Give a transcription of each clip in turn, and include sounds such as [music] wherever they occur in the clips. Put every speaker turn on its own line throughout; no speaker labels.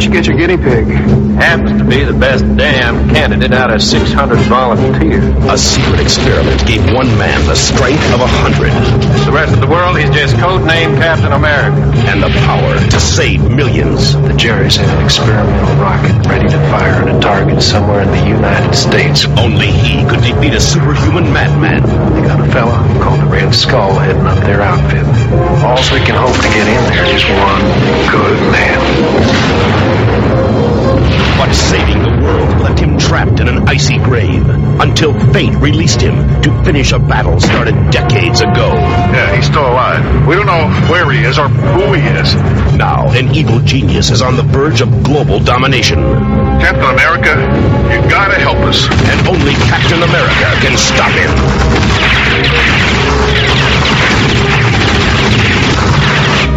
you get your guinea pig?
Happens to be the best damn candidate out of 600 volunteers.
A secret experiment gave one man the strength of a hundred
The rest of the world, he's just codenamed Captain America.
and the power to save millions.
The Jerry's had an experimental rocket ready to fire at a target somewhere in the United States.
Only he could defeat a superhuman madman.
They got a fella called the Red Skull heading up their outfit. Alls we can hope to get in there is one good man.
But saving the world left him trapped in an icy grave until fate released him to finish a battle started decades ago.
Yeah, he's still alive. We don't know where he is or who he is.
Now, an evil genius is on the verge of global domination.
Captain America, you gotta help us.
and only Captain America can stop him.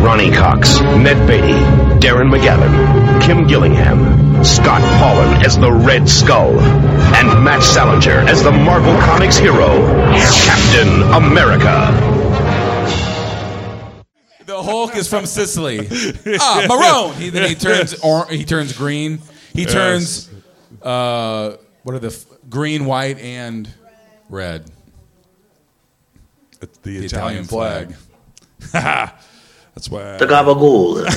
Ronnie Cox, Ned Beatty, Darren McGavin, Kim Gillingham, Scott Paulin as the Red Skull, and Matt Salinger as the Marvel Comics hero, Captain America.
The Hulk is from
[laughs]
Sicily. Ah, maroon. He, then he turns or, he turns green. He turns uh, what are the f- green, white, and red?
It's the,
The
Italian, flag. That's why.
The Gabagool.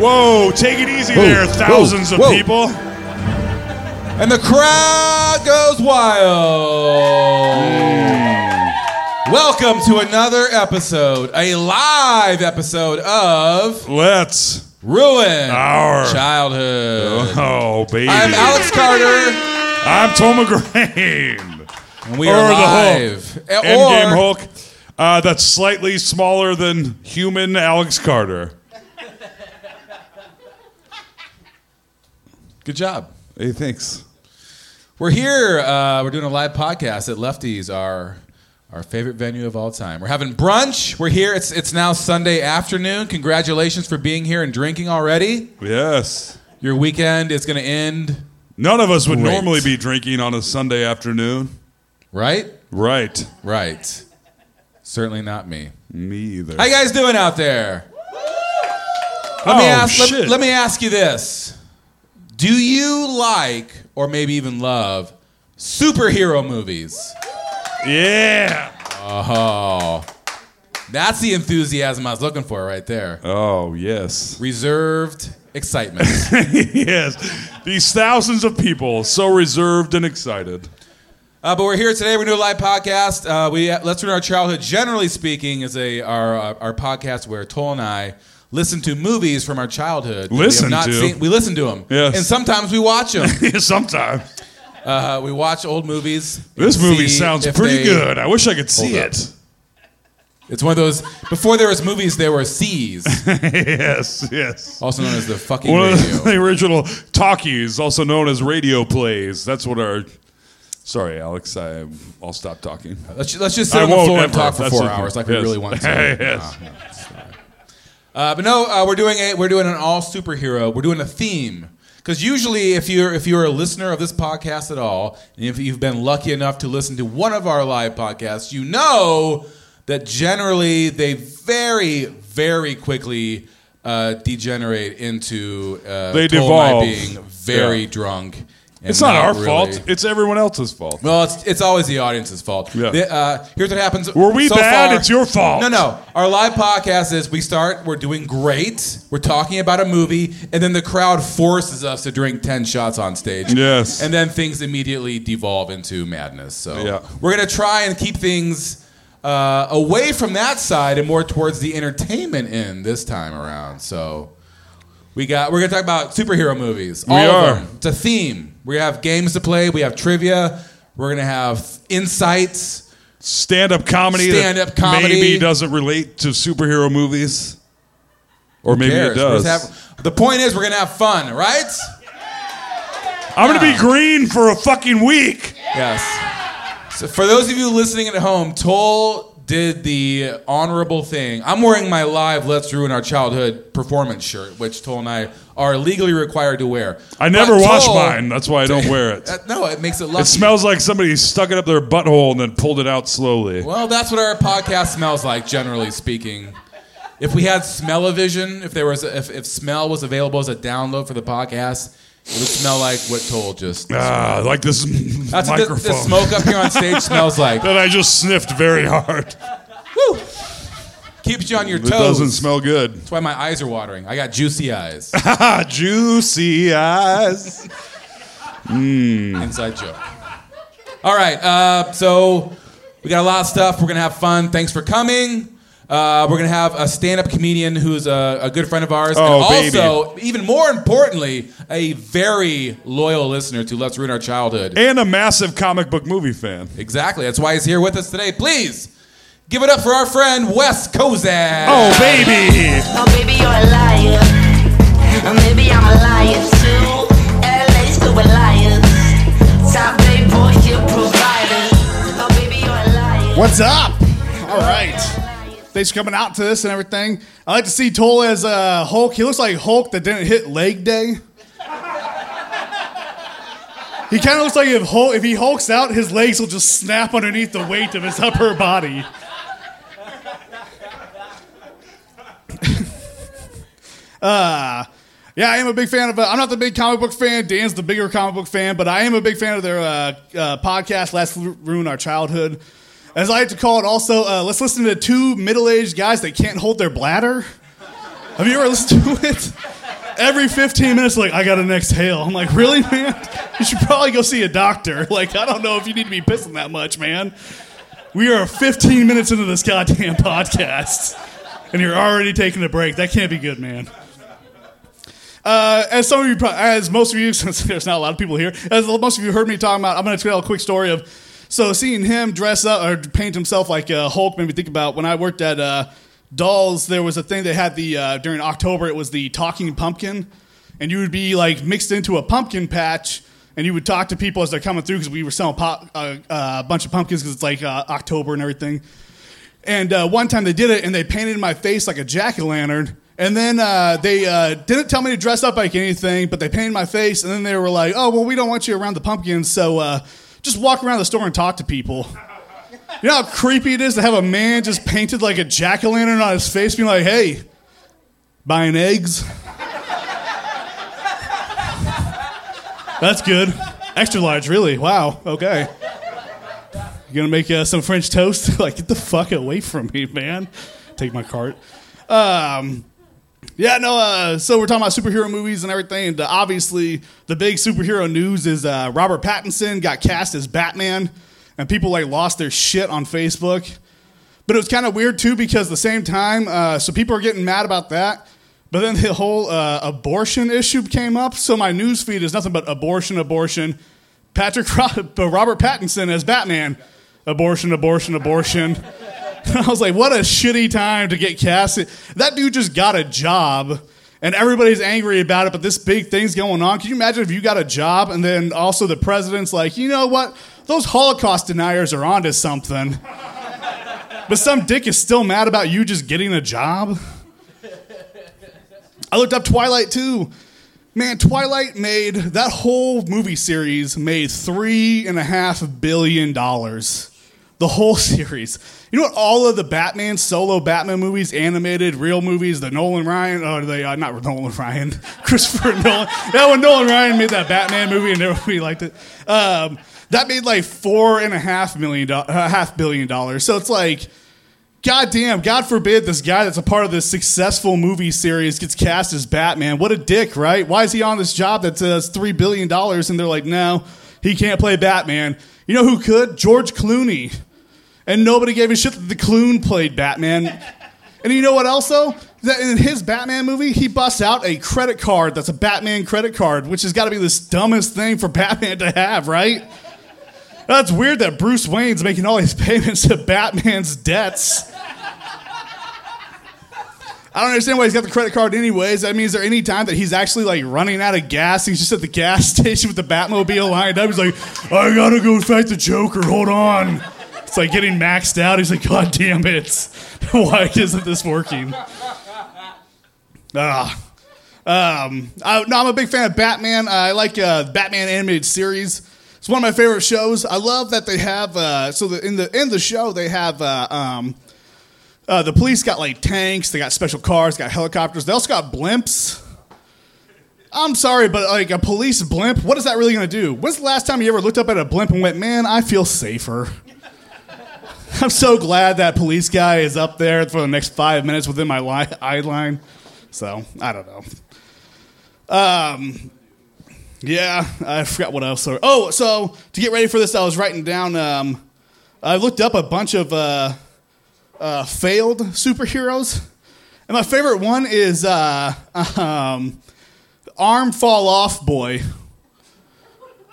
Whoa, take it easy
Whoa,
there,
whoa,
thousands
whoa.
of people.
And the crowd goes wild. Welcome to another episode, a live episode of
Let's.
Ruin
Our-
Childhood.
Oh, baby.
I'm Alex Carter,
I'm Tom McGrain.
and we are
or
live.
the Hulk.
Eh,
Endgame
or-
Hulk. Uh, that's slightly smaller than human Alex Carter.
Good job.
Hey, thanks.
We're here. Uh, we're doing a live podcast at Lefty's, our our favorite venue of all time. We're having brunch. We're here. It's it's now Sunday afternoon. Congratulations for being here and drinking already.
Yes.
Your weekend is going to end
None of us would
Great.
normally be drinking on a Sunday afternoon.
right,
Right.
right. Certainly not me.
Me either.
How you guys doing out there? Let me
Oh,
ask. let-
shit.
let me ask you this: Do you like, or maybe even love, superhero movies?
yeah.
Oh, that's the enthusiasm I was looking for right there.
Oh, yes. [laughs]
Reserved excitement.
yes. These thousands of people, so reserved and excited. [laughs]
uh, but we're here today. We're doing a live podcast. Uh, we let's ruin our childhood. Generally speaking, is a our uh, our podcast where Toll and I listen to movies from our childhood. that
Listen
we have not
to?
Seen. We listen to them.
Yes.
And sometimes we watch them.
Sometimes.
uh, we watch old movies.
This
and
movie
see
sounds
if
pretty
they-
good. I wish I could see
Hold up.
it.
It's one of those. Before there was movies, there were C's,
[laughs] yes, yes.
also known as the fucking
One of
radio.
the [laughs] original talkies, also known as radio plays. That's what our. Sorry, Alex. I, I'll stop talking.
Let's, let's just sit
I
on the
won't
floor and
ever.
talk for
That's
four
okay.
hours, like
Yes.
we really
[laughs]
want to.
Yes.
Oh, no, it's all right. uh, but no, uh, we're doing a we're doing an all superhero. We're doing a theme because usually, if you're if you're a listener of this podcast at all, and if you've been lucky enough to listen to one of our live podcasts, you know that generally they very very quickly uh, degenerate into uh,
They
Toll and I
devolve.
being very
Yeah.
drunk. and
It's not, our
really-
fault. It's everyone else's fault.
well, it's, it's always the audience's fault.
Yeah.
The- uh, here's what happens.
Were we
so
bad?
far-
It's your fault.
No, no. Our live podcast is we start, we're doing great, we're talking about a movie, and then the crowd forces us to drink 10 shots on stage.
Yes.
And then things immediately devolve into madness. So
Yeah.
we're going to try and keep things uh, away from that side and more towards the entertainment end this time around. So we got we're gonna talk about superhero movies. All
are.
Of them. It's a theme. We have games to play. We have trivia. We're gonna have insights.
Stand-up comedy. that
Stand-up comedy.
Maybe doesn't relate to superhero movies, or maybe
Cares.
it does.
We're just have- the point is, we're gonna have fun, right?
I'm gonna be green for a fucking week.
Yes. So for those of you listening at home, Toll did the honorable thing. I'm wearing my live "Let's Ruin Our Childhood" performance shirt, which Toll and I are legally required to wear.
I never
But
wash
Toll-
mine. That's why I don't wear it.
Uh, no, it makes it lucky.
It smells like somebody stuck it up their butthole and then pulled it out slowly.
Well, that's what our podcast smells like, generally speaking. If we had smell-o-vision, if there was, if, if smell was available as a download for the podcast, it would smell like what Toll just.
Ah, like this
That's what
microphone
the, the smoke up here on stage smells
[laughs]
like.
that I just sniffed very hard.
Keeps you on your
It
toes.
doesn't smell good.
That's why my eyes are watering. I got juicy eyes.
Ah, [laughs] juicy eyes.
Inside joke. All right. Uh, so we got a lot of stuff. We're gonna have fun. Thanks for coming. Uh, we're gonna have a stand-up comedian who's a, a good friend of ours,
Oh,
and
baby.
also, even more importantly, a very loyal listener to Let's Ruin Our Childhood.
And a massive comic book movie fan.
exactly. That's why he's here with us today. Please give it up for our friend Wes Kozak.
Oh, baby.
Oh, baby, you're a liar. And maybe I'm a liar too. LA's to a liar. Top boy, you provider. Oh, baby, you're a liar.
What's up? All right. Thanks for coming out to this and everything. I like to see Toll as uh, Hulk. He looks like Hulk that didn't hit leg day. He kind of looks like if Hulk, if he hulks out, his legs will just snap underneath the weight of his upper body. [laughs] uh, yeah, I am a big fan of. Uh, I'm not the big comic book fan. Dan's the bigger comic book fan, but I am a big fan of their uh, uh, podcast, "Let's Ruin Our Childhood," as I like to call it. Also, uh, let's listen to two middle-aged guys that can't hold their bladder. Have you ever listened to it? Every 15 minutes, like I got an exhale. I'm like, really, man? You should probably go see a doctor. [laughs] Like, I don't know if you need to be pissing that much, man. We are 15 minutes into this goddamn [laughs] podcast, and you're already taking a break. That can't be good, man. Uh, as some of you, pro- as most of you, [laughs] since there's not a lot of people here, as most of you heard me talking about, I'm going to tell a quick story of so seeing him dress up or paint himself like uh, Hulk made me think about when I worked at uh, Dolls. There was a thing they had the uh, during October. It was the talking pumpkin, and you would be like mixed into a pumpkin patch, and you would talk to people as they're coming through because we were selling pop, uh, uh, a bunch of pumpkins because it's like uh, October and everything. And uh, one time they did it, and they painted my face like a jack o' lantern. And then uh, they uh, didn't tell me to dress up like anything, but they painted my face. And then they were like, "Oh, well, we don't want you around the pumpkins, so uh, just walk around the store and talk to people." You know how creepy it is to have a man just painted like a jack o' lantern on his face, being like, "Hey, buying eggs? That's good. Extra large, really. Wow. Okay." You gonna make uh, some French toast? [laughs] like, get the fuck away from me, man. Take my cart. Um, yeah, no. Uh, so we're talking about superhero movies and everything. And uh, obviously, the big superhero news is uh, Robert Pattinson got cast as Batman, and people like lost their shit on Facebook. But it was kind of weird too because the same time, uh, so people are getting mad about that. But then the whole uh, abortion issue came up. So my news feed is nothing but abortion, abortion. Patrick Ro- uh, Robert Pattinson as Batman, abortion, abortion, abortion. [laughs] And I was like, what a shitty time to get cast. That dude just got a job, and everybody's angry about it. But this big thing's going on. Can you imagine if you got a job, and then also the president's like, you know what? Those Holocaust deniers are onto something. [laughs] But some dick is still mad about you just getting a job. I looked up Twilight too. Man, Twilight made that whole movie series made three and a half billion dollars. The whole [laughs] series. You know what? All of the Batman solo Batman movies, animated, real movies, the Nolan Ryan, or the uh, not Nolan Ryan, [laughs] Christopher Nolan. That when Nolan Ryan made that Batman movie and everybody liked it. Um, that made like four and a half million, do- uh, half billion dollars. So it's like God damn, God forbid this guy that's a part of this successful movie series gets cast as Batman. What a dick, right? Why is he on this job that says $3 billion and they're like, no, he can't play Batman? You know who could? George Clooney. and nobody gave a shit that the Clune played Batman. [laughs] And you know what else though? That in his Batman movie, he busts out a credit card that's a Batman credit card, which has got to be the dumbest thing for [laughs] Batman to have, right? That's weird that Bruce Wayne's making all his payments to Batman's debts. I don't understand why he's got the credit card anyways. I mean, is there any time that he's actually like running out of gas? He's just at the gas [laughs] station with the Batmobile lined up. He's like, I gotta go fight the Joker. Hold on. It's like getting maxed out. He's like, God damn it. [laughs] Why isn't this working? Ah. Um, I, no, I'm a big fan of Batman. I like uh, Batman animated series. It's one of my favorite shows. I love that they have uh, so the, in the in the show they have uh, um, uh, the police got like tanks, they got special cars, got helicopters. They also got blimps. I'm sorry, but like a police blimp, what is that really going to do? When's the last time you ever looked up at a blimp and went, "Man, I feel safer"? [laughs] I'm so glad that police guy is up there for the next five minutes within my li- eye line. So I don't know. Um, yeah, I forgot what else. Oh, so to get ready for this, I was writing down. Um, I looked up a bunch of uh, uh, failed superheroes, and my favorite one is uh, um, Arm Fall Off Boy.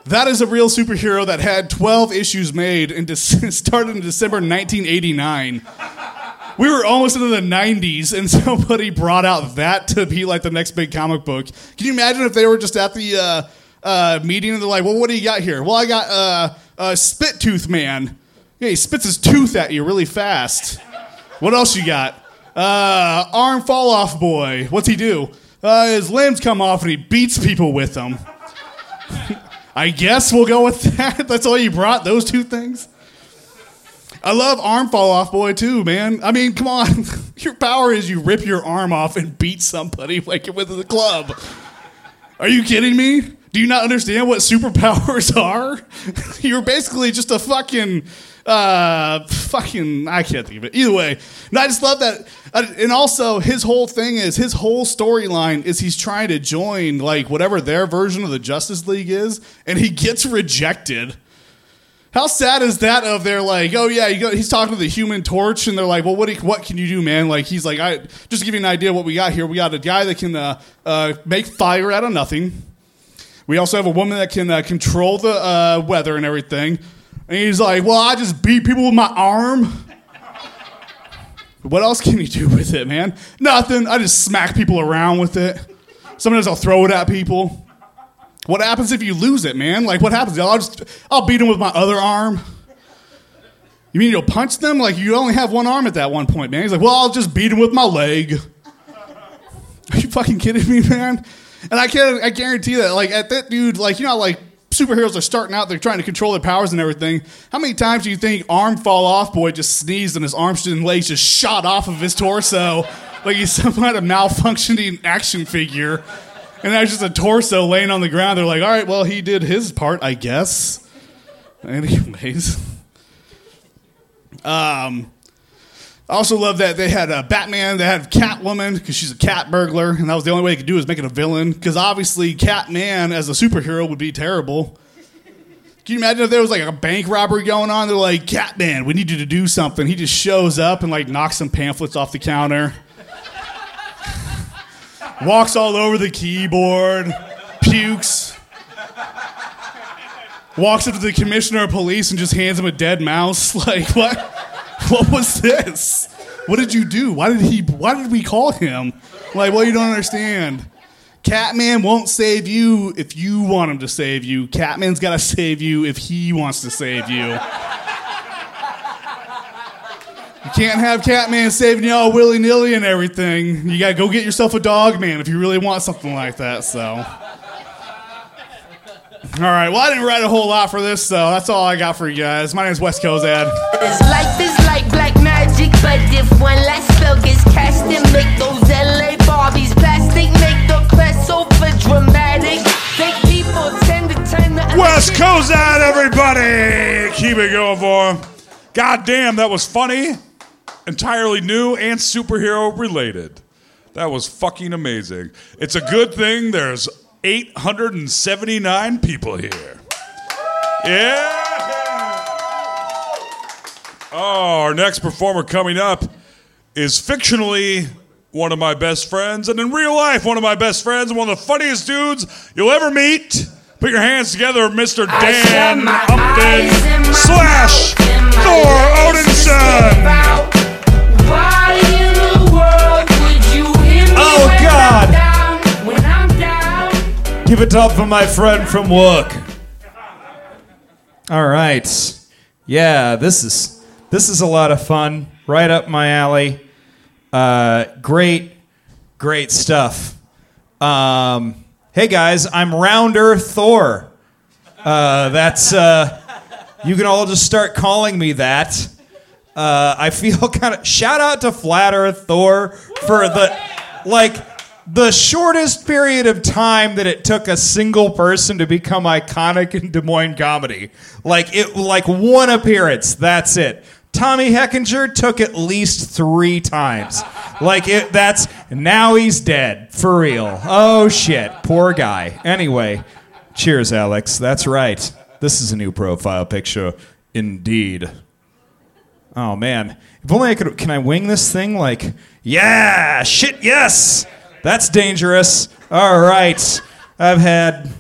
That is a real superhero that had 12 issues made and des- [laughs] started in December 1989. We were almost into the 90s, and [laughs] somebody brought out that to be like the next big comic book. Can you imagine if they were just at the uh, uh, meeting and they're like, well, what do you got here? Well, I got uh, uh, Spit Tooth Man. Yeah, he spits his tooth at you really fast. What else you got? Uh, arm Fall Off Boy. What's he do? Uh, his limbs come off and he beats people with them. [laughs] I guess we'll go with that. [laughs] That's all you brought, those two things. I love arm fall off boy too, man. I mean, come on. [laughs] Your power is you rip your arm off and beat somebody like with the club. Are you kidding me? Do you not understand what superpowers [laughs] are? You're basically just a fucking uh fucking I can't think of it. Either way, no, I just love that uh, and also his whole thing is his whole storyline is he's trying to join like whatever their version of the Justice League is and he gets rejected. How sad is that? Of they're like, oh yeah, you go, he's talking to the Human Torch, and they're like, well, what do you- what can you do, man? Like he's like, I just to give you an idea what we got here. We got a guy that can uh, uh, make fire out of nothing. We also have a woman that can uh, control the uh, weather and everything. And he's like, well, I just beat people with my arm. What else can you do with it, man? Nothing. I just smack people around with it. Sometimes I'll throw it at people. What happens if you lose it, man? Like, what happens? I'll just, I'll beat him with my other arm. You mean you'll punch them? Like, you only have one arm at that one point, man. He's like, well, I'll just beat him with my leg. [laughs] Are you fucking kidding me, man? And I can't, I guarantee that, like, at that dude, like, you know, how, like, superheroes are starting out, they're trying to control their powers and everything. How many times do you think Arm Fall Off Boy just sneezed and his arms and legs just shot off of his torso? Like he's [laughs] some kind of malfunctioning action figure. And there's just a torso laying on the ground. They're like, all right, well, he did his part, I guess. [laughs] Anyways. Um, I also love that they had a Batman, they had Catwoman because she's a cat burglar, and that was the only way they could do is make it a villain. Because obviously, Catman as a superhero would be terrible. Can you imagine if there was like a bank robbery going on? They're like, Catman, we need you to do something. He just shows up and like knocks some pamphlets off the counter, [laughs] walks all over the keyboard, pukes, walks up to the commissioner of police and just hands him a dead mouse. [laughs] Like, what? What was this? What did you do? Why did he? Why did we call him? Like, well, you don't understand. Catman won't save you if you want him to save you. Catman's got to save you if he wants to save you. You can't have Catman saving you all willy nilly and everything. You got to go get yourself a dog man if you really want something like that. So. All right. Well, I didn't write a whole lot for this, so that's all I got for you guys. My name's Wes Cozad.
This life is like black magic, but if one last spell gets cast, then make those LA Barbies plastic, make the crest over dramatic. Fake people tend to turn the
West Cozad, everybody! Keep it going for him. God damn, that was funny, entirely new, and superhero related. That was fucking amazing. It's a good thing there's 879 people here. Yeah! Oh, our next performer coming up is fictionally one of my best friends, and in real life, one of my best friends, one of the funniest dudes you'll ever meet. Put your hands together, Mr. Dan Upton slash Thor Odinson.
Oh, God.
When I'm down,
Give it up for my friend from work. All right. Yeah, this is this is a lot of fun. Right up my alley. Uh, great, great stuff. Um, hey guys, I'm Rounder Thor. Uh, that's uh, you can all just start calling me that. Uh, I feel [laughs] kind of shout out to Flat Earth Thor for the like the shortest period of time that it took a single person to become iconic in Des Moines comedy. Like it like one appearance, that's it. Tommy Heckinger took at least three times. Like it that's now he's dead for real. Oh shit, poor guy. Anyway, cheers Alex. That's right. This is a new profile picture indeed. Oh man! If only I could. Can I wing this thing? Like, yeah, shit, yes. That's dangerous. All right, I've had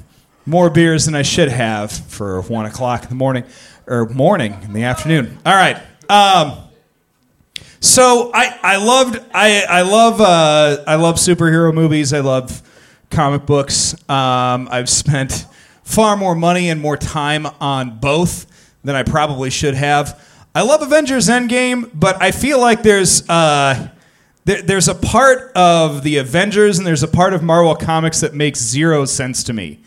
more beers than I should have for one o'clock in the morning, or morning in the afternoon. All right. Um, so I I loved I I love uh, I love superhero movies. I love comic books. Um, I've spent far more money and more time on both than I probably should have. I love Avengers Endgame, but I feel like there's uh, there, there's a part of the Avengers and there's a part of Marvel Comics that makes zero sense to me.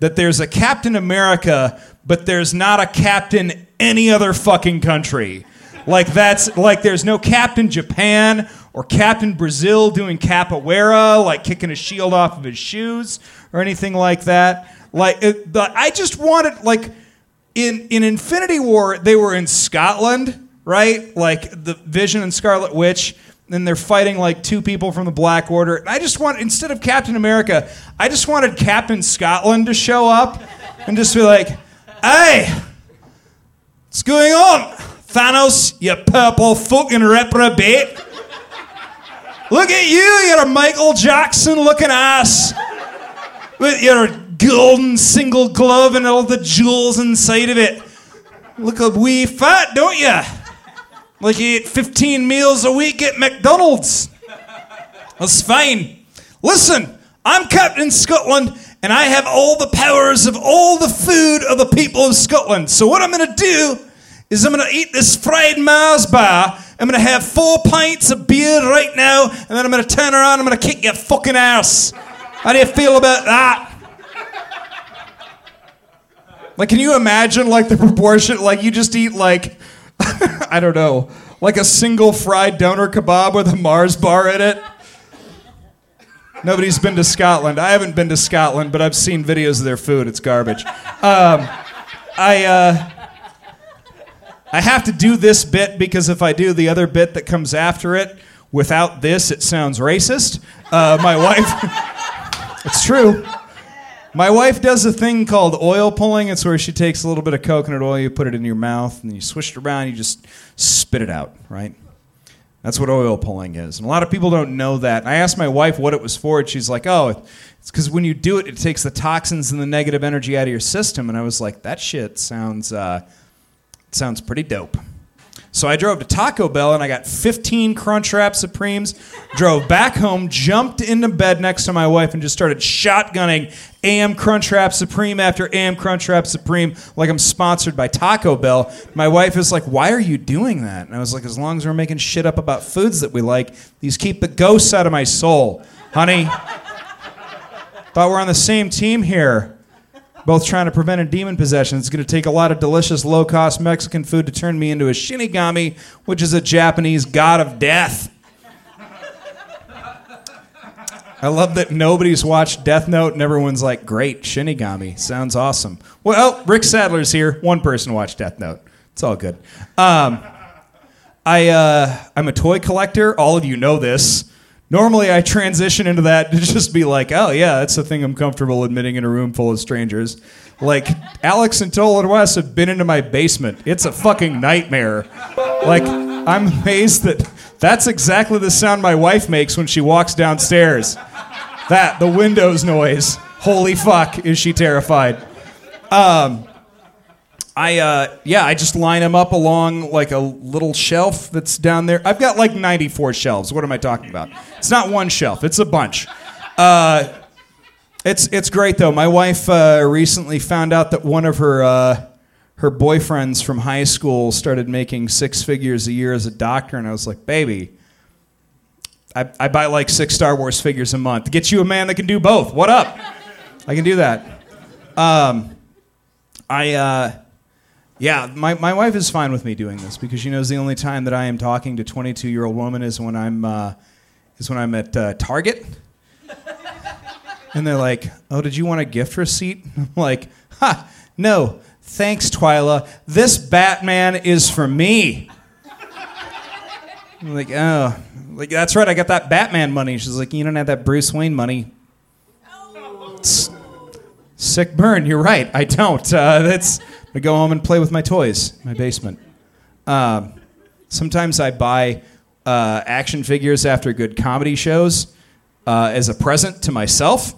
That there's a Captain America, but there's not a Captain any other fucking country. Like that's like there's no Captain Japan or Captain Brazil doing capoeira, like kicking a shield off of his shoes or anything like that. Like it, but I just wanted like in in Infinity War they were in Scotland, right? Like the Vision and Scarlet Witch. And they're fighting like two people from the Black Order. And I just want, instead of Captain America, I just wanted Captain Scotland to show up and just be like, hey, What's going on? Thanos, you purple fucking reprobate. Look at you, you're a Michael Jackson looking ass. With your golden single glove and all the jewels inside of it. Look a wee fat, don't you? Like you eat 15 meals a week at McDonald's. That's fine. Listen, I'm Captain Scotland, and I have all the powers of all the food of the people of Scotland. So what I'm going to do is I'm going to eat this fried Mars bar. I'm going to have four pints of beer right now, and then I'm going to turn around. I'm going to kick your fucking ass. How do you feel about that? Like, can you imagine like the proportion? Like, you just eat like, [laughs] I don't know, like a single fried doner kebab with a Mars bar in it. Nobody's been to Scotland. I haven't been to Scotland, but I've seen videos of their food. It's garbage. Um, I uh, I have to do this bit because if I do the other bit that comes after it without this, it sounds racist. Uh, my wife, [laughs] it's true. My wife does a thing called oil pulling. It's where she takes a little bit of coconut oil, you put it in your mouth, and you swish it around, you just spit it out, right? That's what oil pulling is. And a lot of people don't know that. And I asked my wife what it was for, and she's like, oh, it's because when you do it, it takes the toxins and the negative energy out of your system. And I was like, that shit sounds, uh, sounds pretty dope. So I drove to Taco Bell and I got 15 Crunchwrap Supremes, drove back home, jumped into bed next to my wife, and just started shotgunning AM Crunchwrap Supreme after AM Crunchwrap Supreme like I'm sponsored by Taco Bell. My wife is like, Why are you doing that? And I was like, As long as we're making shit up about foods that we like, these keep the ghosts out of my soul, honey. Thought we're on the same team here both trying to prevent a demon possession. It's going to take a lot of delicious, low cost Mexican food to turn me into a shinigami, which is a Japanese god of death. I love that nobody's watched Death Note and everyone's like, great, shinigami. Sounds awesome. Well, oh, Rick Sadler's here. One person watched Death Note. It's all good. Um, I uh, I'm a toy collector. All of you know this. Normally, I transition into that [laughs] to just be like, "Oh yeah, that's the thing I'm comfortable admitting in a room full of strangers." [laughs] Like Alex and Toll and Wes have been into my basement. It's a fucking nightmare. Like, I'm amazed that that's exactly the sound my wife makes when she walks downstairs. That, the windows noise. Holy fuck, is she terrified. I uh, yeah, I just line them up along like a little shelf that's down there. I've got like 94 shelves. What am I talking about? It's not one shelf. It's a bunch. Uh, it's it's great though. My wife uh, recently found out that one of her uh, her boyfriends from high school started making six figures a year as a doctor, and I was like, baby. I, I buy like six Star Wars figures a month. Get you a man that can do both. What up? I can do that. Um, I uh, yeah, my, my wife is fine with me doing this because she knows the only time that I am talking to 22 year old woman is when I'm uh, is when I'm at uh, Target, [laughs] and they're like, "Oh, did you want a gift receipt?" [laughs] I'm like, "Ha, no, thanks, Twyla. This Batman is for me." [laughs] I'm like, "Oh, like that's right, I got that Batman money." She's like, "You don't have that Bruce Wayne money." It's- Sick burn. You're right. I don't. Uh, that's I go home and play with my toys, in my basement. Um, sometimes I buy uh, action figures after good comedy shows uh, as a present to myself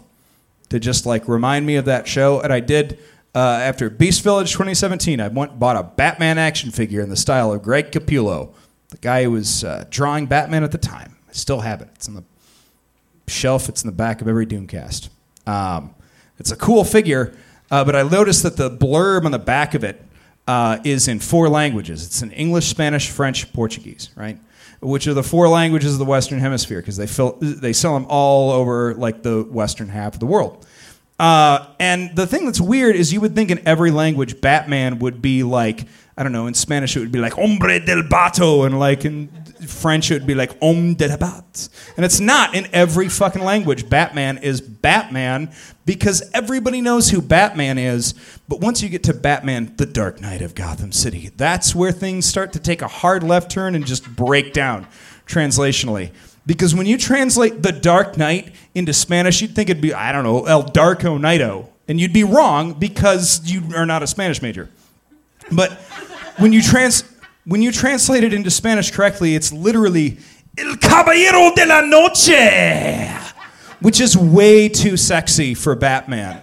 to just like remind me of that show. And I did uh, after Beast Village 2017. I went bought a Batman action figure in the style of Greg Capullo, the guy who was uh, drawing Batman at the time. I still have it. It's in the shelf. It's in the back of every Doomcast. Um, it's a cool figure, uh, but I noticed that the blurb on the back of it uh, is in four languages. It's in English, Spanish, French, Portuguese, right? Which are the four languages of the Western Hemisphere because they fill, they sell them all over like the Western half of the world. Uh, and the thing that's weird is you would think in every language Batman would be like I don't know in Spanish it would be like hombre del bato and like in French it would be like homme de la batte and it's not in every fucking language Batman is Batman because everybody knows who Batman is but once you get to Batman the Dark Knight of Gotham City that's where things start to take a hard left turn and just break down translationally. Because when you translate the Dark Knight into Spanish, you'd think it'd be, I don't know, El Darko Nighto. And you'd be wrong because you are not a Spanish major. But when you, trans- when you translate it into Spanish correctly, it's literally El Caballero de la Noche, which is way too sexy for Batman.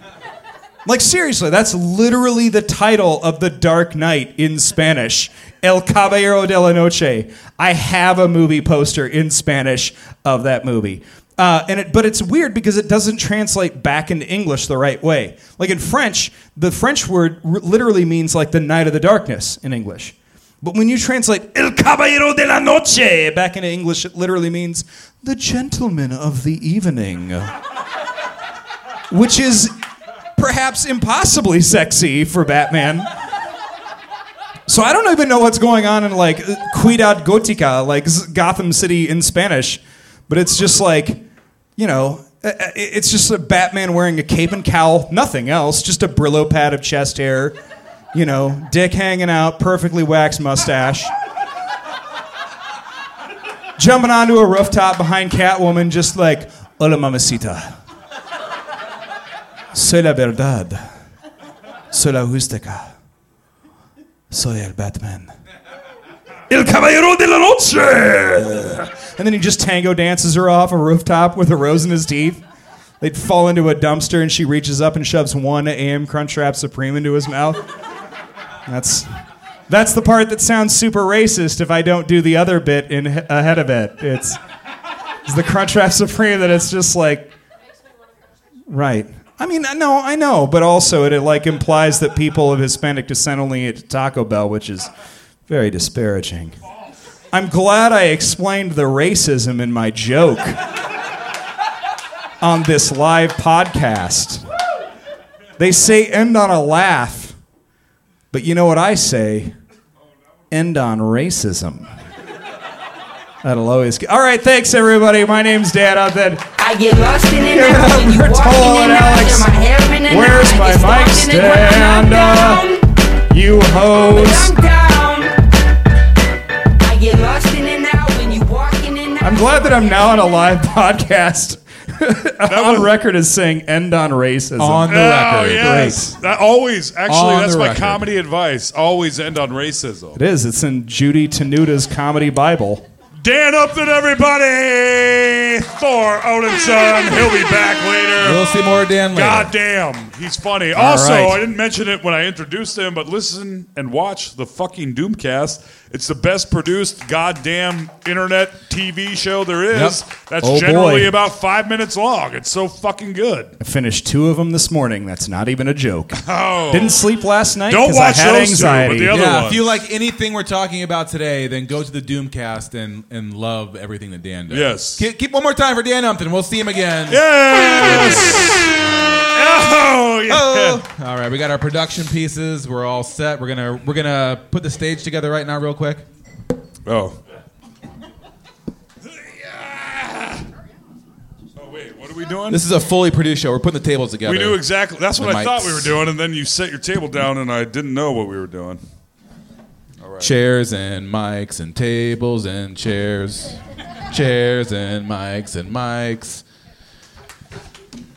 Like seriously, that's literally the title of the Dark Knight in Spanish. El Caballero de la Noche. I have a movie poster in Spanish of that movie. Uh, and it, but it's weird because it doesn't translate back into English the right way. Like in French, the French word r- literally means like the night of the darkness in English. But when you translate El Caballero de la Noche back into English, it literally means the gentleman of the evening which is perhaps impossibly sexy for Batman. So I don't even know what's going on in like Cuidad Gotica, like Z- Gotham City in Spanish, but it's just like, you know, uh, uh, it's just a Batman wearing a cape and cowl, nothing else, just a Brillo pad of chest hair, you know, dick hanging out, perfectly waxed mustache. Jumping onto a rooftop behind Catwoman, just like, hola mamacita. Soy la verdad. Soy la justica. Soy el Batman. El caballero de la noche. And then he just tango dances her off a rooftop with a rose in his teeth. They'd fall into a dumpster, and she reaches up and shoves one AM Crunchwrap Supreme into his mouth. That's that's the part that sounds super racist if I don't do the other bit in ahead of it. It's, it's the Crunchwrap Supreme that it's just like Right. I mean, I know, I know, but also it, it, like implies that people of Hispanic descent only eat Taco Bell, which is very disparaging. I'm glad I explained the racism in my joke on this live podcast. They say end on a laugh, but you know what I say? End on racism. That'll always get. All right, thanks everybody. My name's Dan. I'm dead.
I get lost in it
Give it
now
up
when you
for
walk
Toll
in
and
and out,
Alex.
and my hair in and
Where's
out. I
my
get
mic
lost in it when I'm
stand?
down,
You
when
hoes.
I'm down. I get lost in and out when you walk in and out.
I'm glad that I'm now on a live [laughs] podcast [laughs] on record as saying end on racism.
On the
Oh
record.
yes, that always actually
On
that's
the
my
record.
comedy advice. Always end on racism.
It is. It's in Judy Tenuda's comedy Bible.
Dan Upton, everybody. Thor Odinson, he'll be back later.
We'll see more of Dan later.
God damn, he's funny. also,
right.
I didn't mention it when I introduced him, but listen and watch the fucking Doomcast. It's the best produced goddamn internet TV show there is.
Yep.
That's
Oh, boy.
generally about five minutes long. It's so fucking good.
I finished two of them this morning. That's not even a joke.
Oh,
Didn't sleep last night
Don't
because I
watch
had
those two, but the
anxiety.
other-
yeah, if
ones.
you like anything we're talking about today, then go to the Doomcast and, and love everything that Dan does.
Yes.
Keep, keep one more time for Dan Umpton. We'll see him again.
yes. Oh yeah.
Oh. [laughs] All right, we got our production pieces. We're all set. We're gonna we're gonna put the stage together right now, real quick.
Oh. Oh wait, what are we doing?
This is a fully produced show. We're putting the tables together.
we knew exactly. That's what
The
I thought we
mics.
were doing, and then you set your table down, and I didn't know what we were doing.
chairs and mics and tables and chairs, chairs and mics and mics.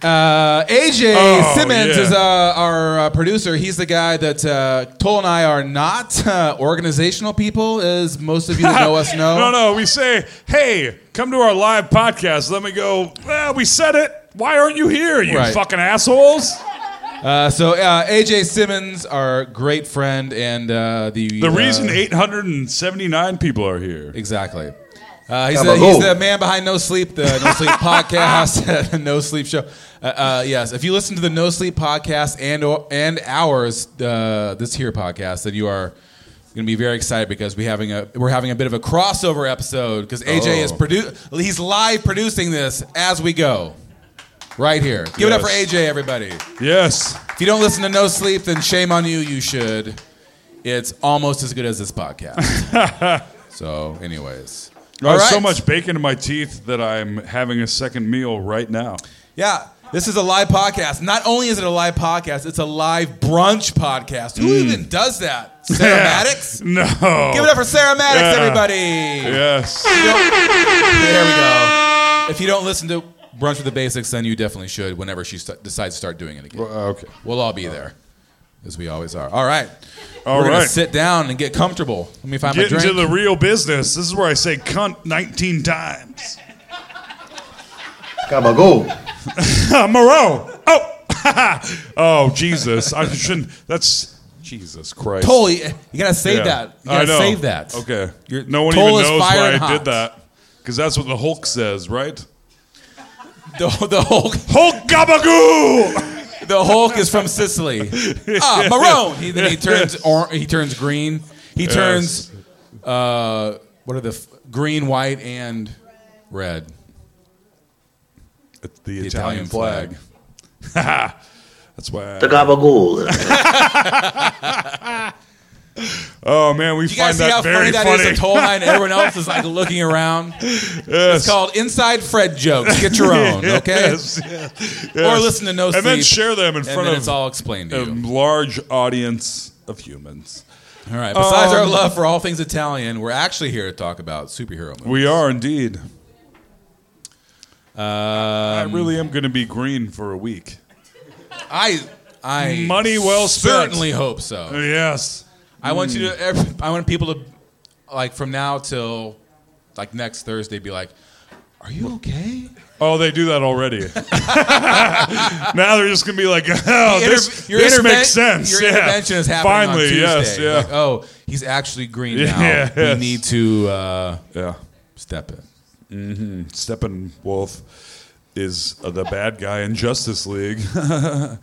Uh, AJ
Oh,
Simmons
yeah.
is uh, our uh, producer. He's the guy that uh, Toll and I are not uh, organizational people, as most of you that know
[laughs]
us know.
No, no. We say, hey, come to our live podcast. Let me go. Well, we said it. Why aren't you here, you
Right.
fucking assholes?
Uh, so uh, AJ Simmons, our great friend, and uh, the
The
uh,
reason 879 people are here.
Exactly. Uh, he's, the, he's the man behind No Sleep, the No Sleep podcast, [laughs] the No Sleep show. Uh, uh, yes, if you listen to the No Sleep podcast and or, and ours, uh, this here podcast, then you are going to be very excited because we having a we're having a bit of a crossover episode because AJ is produ- he's live producing this as we go, right here. Give it up for
Yes.
AJ, everybody.
Yes.
If you don't listen to No Sleep, then shame on you. You should. It's almost as good as this podcast.
[laughs]
so, anyways.
I have
All
so
right.
much bacon in my teeth that I'm having a second meal right now.
Yeah. This is a live podcast. Not only is it a live podcast, it's a live brunch podcast. Who even does
[laughs]
that? Sarah Maddox?
Mm. No.
Give it up for Sarah Maddox,
Yeah.
everybody.
Yes.
If you don't- There we go. If you don't listen to Brunch with the Basics, then you definitely should whenever she st- decides to start doing it again.
Okay. Oh.
We'll all be there, as we always are. All right.
All
We're going
right.
to sit down and get comfortable. Let me find
Get
my
into
drink.
the real business. This is where I say cunt 19 times. Come [laughs] Moreau. Oh. [laughs] oh, Jesus. I shouldn't. That's Jesus Christ.
Totally. You got to save
Yeah.
that. You
I
got to
know.
save that.
Okay.
Your
no one
toll
even
is
knows
fire
why
and
I
hot.
did that. Because that's what the Hulk says, right?
The, the Hulk
Hulk gabagoo!
the Hulk is from
[laughs]
Sicily. Ah, maroon. He, then he turns or, he turns green. He turns uh, what are the f- green, white, and red?
It's the,
The
Italian,
Italian
flag.
flag.
that's why. I-
Gabagool.
[laughs] oh, man, we
You
find
guys see how
that
funny
very
that is?
funny.
The toll line. Everyone else is like looking around. It's
Yes.
called inside Fred jokes. Get
[laughs]
your own, okay?
Yes, yes,
Or
yes.
listen to No
And then
Sleep,
share them in
And
front
then
of
it's all explained to
a
you.
large audience of humans.
All right. Besides our
Um,
love for all things Italian, we're actually here to talk about superhero movies.
We are indeed. I
Uh,
really am going to be green for a week.
I, I
Money well spent. Mm.
certainly hope so.
Yes.
I want you to. every- I want people to, like, from now till, like next Thursday, be like, "Are you okay?"
Oh, they do that already.
[laughs]
now they're just going to be like, [laughs] oh, this,
Your
this
interve-
makes sense.
Your
yeah.
intervention is happening
Finally,
on Tuesday.
yes, yeah.
Like, oh, he's actually green now.
Yes.
We need to uh,
yeah.
step in.
Steppenwolf is uh, the bad guy in Justice League. [laughs] this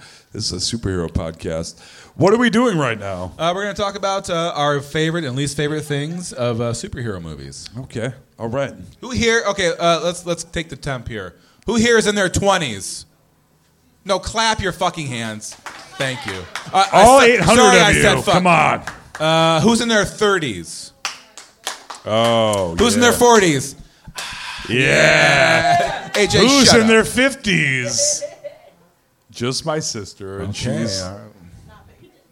is a superhero podcast. What are we doing right now?
Uh, we're going to talk about uh, our favorite and least favorite things of uh, superhero movies.
Okay. All right.
Who here? Okay, uh, let's let's take the temp here. Who here is in their twenties? No, clap your fucking hands. Thank you. Uh, I
All
said-
800
sorry,
of
I
you.
Said fuck.
Come on.
Uh, who's in their thirties?
Oh,
Who's in
yeah.
their forties?
Yeah.
AJ,
Who's
shut
in
up.
their 50s? Just my sister. and She's,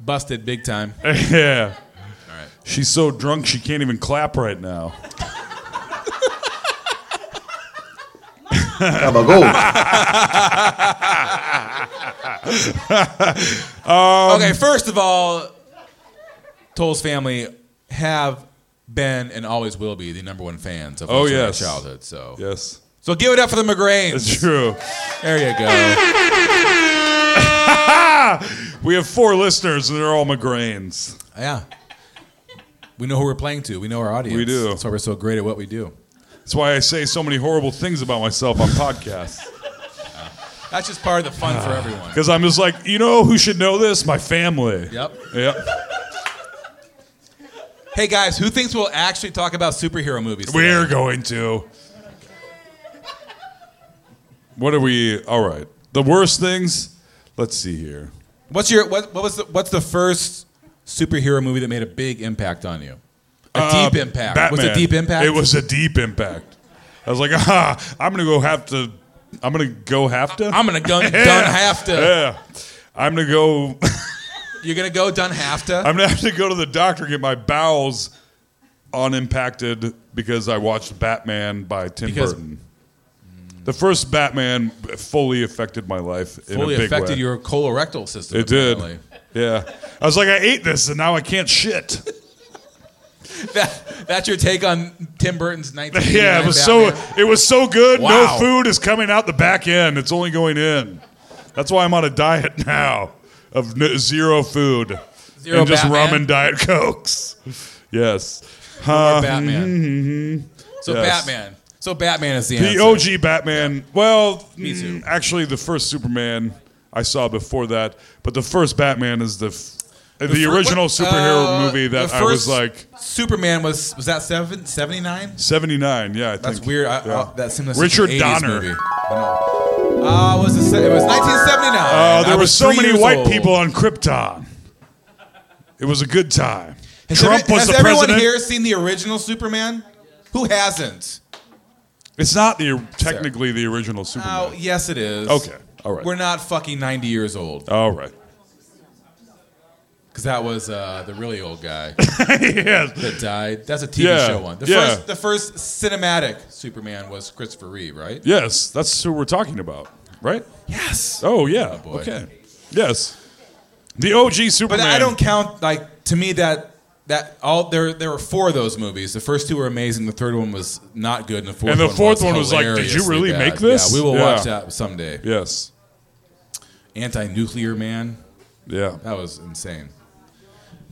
busted big time.
[laughs] yeah. She's so drunk she can't even clap right now.
Have a go.
okay, first of all, Toll's family have been and always will be the number one fans of
Oh,
Ultimate
yes.
childhood. So,
Yes.
so give it up for the McGrains.
It's true.
There you go.
We have four listeners and they're all migraines.
Yeah. We know who we're playing to. We know our audience.
We do.
That's why we're so great at what we do.
That's why I say so many horrible things about myself on podcasts.
That's just part of the fun for
Ah.
everyone.
Because I'm just like, you know who should know this? My family.
Yep.
Yep.
Hey guys, who thinks we'll actually talk about superhero movies? today?
We're going to. What are we? All right. The worst things. Let's see here.
What's your what, what was the, what's the first superhero movie that made a big impact on you? A
Uh,
deep impact.
Batman.
Was it deep impact?
It was a deep impact. I was like, [laughs] ah, I'm gonna go have to. I'm gonna go have
[laughs]
to.
I'm gonna go done
[laughs] Yeah.
have to.
Yeah. I'm gonna go.
You're gonna go done have to.
I'm gonna have to go to the doctor and get my bowels unimpacted because I watched Batman by Tim
Because-
Burton. The first Batman fully affected my life in
Fully
a big
affected
way.
your colorectal system.
It did.
apparently.
Yeah. I was like, I ate this and now I
[laughs]
can't shit. [laughs]
That, that's your take on Tim Burton's 1989
[laughs] yeah, it was so
Batman.
it was so good.
Wow.
No food is coming out the back end. It's only going in. That's why I'm on a diet [laughs] now of n- zero food
Zero
and just
Batman?
rum and diet cokes. [laughs] Yes.
Or Batman. So
Uh-huh. Mm-hmm. Yes.
Batman. So Batman is the,
The
answer.
OG Batman. Well,
Me too.
mm, actually, the first Superman I saw before that, but the first Batman is the f- the,
fir-
original
what-
superhero
uh,
movie that
the
I was
first
like
Superman was was that seven, 79?
79. Yeah, I
That's
think.
weird. I,
Yeah.
I, that seemed like
Richard
an 80s
Donner.
Movie. Uh, was the, se- it was 1979.
Uh,
I
there were
was
so
three
many
years
white
old.
people on Krypton. It was a good time.
Has
Trump
every-
was
has
the
everyone
president.
here seen the original Superman? Who hasn't?
It's not the technically the original Superman.
Oh, yes, it is.
Okay, all right. Oh.
We're not fucking 90 years old
All right. [laughs]
because that was uh, the really old guy
yes.
that died. That's a TV
Yeah,
show one. The
yeah.
first, the first cinematic Superman was Christopher Reeve, right?
Yes, that's who we're talking about, right?
Yes.
Oh yeah.
boy.
okay. Yes. The OG
But
Superman.
I don't count like to me that that all there there were four of those movies. The first two were amazing. The third one was not good, and the fourth
And the
one
fourth
was
one was like, did you
hilariously
really
bad.
make this?
Yeah, we will
Yeah.
watch that someday.
Yes.
Anti nuclear man,
Yeah.
that was insane.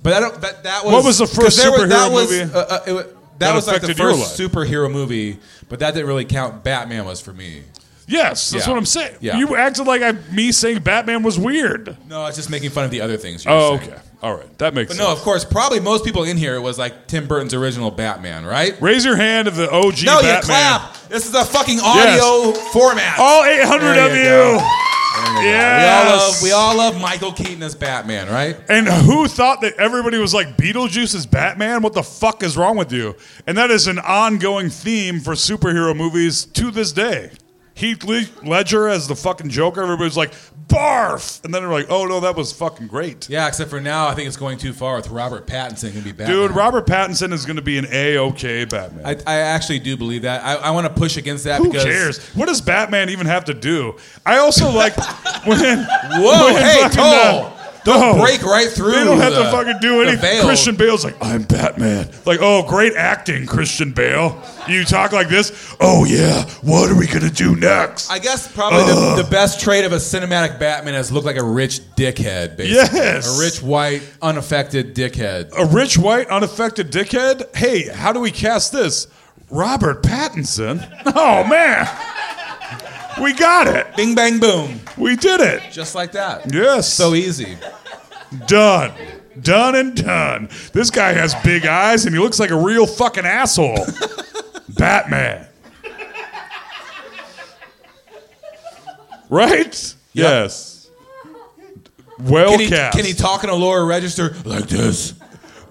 But I don't. That, that was
What was the
'cause
first
there was- that
superhero
was,
movie
uh, uh, it wa- that,
that
was like the
affected your
first superhero movie, but that didn't really count. Batman was for me.
Yes, that's
Yeah.
what I'm saying.
Yeah.
You acted like I, me saying Batman was weird.
No, I was just making fun of the other things. You were
Oh,
saying.
okay. All right. That makes
But
sense.
no, of course, probably most people in here it was like Tim Burton's original Batman, right?
Raise your hand of the OG
No,
Batman.
you clap. This is a fucking audio format.
All 800
There
of
you
you.
go.
Yes.
We all love we all love Michael Keaton as Batman, right?
And who thought that everybody was like Beetlejuice is Batman? What the fuck is wrong with you? And that is an ongoing theme for superhero movies to this day. Heath Le- Ledger as the fucking Joker. Everybody's like barf, and then they're like, oh no, that was fucking great.
Yeah, except for now, I think it's going too far with Robert Pattinson can be Batman.
Dude, Robert Pattinson is going to be an a okay Batman.
I, I actually do believe that. I, I want to push against that
who
because
cares? What does Batman even have to do? I
[laughs]
also like when.
Whoa,
when
hey,
fucking,
Toll!
uh,
Don't
no.
break right through.
They don't have
the-
to fucking do
the
anything.
veil.
Christian Bale's like, I'm Batman. Like, oh, great acting, Christian Bale. You talk like this. Oh yeah, what are we gonna do next?
I guess probably the, the best trait of a cinematic Batman is look like a rich dickhead, basically.
Yes.
A rich, white, unaffected dickhead.
a rich white unaffected dickhead. Hey, how do we cast this? Robert Pattinson. [laughs] Oh man, we got it.
Bing, bang, boom.
We did it.
Just like that.
Yes.
So easy.
done. Done and done. This guy has big eyes and he looks like a real fucking asshole. [laughs] Batman. Right? Yes. Well
Can he,
cast.
can he talk in a lower register?
like this?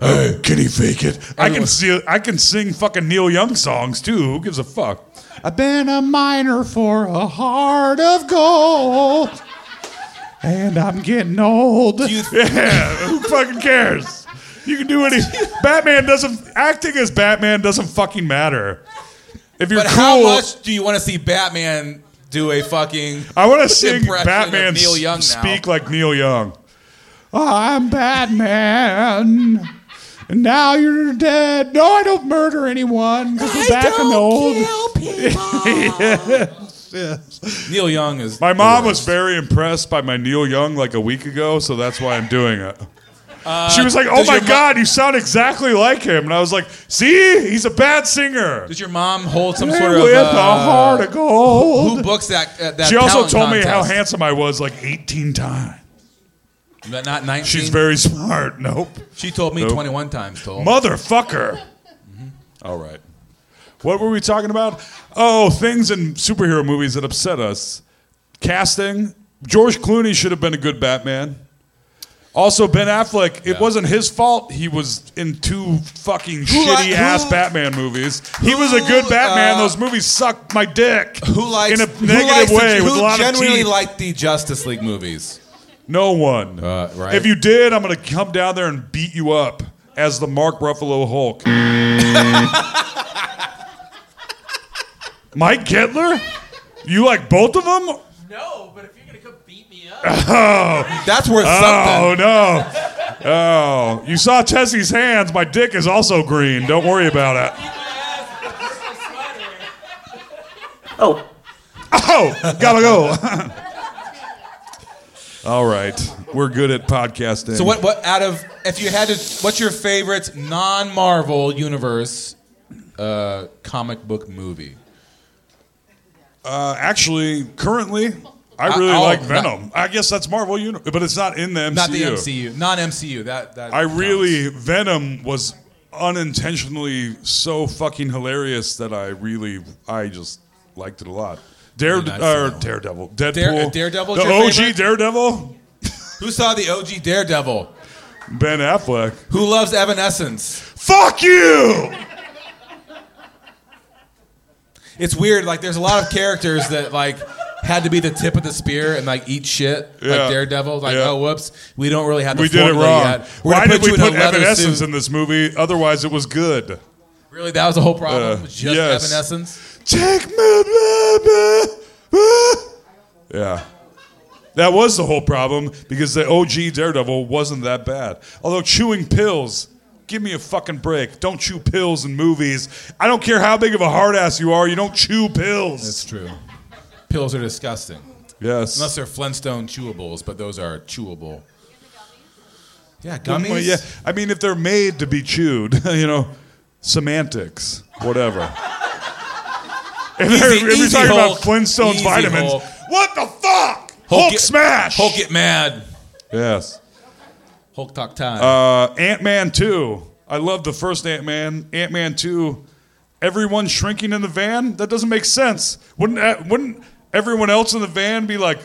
Hey, can he fake it? I can see. I can sing fucking Neil Young songs too. Who gives a fuck? I've been a miner for a heart of gold, and I'm getting old. [laughs]
you-
yeah, who fucking cares? You can do any. Batman doesn't. Acting as Batman doesn't fucking matter. If you're
But
cool,
how much do you want to see Batman do a fucking.
I want to sing
impression of
Batman
Neil Young now.
speak like Neil Young. I'm Batman, and now you're dead. No, I don't murder anyone because we're back in the old.
[laughs]
Neil Young is.
My
the
mom was
worst.
very impressed by my Neil Young like a week ago, so that's why I'm doing it. she was like, "Oh
Uh, does
my
your mo-
God, you sound exactly like him," and I was like, "See, he's a bad singer."
Does your mom hold some
Man
sort of?
with
uh,
a heart of gold.
Who books that? Uh, that
she also
talent
told me how
contest?
handsome I was like 18 times.
Not- Not nineteen.
She's very smart. Nope.
She told me
Nope.
twenty-one times. Told.
Motherfucker. All right. What were we talking about? Oh, things in superhero movies that upset us. Casting. George Clooney should have been a good Batman. Also, Ben Affleck, it wasn't his fault. He was in two fucking shitty
li-
ass
who-
Batman movies. He was a good
who,
Batman.
uh,
Those movies sucked my dick.
Who likes
in a
who
negative
likes the-
way
who
with a lot of
genuinely
teeth.
liked the Justice League movies?
No one.
Uh, right.
If you did, I'm going to come down there and beat you up as the Mark Ruffalo Hulk. [laughs] Mike Kettler? You like both of them?
No, but if you're gonna come beat me up,
That's worth
Oh,
something.
no. Oh, you saw Tessie's hands. My dick is also green. Don't worry about it. Oh, gotta go. [laughs] All right. We're good at podcasting.
So what? What out of if you had to? What's your favorite non-Marvel universe uh, comic book movie?
Uh, actually, currently, I really
I- I'll-
like Venom. I guess that's Marvel, uni- but it's not in the MCU.
Not the MCU, non MCU. That, that
I
counts.
really Venom was unintentionally so fucking hilarious that I really I just liked it a lot. Dare,
I've seen that
or
one.
Daredevil, Deadpool,
Dare- Daredevil's
the
your
OG
favorite?
Daredevil,
Who saw the OG Daredevil?
Ben Affleck.
Who loves Evanescence?
Fuck you!
It's weird. Like there's a lot of characters that like had to be the tip of the spear and like eat shit
Yeah.
like Daredevil. Like
Yeah.
oh whoops, we don't really have the
We did it
formula
wrong.
yet. We're
Why
gonna
did we
you
put
in a leather
Evanescence
suit.
in this movie? Otherwise, it was good.
Really, that was the whole problem.
Uh,
was just
yes.
Evanescence.
Take me, baby. Ah. Yeah. That was the whole problem because the OG Daredevil wasn't that bad. Although chewing pills, give me a fucking break. Don't chew pills in movies. I don't care how big of a hard ass you are, you don't chew pills.
That's true. Pills are disgusting.
Yes.
Unless they're Flintstone chewables, but those are chewable. Yeah,
Well,
gummies.
yeah. I mean, if they're made to be chewed, [laughs] you know, semantics,
[laughs]
whatever. if they're-
Easy-
if you're
easy
talking
Hulk.
about Flintstones
Easy
vitamins,
Hulk.
what the fuck? Hulk,
get-
smash.
Hulk get mad.
yes.
Hulk talk time.
Uh, Ant Man 2. I love the first Ant Man. Ant Man 2. Everyone shrinking in the van? That doesn't make sense. Wouldn't, uh, wouldn't everyone else in the van be like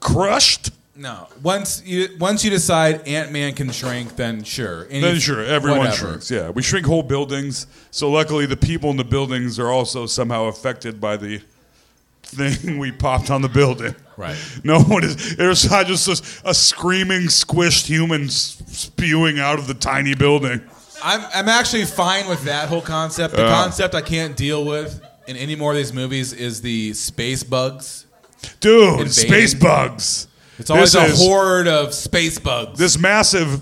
crushed?
no. Once you once you decide Ant Man can shrink, then sure. Any-
Then sure, everyone
whatever.
shrinks. Yeah, we shrink whole buildings. So luckily, the people in the buildings are also somehow affected by the thing we popped on the building.
Right.
[laughs] No one is. There's not just a, a screaming, squished human s- spewing out of the tiny building.
I'm I'm actually fine with that whole concept. The concept I can't deal with in any more of these movies is the space bugs.
Dude,
Invading.
space bugs.
It's always
This
a
is-
horde of space bugs.
This massive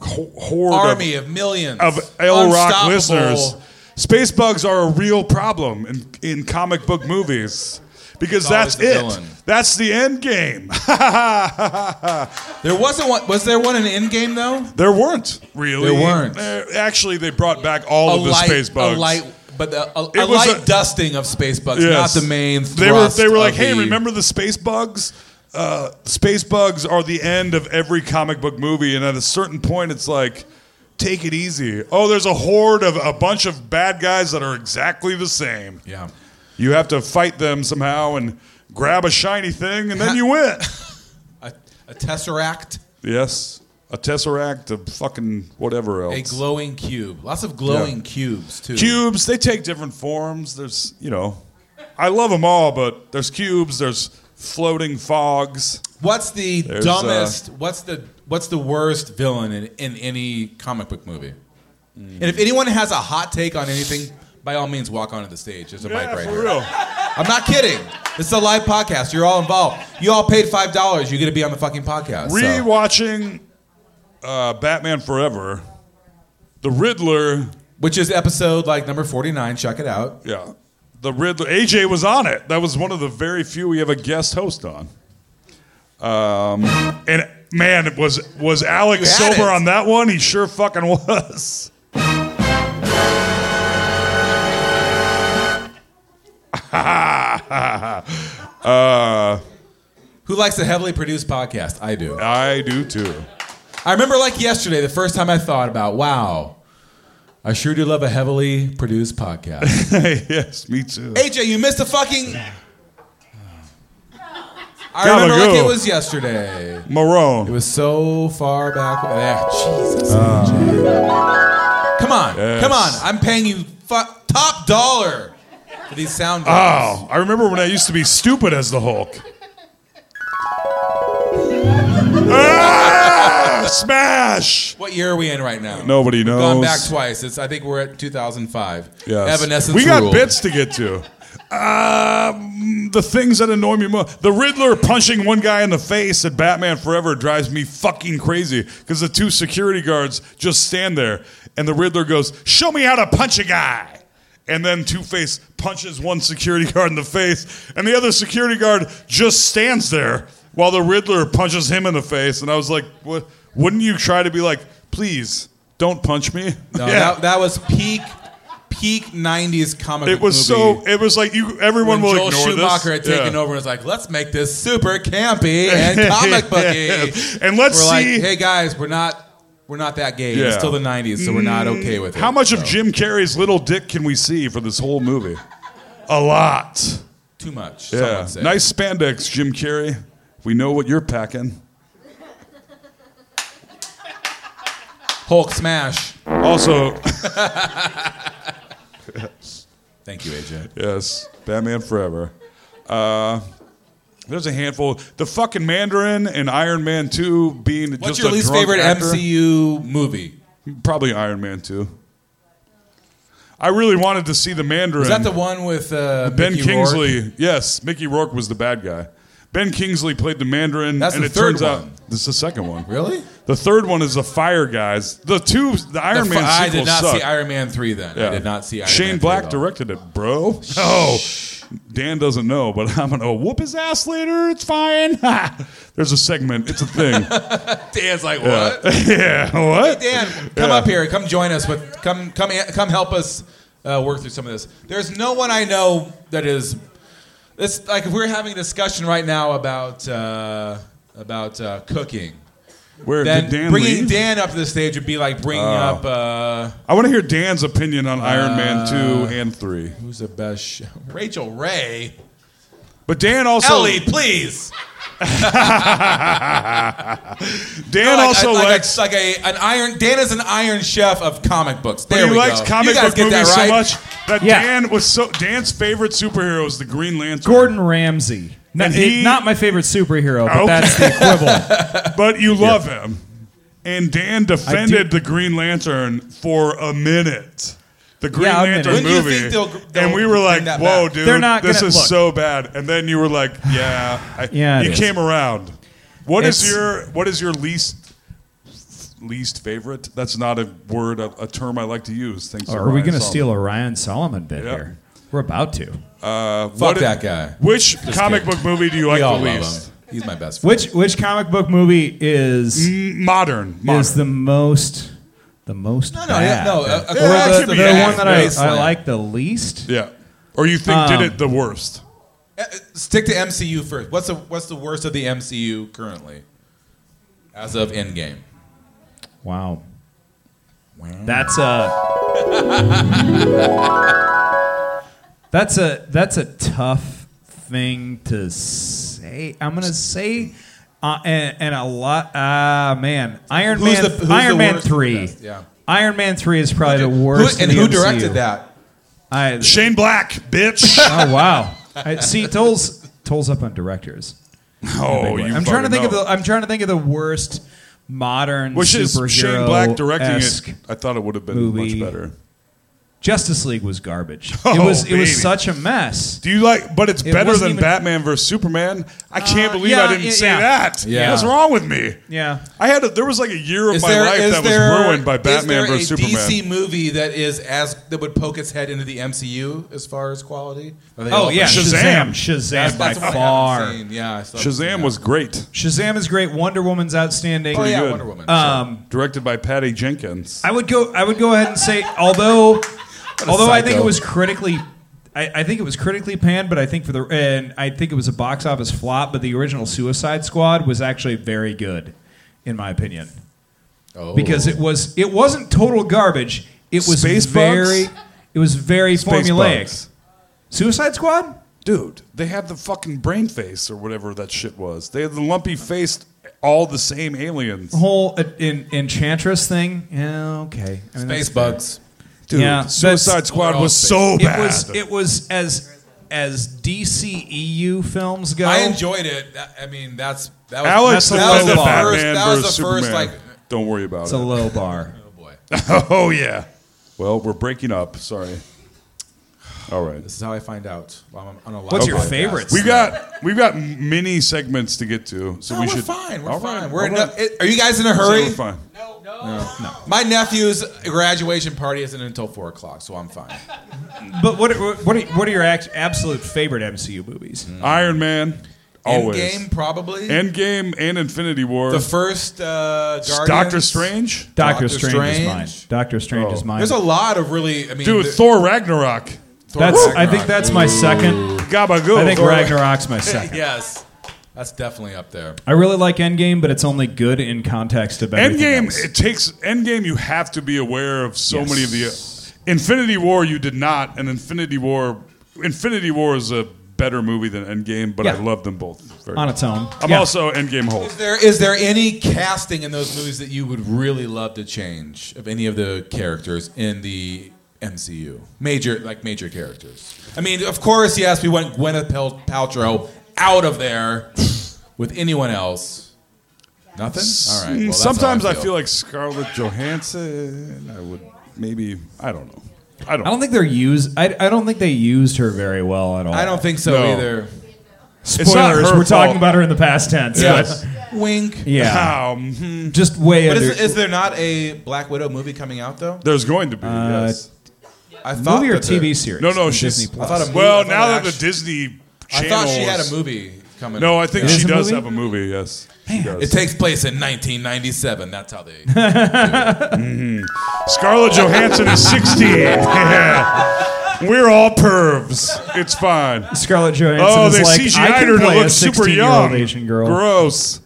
ho- horde of-
army of, millions
of, L Rock
Unstoppable.
listeners. Space bugs are a real problem in, in comic book movies because
It's always
that's
the
it.
villain.
That's the end game. [laughs]
There wasn't one. Was there one in Endgame though?
there weren't really.
There weren't.
Uh, actually, they brought back all of the space bugs.
a light, but the, a, a
It was
light
a-
dusting of space bugs,
Yes.
not the main.
They were
thrust
they were
of
like, hey,
the-
remember the space bugs? Uh, space bugs are the end of every comic book movie, and at a certain point, it's like, take it easy. Oh, there's a horde of a bunch of bad guys that are exactly the same.
Yeah.
You have to fight them somehow and grab a shiny thing, and then
[laughs]
you win.
A, a tesseract,
yes, a tesseract, a fucking whatever else.
a glowing cube. Lots of glowing cubes too.
cubes they take different forms there's you know i love them all but there's cubes there's floating fogs
What's the
There's, uh,
dumbest? what's the what's the worst villain in, in any comic book movie? And if anyone has a hot take on anything, by all means, walk onto the stage. There's a mic right here.
real
I'm not kidding. This is a live podcast. You're all involved. You all paid five dollars. You get to be on the fucking podcast. so.
Rewatching uh, Batman Forever, the Riddler.
Which is episode like number 49. Check it out.
Yeah. The Riddler. AJ was on it. That was one of the very few we have a guest host on. Um, and man, was was Alex
You had
sober
it.
on that one? He sure fucking was. [laughs] uh,
Who likes a heavily produced podcast? I do.
I do too. [laughs]
I remember like yesterday, the first time I thought about, wow, I sure do love a heavily produced
[laughs]
podcast.
yes, me too.
AJ, you missed a fucking. I
Gotta
remember like
go.
it was yesterday. It
Marone.
was so far back. Ah, Jesus. AJ. Come on,
Yes.
come on! I'm paying you fu- top dollar for these sound. bites.
Oh, I remember when I used to be stupid as the Hulk. Ah, smash!
What year are we in right now?
Nobody
We've
knows.
Gone back twice. It's, I think we're at 2005.
Yes.
Evanescence.
We got
ruled.
bits to get to. Um, the things that annoy me most. The Riddler punching one guy in the face at Batman Forever drives me fucking crazy because the two security guards just stand there and the Riddler goes, Show me how to punch a guy. And then Two Face punches one security [laughs] guard in the face and the other security guard just stands there while the Riddler punches him in the face. And I was like, what? Wouldn't you try to be like, Please don't punch me?
No,
[laughs]
that, that was peak, peak '90s comic.
It was
movie
so. It was like you. Everyone
When
will
Joel
ignore
Schumacher
this.
had taken
Yeah.
over and was like, "Let's make this super
[laughs]
campy and comic booky,
Yeah. And let's
we're like,
see-
hey guys, we're not, we're not that gay. It's
Yeah. Mm,
still the '90s, so we're not okay with it.
How much
So,
of Jim Carrey's little dick can we see for this whole movie? A lot.
Too much. some
Yeah.
would say.
Nice spandex, Jim Carrey. We know what you're packing.
Hulk smash.
Also, [laughs]
Thank you, AJ.
yes, Batman Forever. Uh, there's a handful. The fucking Mandarin and Iron Man 2 being
What's
just
your
a
least
drunk
favorite
actor.
MCU movie?
Probably Iron Man 2. I really wanted to see the Mandarin.
Is that the one with uh,
Ben
Mickey Rourke?
Kingsley, yes, Mickey Rourke was the bad guy. Ben Kingsley played the Mandarin,
That's
and
the
it
third
turns
one.
out this is the second one.
Really?
The third one is the Fire Guys. The two, the
The
Iron
fu-
Man sequels
I did not
suck.
see Iron Man three. Then
Yeah.
I did not see Iron
Shane
Man 3
Black
at all.
directed it, bro. [laughs] Oh, Dan doesn't know, but [laughs] I'm gonna whoop his ass later. It's fine. [laughs] There's a segment. It's a thing.
Dan's like, [laughs] what?
[laughs] yeah. What?
Dan, come up here. Come join us with. Come, come, come help us uh, work through some of this. There's no one I know that is. It's like if we're having a discussion right now about uh, about uh, cooking.
Where
Then
did Dan
bringing
leave? Oh.
Dan up to the stage would be like bringing up uh,
I want to hear Dan's opinion on Iron Man two and three.
who's the best? Sh- Rachel Ray.
But Dan also
Ellie, please.
Dan
Like-
also
like,
likes
like, a, an iron. Dan is an iron chef of comic books.
But
There
he
we
likes
go.
comic
you guys
book
get
movies
that right?
so much that
Yeah.
Dan was so Dan's favorite superhero is the Green Lantern.
Gordon Ramsay. Not,
And he-
not my favorite superhero, but
Okay.
that's the equivalent.
but you love him. And Dan defended the Green Lantern for a minute. The Green
Yeah, a minute.
Lantern
When do you
movie.
think they'll-
and
they'll
we were
bring
like,
that
"Whoa,
back?"
dude,
They're not
this
gonna-
is
look.
so bad." And then you were
[sighs]
like, "Yeah, I,
Yeah, it
you
is.
came around." What is
It's-
your what is your least least favorite? That's not a word, a, a term I like to use. Thanks.
Are we
Ryan
going to
Solomon.
steal a Ryan Solomon bit
Yep.
here? We're about to.
Fuck
What-
that guy.
Which comic
kidding.
book movie do you
We
like
all
the
love
least?
him. He's my best friend.
Which which comic book movie is
Modern. Modern.
is the most the most
No, no, yeah,
bad?
no, uh, uh,
Or
that
the,
could be
the
bad.
one that I, I
Wasteland.
like the least.
yeah. Or you think
Um,
did it the worst?
Uh, Stick to MCU first. What's the what's the worst of the MCU currently, as of Endgame?
Wow. That's
[laughs]
a That's a that's a tough thing to say. I'm gonna say, uh, and, and a lot. Ah, man, Iron
Who's
Man.
the- who's
Iron
the
Man
worst and
three.
best? Yeah.
Iron Man three is probably the
Who-
worst. of
and
the
who
MCU.
directed that? [laughs]
I,
Shane Black, bitch.
oh wow. I, see, Toll's Toll's up on directors.
oh, you
I'm trying to
fucking
think of
know.
the. I'm trying to think of the worst modern
which is
superhero
Shane Black directing
esque
it. I thought it would have been
movie.
much better.
Justice League was
[laughs]
garbage. it
Oh,
was it
baby.
was such a mess.
Do you like? But it's
It
better
wasn't
than
even-
Batman versus Superman. I can't
Uh,
believe
yeah,
I didn't
it-
say
yeah.
that.
Yeah.
What's wrong with me?
Yeah.
I had a, there was like a year of
Is
my
there-
life
is
that
there-
was ruined by
is
Batman
there a
versus Superman.
DC movie that is as that would poke its head into the MCU as far as quality? Are they
Oh
all-
yeah, Shazam.
Shazam.
Shazam
that's,
by
that's what I haven't
far.
seen. Yeah, I still haven't seen
Shazam
that.
was great,
Shazam is great. Wonder Woman's outstanding.
Oh yeah,
good.
Wonder Woman.
Um,
directed by Patty Jenkins.
I would go. I would go ahead and say, although, although I think it
psycho.
was critically, I, I think it was critically panned, but I think for the and I think it was a box office flop. But the original Suicide Squad was actually very good, in my opinion,
sure. oh.
because it was it wasn't total garbage. It was
Space
very,
bugs?
it was very
Space
formulaic.
bugs.
Suicide Squad.
dude. They had the fucking brain face or whatever that shit was. They had the lumpy faced, all the same
[laughs]
aliens.
Whole uh, en- enchantress thing. Yeah, okay. I mean,
Space
that's-
Bugs.
Dude,
Yeah,
Suicide
that's-
Squad
Well,
was so
It
bad.
was it was as as DCEU films go.
I enjoyed it. That- I mean, that's that was
Oh. Alex
That's the low
defended
bar.
Batman
That was the
versus
first,
Superman.
like-
Don't worry about
It's a
it.
low bar.
oh boy.
[laughs] oh yeah. Well, we're breaking up. Sorry. All right.
This is how I find out. Well, I'm on a live
What's your
podcast.
favorites?
We've got we've got many segments to get to, so
No,
we
we're
should.
fine. We're
All right,
fine. We're in
all right.
no- it- are you guys in a
So
hurry?
we're fine.
No, no.
My nephew's graduation party isn't until four o'clock, so I'm fine.
But what are, what are, what are your act, absolute favorite MCU movies?
Iron Man, always.
Endgame, probably.
Endgame and Infinity War.
the first uh, Guardians.
Doctor Strange.
Doctor
Doctor, Strange, is mine.
Strange.
Doctor Strange is mine.
There's a lot of really. I mean,
Dude,
the-
Thor Ragnarok.
Thor
that's I
Ragnarok.
think that's my second.
Gabagool.
I think
Thor-
Ragnarok's my second.
yes, that's definitely up there.
I really like Endgame, but it's only good in context of everything
Endgame.
else.
It takes Endgame. You have to be aware of so
Yes.
many of the uh, Infinity War. You did not, and Infinity War. Infinity War is a better movie than Endgame, but I
Yeah.
love them both. Very
on
much.
its own.
I'm
Yeah.
also Endgame Hulk.
Is there is there any casting in those movies that you would really love to change of any of the characters in the MCU? Major like major characters. I mean, of course, yes, we want Gwyneth Pal- Paltrow out of there with anyone else. Nothing. All right. well, that's how
Sometimes I feel. like Scarlett Johansson. I would maybe. I don't know. I don't.
I don't think they're used. I, I don't think they used her very well at all.
I don't think so
No.
either.
Spoilers.
not her
We're
fault.
talking about her in the past tense.
Yes. Wink.
but-
[laughs]
yeah.
How? mhm.
Just way
But
under.
is, is there not a Black Widow movie coming out though?
There's going to be.
Uh,
yes.
I thought
movie or
that the-
TV series?
No, no.
on
She's.
Disney Plus.
I thought a movie- I
well,
thought
now
an
that the
act-
Disney.
I
Channel
thought she had
is-
a movie coming.
No,
out.
I think
It is
she
a
does
movie?
have a movie. Yes, she does.
It takes place in 1997. That's how they.
Scarlett Johansson is 16. [laughs] We're all pervs. It's fine.
Scarlett Johansson
Oh, they
is like, I
CGI'd
can
her to
play a
look super
16 year old
young.
Asian girl.
Gross.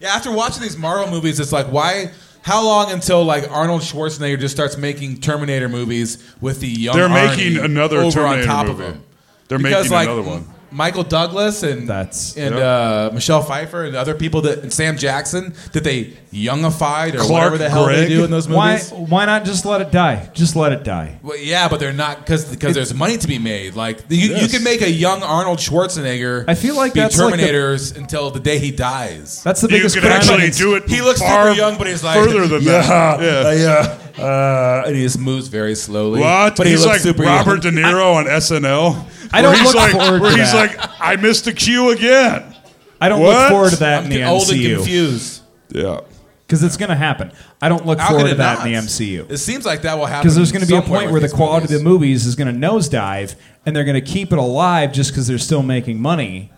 Yeah, after watching these Marvel movies, it's like, why? How long until like Arnold Schwarzenegger just starts making Terminator movies with the young?
They're
Arnie
making another
over
Terminator
on top
movie.
of him.
They're
because
making
like
another one.
M- Michael Douglas and
That's-
and
Yep.
uh, Michelle Pfeiffer and other people that and Sam Jackson that they youngified or
Clark
whatever the hell they
Gregg?
do in those
Why,
movies.
why not just let it die? Just let it die.
Well, yeah, but they're not because there's money to be made. Like you, you
Yes.
can make a young Arnold Schwarzenegger.
I feel like
be
that's like the-
Terminators until the day he dies.
That's the
You
biggest
could
crime
actually
against-
do it.
He looks
far
super young, but he's like
further than that. Yeah.
yeah. [laughs] Uh, and he just moves very slowly.
What?
But he
he's
looks
like
super
Robert
young.
De Niro on SNL.
I don't
where
look
he's like,
forward to
Where he's
that.
like, I missed the cue again.
I don't
What?
look forward to
I'm
that in the
old and
MCU.
confused.
Yeah.
Because it's going to happen. I don't look
How
forward
could
to
it
that
not?
in the MCU.
It seems like that will happen.
Because there's going to be a
somewhere
point
with
where the
these
quality
movies.
of the movies is going to nosedive, and they're going to keep it alive just because they're still making money.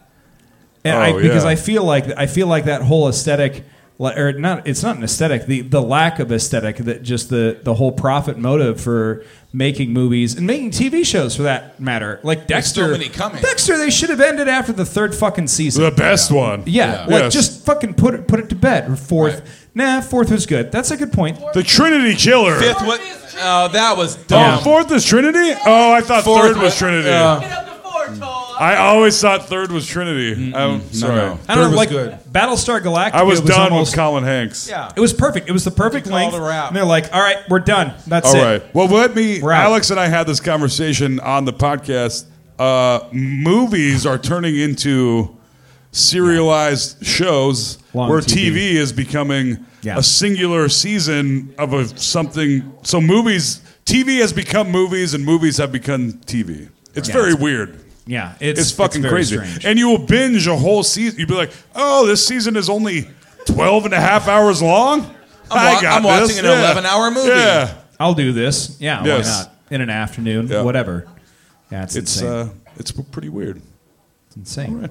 And I,
Oh,
because
yeah.
I feel like I feel like that whole aesthetic, li- or not, it's not an aesthetic. The the lack of aesthetic that just the the whole profit motive for making movies and making TV shows for that matter, like
There's so
Dexter.
many coming.
Dexter, they should have ended after the third fucking season.
The best one.
yeah,
Yeah.
like
Yes.
just fucking put it put it to bed. Or fourth, nah, fourth was good. That's a good point.
The Trinity Killer.
Fifth, what? Oh, that was
Oh,
dumb.
fourth is Trinity? Oh, I thought
Fourth uh,
third was Trinity.
yeah.
Get up to four, Toll.
I always thought third was Trinity. I'm sorry.
no.
I don't
Third
know,
was
like
good.
Battlestar Galactica.
I was,
was
done
almost-
with Colin Hanks.
Yeah.
It was perfect. It was the perfect
You called
length.
a wrap.
And they're like, "All right, we're done. That's
All
it."
right. Well, let me.
We're out.
Alex and I had this conversation on the podcast. Uh, movies are turning into serialized shows
Long
where TV.
TV.
is becoming
Yeah.
a singular season of a something. So movies TV has become movies, and movies have become TV. It's
Right.
very
Yeah.
weird.
Yeah,
It's,
it's
fucking
it's very
crazy.
strange.
And you will binge a whole season. You'll be like, oh, this season is only 12 and a half hours long?
I'm
I
wa-
got
I'm watching
this.
an
Yeah.
11-hour movie.
Yeah.
I'll do this. Yeah,
Yes.
why not? In an afternoon,
Yeah.
whatever. Yeah, it's,
It's,
insane.
uh, it's p- pretty weird. [laughs]
it's insane.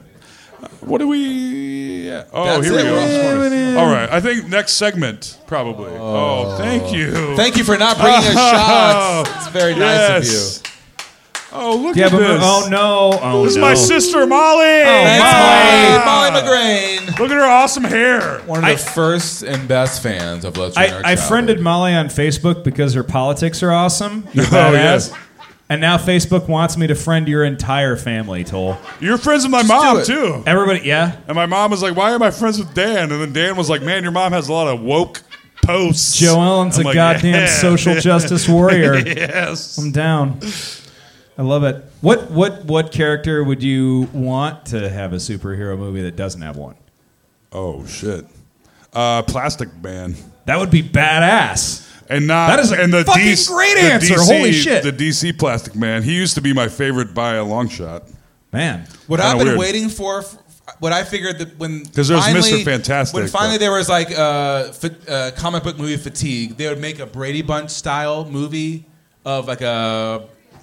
What do we. yeah. Oh,
That's
here we
it.
go. All right. I think next segment, probably. Oh, thank you.
Thank you for not bringing
[laughs]
us shots. It's very nice of you.
Oh. yes. Oh, look
Yeah,
at
but
this.
oh no, oh
This is
no.
my sister, Molly.
Thanks,
Hey,
Molly.
Molly McGrain.
Look at her awesome hair.
One of the first and best fans of Let's
I, I friended Molly on Facebook because her politics are
[laughs]
awesome. You're badass.
Oh, yes.
And now Facebook wants me to friend your entire family, Toll.
You're friends with my
do
mom,
it.
too.
Everybody, yeah.
And my mom was like, "Why am I friends with Dan?" And then Dan was like, "Man, your mom has a lot of woke posts."
Joe Ellen's
I'm
a
like,
goddamn
"Yeah." [laughs]
social justice warrior.
yes.
I'm down. I love it. What what what character would you want to have a superhero movie that doesn't have one?
Oh shit. Uh, Plastic Man.
That would be badass.
And not
That is a
and the
fucking
DC
great
the
answer.
DC
Holy shit.
The DC Plastic Man. He used to be my favorite by a long shot.
Man.
What
Kinda
I've been
weird.
waiting for, f- what I figured that when
'Cause there's Mr.
finally-
Fantastic,
when finally
but-
there was like uh, fa- uh, comic book movie fatigue, they would make a Brady Bunch style movie of like a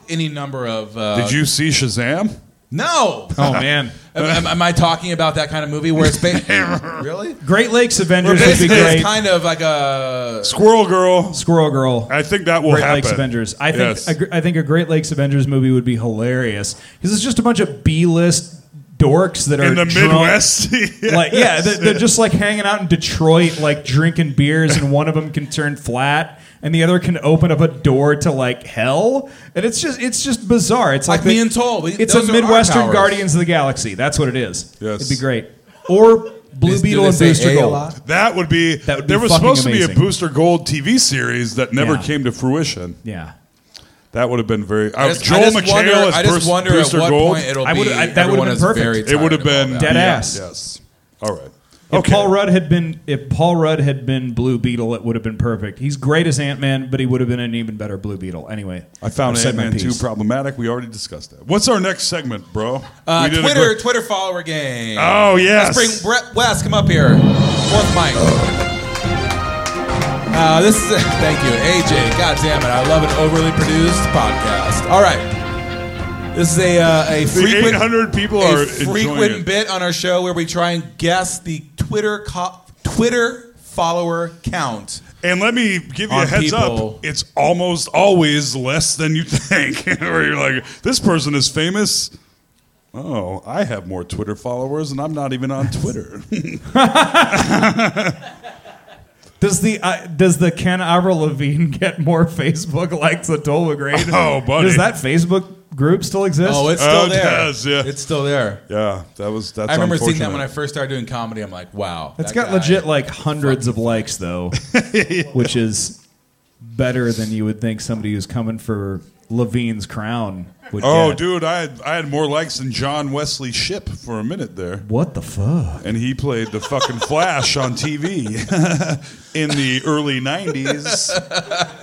any number of. Uh,
Did you see Shazam?
No.
[laughs] Oh man.
[laughs] Am, am- am I talking about that kind of movie where it's
[laughs]
ba- really?
Great Lakes
Where
Avengers would be
basically
great.
it's kind of like
Uh,
a
Squirrel Girl.
Squirrel Girl.
I think that will
Great
happen.
Lakes Avengers. I think
Yes.
a gr- I think a Great Lakes Avengers movie would be hilarious because it's just a bunch of B-list dorks that are
in the
drunk.
Midwest. [laughs] Yes.
Like yeah, they're, they're just like hanging out in Detroit, like drinking beers, and one of them can turn flat, and the other can open up a door to like hell, and it's just it's just bizarre. It's like,
Like me
the-
and Toll. We-
It's
those
a
are our
Midwestern
powers.
Guardians of the Galaxy. That's what it is.
Yes.
it'd be great. Or Blue
Do they
Beetle and
say
Booster
A a
Gold.
lot?
That would be.
That would be
there was
fucking
supposed to be
amazing.
a Booster Gold TV series that never
Yeah.
came to fruition.
Yeah,
That would have been very. I
just-
Joel
I just
McHale
wonder,
as
I just
Bruce-
wonder
Brewster
at what
Gold.
point it'll
I would-
be.
I- that
everyone
would've been
is
perfect.
very
It
it
tired
would have
of all
been
that.
Dead
yeah,
ass.
Yes. All right.
If
Okay.
Paul Rudd had been if Paul Rudd had been Blue Beetle, it would have been perfect. He's great as Ant Man, but he would have been an even better Blue Beetle. Anyway,
I found
I've said
Ant
my
Man two
piece.
problematic. We already discussed that. What's our next segment, bro?
Uh,
We did a
Twitter,
great-
Twitter follower game.
oh yes.
Let's bring Brett West. Come up here. Fourth mic. Uh, this is thank you, AJ. God damn it, I love an overly produced podcast. All right, this is a uh, a
the eight
frequent
hundred people
a
are enjoying
frequent
it.
bit on our show where we try and guess the Twitter co- Twitter follower count.
And let me give you a
on
heads
people.
up. It's almost always less than you [laughs] think. Where you're like, this person is famous. Oh, I have more Twitter followers, and I'm not even on Twitter. [laughs]
Does the uh, does the Ken Avril Lavigne get more Facebook likes than Tolva Grade?
[laughs] Oh, buddy.
Does that Facebook group still exist?
Oh, it's still
Oh, it
there.
does, yeah.
It's still there.
yeah, that was that's.
I remember seeing that when I
unfortunate.
first started doing comedy. I'm like, wow,
it's
that
got
guy-
legit like hundreds of likes
[laughs]
though, which is better than you would think somebody who's coming for Levine's crown would.
Oh,
get.
dude, I had I had more likes than John Wesley Ship for a minute there,
What the fuck?
and he played
[laughs]
the fucking Flash on TV [laughs] in the
[laughs]
early '90s.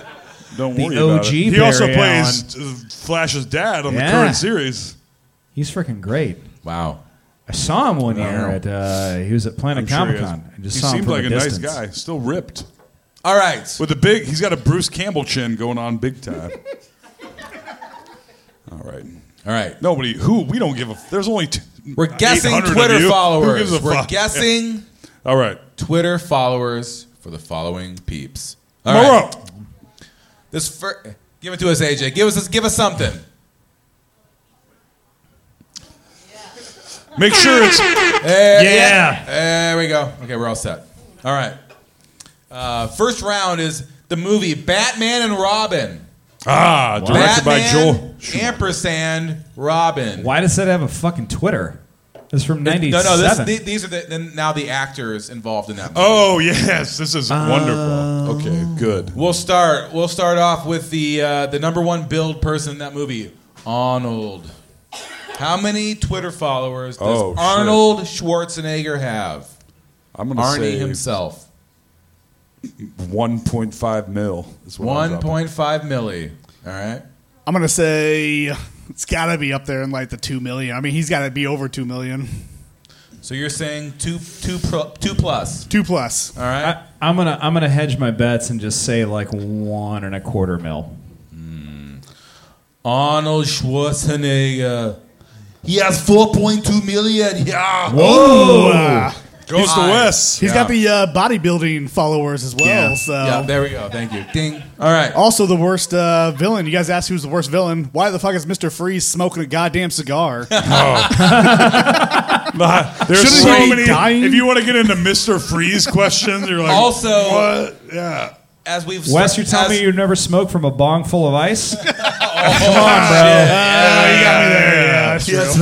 Don't
The
worry about it.
OG
He also
Barry
plays uh, Flash's dad on
Yeah.
the current series.
He's freaking great.
Wow.
I saw him one year
know.
at uh, he was at Planet
I'm sure he
Comic
has-
Con. I just
he
saw him
seemed
from
like
a,
a,
distance.
nice guy, still ripped
All right.
with a big. He's got a Bruce Campbell chin going on
[laughs]
big time. All right,
All right.
nobody who we don't give a. There's only t-
We're guessing
800 of
Twitter
you. Who
followers.
gives a
We're
fuck?
guessing
All right,
Twitter followers for the following peeps. All right.
Moreau.
This fir- give it to us, AJ. Give us give us something.
Make sure
[laughs]
it's
There,
Yeah.
There we go. Okay, we're all set. All right. Uh, first round is the movie Batman and Robin.
ah directed by Joel.
Batman, Ampersand Robin.
Why does that have a fucking Twitter? It's from '97.
No, no. This, the- these are the, then now the actors involved in that. Movie.
Oh yes, this is
Um,
wonderful. Okay, good.
We'll start. We'll start off with the uh, the number one build person in that movie, Arnold. How many Twitter followers does
Oh, shit.
Arnold Schwarzenegger have?
I'm gonna
Arnie
say
himself,
1.5 mil. Is what I'm
one
dropping.
point five milli. All right.
I'm gonna say uh, it's gotta be up there in like the two million. I mean, he's gotta be over two million.
So you're saying two, two, pro, two plus.
Two plus.
All right.
I, am gonna I'm gonna hedge my bets and just say like one and a quarter mil.
Arnold Schwarzenegger. He has 4.2 million. Yeah.
Whoa. Uh,
Goes to Wes.
He's got the uh, bodybuilding followers as well. So
Yeah, there we go. Thank you. Ding. All right.
also the worst uh, villain. You guys asked who's the worst villain. Why the fuck is Mister Freeze smoking a goddamn cigar?
There's
Shouldn't
so
he be
many.
dying?
If you want to get into Mr. Freeze questions, you're like,
Also-
what? Yeah.
As we've
Wes, you're telling
as-
me you never smoked from a bong full
[laughs]
of ice?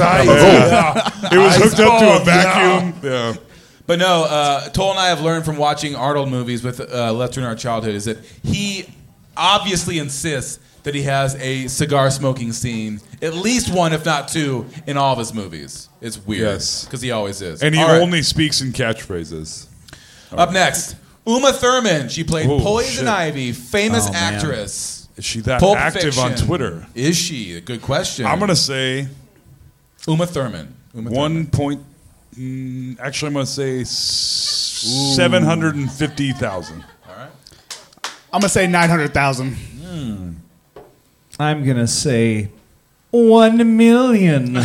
It was hooked up to a vacuum. Yeah.
But no, uh, Toll and I have learned from watching Arnold movies with uh, left in our childhood is that he obviously insists that he has a cigar smoking scene, at least one, if not two, in all of his movies. It's weird.
Yes.
Because he always is.
And he
All right.
only speaks in catchphrases.
Up next, Uma Thurman. She played
Oh,
Poison
shit.
Ivy, famous
Oh, man.
actress.
Is she that
Pulp
active on
Fiction.
Twitter?
Is she? Good question.
I'm gonna say
Uma Thurman. Uma
one
Thurman.
point. mm, Actually, I'm gonna say seven hundred and fifty thousand.
I'm gonna say nine hundred thousand.
I'm gonna say one million.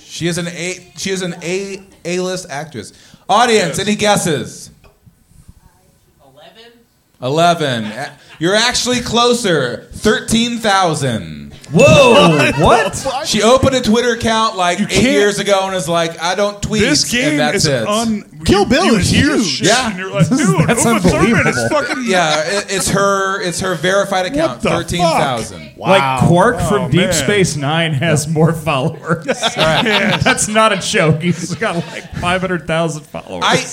She is an A. She is an A. A-list actress. Audience, any guesses?
11?
Eleven. A- You're actually closer. Thirteen thousand. [laughs]
Whoa! what?
She opened a Twitter account like eight
can't-
years ago and is like, I don't tweet.
This game
and that's
is
it.
un.
Kill
you-
Bill
you
is
hear
huge.
shit
Yeah.
and you're like, dude,
That's
Uma Thurman is
unbelievable.
fucking.
yeah, it, it's her. It's her verified account.
the fuck?
Thirteen thousand.
Like Quark from
Oh,
Deep
man.
Space Nine has
[laughs]
more followers. That's not a joke. He's got like five hundred thousand followers.
I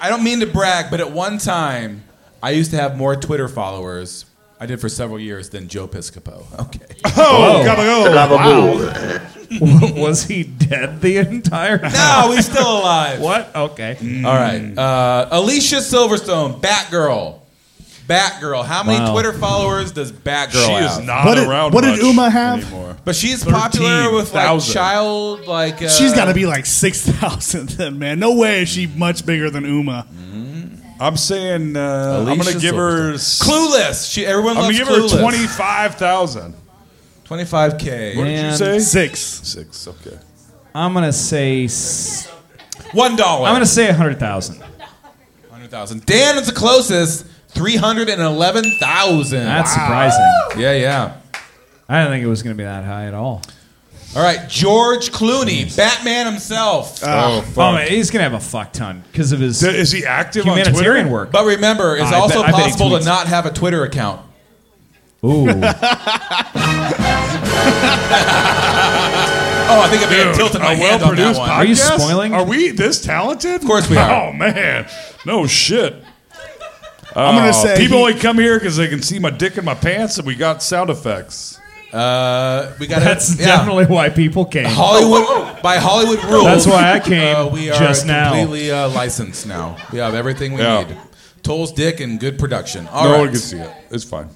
I don't mean to brag, but at one time I used to have more Twitter followers. I did for several years than Joe Piscopo. [laughs] Okay.
Oh, gotta
[laughs]
go.
was he dead the entire time?
no, he's still [laughs] alive.
What? Okay.
All
Hmm.
right. Uh, Alicia Silverstone, Batgirl. Batgirl. How many
Wow.
Twitter followers does Batgirl
She
have?
is not
What did-
around.
what did
much
Uma have?
Anymore.
But she's popular with like
13,000.
child like. Uh,
She's got to be like six thousand. Then man, no way is she much bigger than Uma.
I'm saying uh, I'm
Alicia
gonna give her. s-
clueless. She everyone
I'm gonna
loves
give
clueless.
her twenty-five thousand.
25 k.
What did you
And-
say?
Six.
Six. Okay.
I'm gonna say. s-
One dollar.
I'm gonna say a hundred thousand.
hundred thousand. Dan is the closest. Three hundred and eleven thousand.
That's surprising.
yeah, yeah.
I didn't think it was gonna be that high at all.
All right, George Clooney, Batman himself.
Ah.
Oh man, he's gonna have a fuck ton because of his
D- Is he active on Twitter?
humanitarian
Oh.
work.
but remember, it's
I
also
bet- I bet he
possible to
tweets.
not have a Twitter account.
Ooh,
Oh, I think I've been tilted my
a
hand on that
well-produced
one.
podcast.
Are you spoiling?
Are we this talented? Of
course we are.
[laughs] Oh man, no shit. Uh,
I'm gonna say
people
he-
only come here because they can see my dick in my pants, and we got sound effects.
Uh, we got
[laughs] that's
yeah.
definitely why people came.
Um,
Hollywood by Hollywood rules.
That's why I came
Uh, we are
just now.
completely uh, licensed now. We have everything we
Yeah.
need. Toll's dick and good production. All
no
right.
one can see it. It's fine.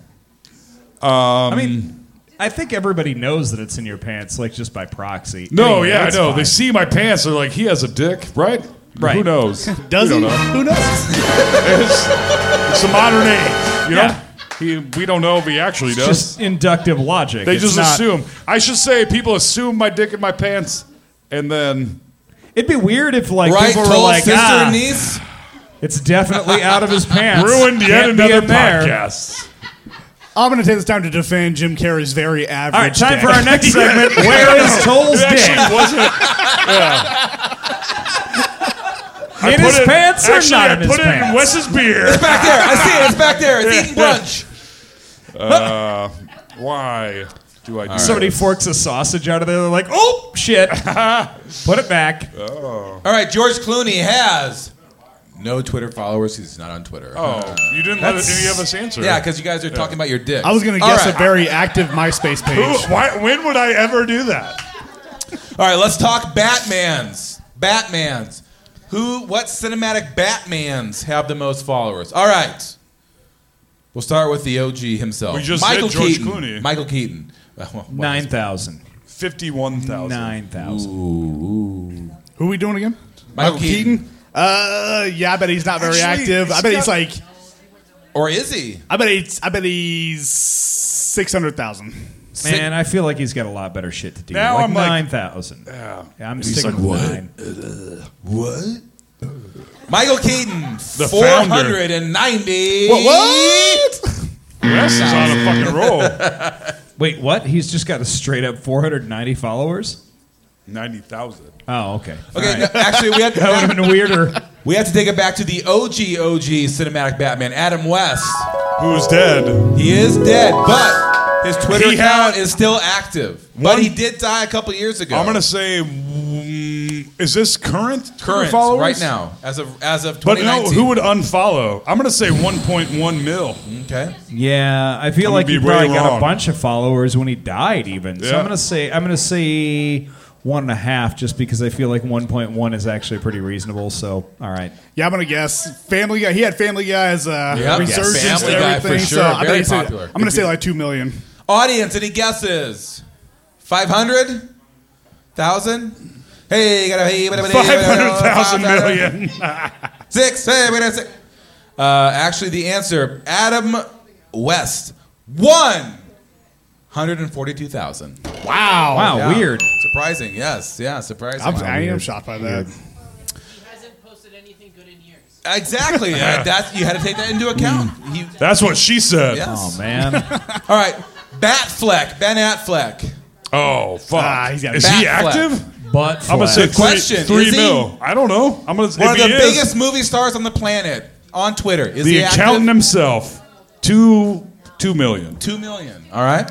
I mean, I think everybody knows that it's in your pants, like just by proxy.
No,
Anyway,
yeah, I
it's
know. They
fine.
see my pants. They're like, he has a dick, right?
Right.
Who knows?
does
we
he?
don't know.
Who knows?
It's, it's a modern age. You know,
Yeah.
he, we don't know if he actually
It's
does.
just inductive logic.
they
It's
just
not-
assume. I should say people assume my dick in my pants, and then
It'd be weird if like
Right,
people
Toll's
were like,
sister
ah,
and niece.
it's definitely out
[laughs]
of his pants.
ruined yet
Can't be
another
in there.
podcast.
I'm gonna take this time to defend Jim Carrey's very average.
All right, time
dick.
for our
[laughs]
next segment. Where is Toll's
It
dick?
actually wasn't.
In his pants or not in his
put it in
pants?
Wes's
[laughs]
beer.
It's back there. I see it. It's back there. It's eating brunch.
Why do I do
Somebody
this?
forks a sausage out of there. They're like, oh [laughs] shit, put it back.
All right, George Clooney has no Twitter followers. He's not on Twitter.
Oh, you didn't let
That's-
any of us answer.
Yeah, because you guys are talking about your dick.
I was gonna
All
guess
right.
a very active MySpace
Who,
page.
why, when would I ever do that?
All right, let's talk Batman's. Batman's. Who? What cinematic Batmans have the most followers? All right. We'll start with the OG himself.
We just
Michael
said George
Keaton.
Clooney.
Michael Keaton. Uh, well, well,
Nine thousand.
51,000.
Nine thousand.
Who are we doing again?
Michael Keaton.
Uh, yeah, I bet he's not very
Actually,
active. I
he's
bet
got-
he's like,
Or is he?
I bet he's, I bet he's six hundred thousand.
Man, I feel like he's got a lot better shit to do.
Now
like
I'm like-
nine thousand. Yeah. I'm sticking
like,
with
"What?"
nine.
What? Michael Keaton.
The
Four
founder.
hundred and ninety.
Wes is on a
[laughs]
fucking roll.
Wait, what? He's just got a straight up 490 followers.
90,000.
Oh, okay.
Okay,
All
no,
right.
actually, we have,
[laughs] that would have
to,
been weirder.
we have to take it back to the OG OG cinematic Batman, Adam West.
Who's dead?
He is dead, but his Twitter
He
account
had-
is still active. but he did die a couple years ago.
I'm going to say, mm, is this current? Twitter
current
followers?
right now as of as of
But no,
2019.
who would unfollow? I'm going to say 1.1 mil.
Okay.
Yeah, I feel
I'm
like
gonna
he
be
probably
way
got a
wrong.
bunch of followers when he died, even. So
Yeah.
I'm gonna say I'm gonna say one and a half, just because I feel like 1.1 is actually pretty reasonable. So all right,
Yeah, I'm gonna guess Family Guy. He had Family Guy as uh,
Yep. Yes,
resurgence
Family
and
Guy
everything.
for sure.
So I
Very
bet he's-
popular.
I'm gonna say like two million.
Audience, any guesses? 500? 1,000? Hey, gotta- hey, bada- bada- bada-
500,000
bada-
million.
Six. Hey, wait a sec. Uh, actually, the answer Adam West. One. 142,000.
Wow.
wow,
Yeah.
weird.
Surprising, yes. Yeah, surprising.
Oh, I'm, I am shocked by that.
He hasn't posted anything good in years.
[laughs]
exactly. yeah, that's, you had to take that into account.
Mm.
You,
That's what she said.
yes.
Oh
[laughs]
man,
All right. Batfleck. Ben Atfleck.
Oh, fuck.
Ah, he's got
is
back
he
flap.
active?
but
I'm going to say
Good
three,
question.
three
Is he?
mil. I don't know. I'm going to
One of
if
the
he is,
biggest movie stars on the planet on Twitter. Is
The
he active?
accountant himself, two, two million.
Two million. All right.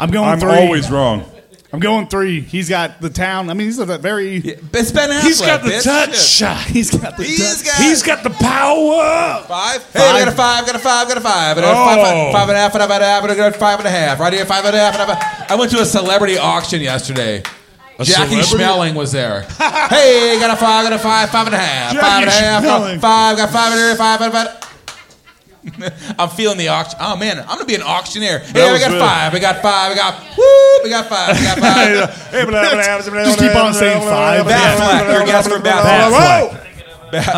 I'm going
I'm
three.
always wrong.
I'm going three. He's got the town. I mean, he's a very.
It's Ben Affleck.
He's got the
bitch.
touch.
He's got the.
He's got.
He's got the power.
five. Hey, I got a five. Got a five. Got a five. I got a five, five,
Oh.
five and a half. And a half. And a half. Five and a half. Right here. Five and a half. And a half. I went to a celebrity auction yesterday. Jackie
celebrity?
Schmeling was
[laughs]
there. hey, got a five. Got a five. Five and a half. five and a
Jackie
half.
Schmeling.
Five. Got five and a half. Five and a half. [laughs] I'm feeling the auction. Oh man, I'm gonna be an auctioneer. Hey, we
was
got
good.
five. We got five. We got woo. We got five. We got
[laughs]
five.
Just
keep on saying five.
Bat flap. Your guess for bat
Bat
flap.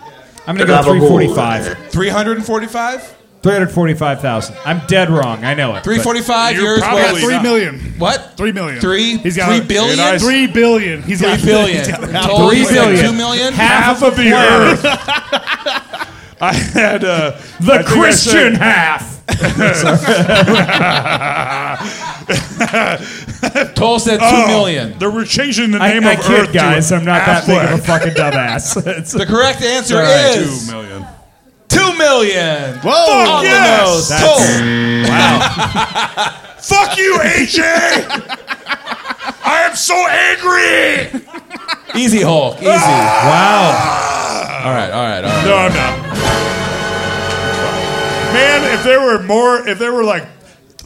uh, I'm gonna go 345.
345?
345,000. I'm dead wrong. I know it. but-
345,
You're
yours
probably
was.
not.
Three million.
What?
Three million.
Three?
He's got
three
it.
billion?
And I-
Three billion. He's got
Three
[laughs]
billion.
he's got the
Total
power.
Three
is like
billion.
Two million?
Half of the [laughs] earth. I had uh, I
the
think I
Christian
said-
half.
Toll said two
Oh,
million.
They were changing the
I,
name
I
of
kid,
Earth,
guys.
To
I'm not that big of a
Affleck.
fucking [laughs] dumbass. It's-
The correct answer
Alright.
is
Two million.
two million.
Whoa.
On
yes!
the nose.
That's-
Toll.
Fuck you, AJ. [laughs] I am so angry.
Easy Hulk. Easy.
Ah.
wow.
Ah.
All right, all right, all right.
No, I'm not. Man, if there were more, if there were like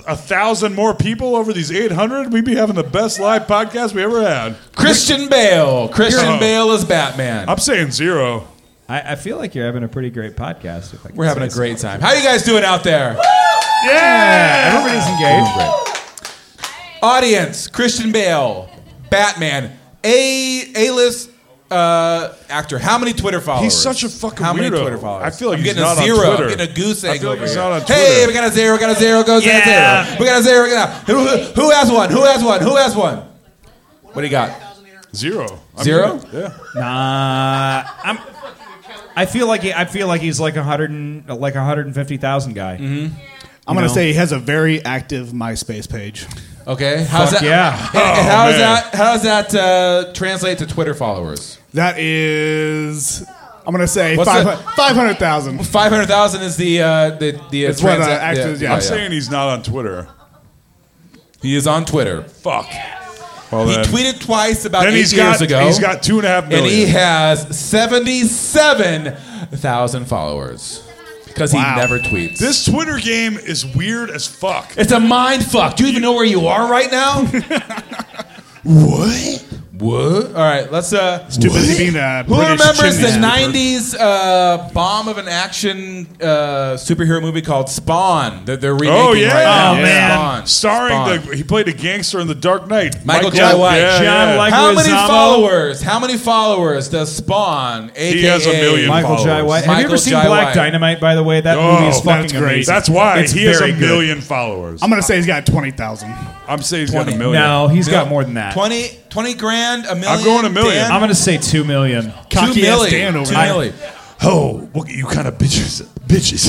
a thousand more people over these 800, we'd be having the best live podcast we ever had.
Christian Bale. Christian
Hero.
Bale is Batman.
I'm saying zero.
I, I feel like you're having a pretty great podcast. If I can
We're having
say
a great time. How you guys doing out there?
so.
Yeah.
Everybody's engaged.
Audience, Christian Bale, Batman, A A-list uh, actor. How many Twitter followers?
He's such a fucking
How many
weirdo.
Twitter followers?
I feel like
I'm
he's
getting
not
a
on
zero.
Twitter.
I'm getting a goose
I
egg
feel like
over
he's
here.
not on
Hey,
Twitter.
we got a zero. We got a zero. Goes yeah. zero. We got a zero. We got a, who, who has one? Who has one? Who has one? What do you got?
Zero. I'm
Zero?
good. Yeah.
Nah, I'm. I feel like he, I feel like he's like a hundred and like a hundred and fifty thousand guy.
I'm gonna
No.
say he has a very active MySpace page.
Okay. How's
Fuck
that?
yeah.
And- and how does
Oh, man.
that? How does that uh, translate to Twitter followers?
That is. I'm gonna say
What's
five
that?
hundred thousand.
Five hundred thousand is the uh, the the.
It's what, uh,
transa-
actors- yeah.
I'm saying he's not on Twitter.
he is on Twitter.
Fuck. Well,
He
then.
tweeted twice about
Then
eight
he's
years
got
ago.
he's got two and a half
and
million.
he has 77,000 followers because
Wow.
he never tweets.
this Twitter game is weird as fuck. [laughs]
it's a mind fuck. Do you even know where you are right now?
What?
What? All right, let's. Uh,
too busy being a
Who
British
remembers
chimney
the '90s
sweeper.
uh, bomb of an action uh, superhero movie called Spawn that they're remaking
Oh yeah!
right now?
Yeah.
Spawn.
starring
Spawn.
the he played a gangster in The Dark Knight.
Michael J. White.
Yeah,
John Leguizamo.
yeah.
How many followers? How many followers does Spawn, aka
He has a million
Michael Jai
followers.
White. Have you ever
Michael
seen
Jai
Black
White.
Dynamite? By the way, that
Oh,
movie is fucking
that's great.
amazing.
That's why
It's
he has a
very good.
million followers.
I'm gonna say he's got twenty thousand.
I'm saying he's got a
20.
million.
No, he's got more than that.
20, 20 grand, a 1000000
I'm going a million.
I'm gonna say two million.
Dan, two
Cocky ass
million.
Dan over
two
there.
million.
Oh, what you kind of bitches, bitches.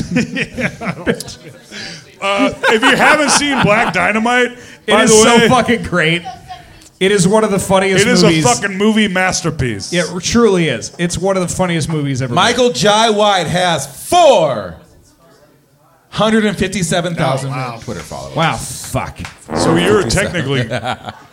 [laughs] uh, if you haven't seen Black Dynamite,
It
by
is
the way,
so fucking great. It is one of the funniest
it is
movies.
a fucking movie masterpiece.
it truly is. It's one of the funniest movies ever. made.
Michael Jai White has four hundred and fifty-seven thousand Twitter followers.
Wow, fuck.
So you're
[laughs]
technically. [laughs]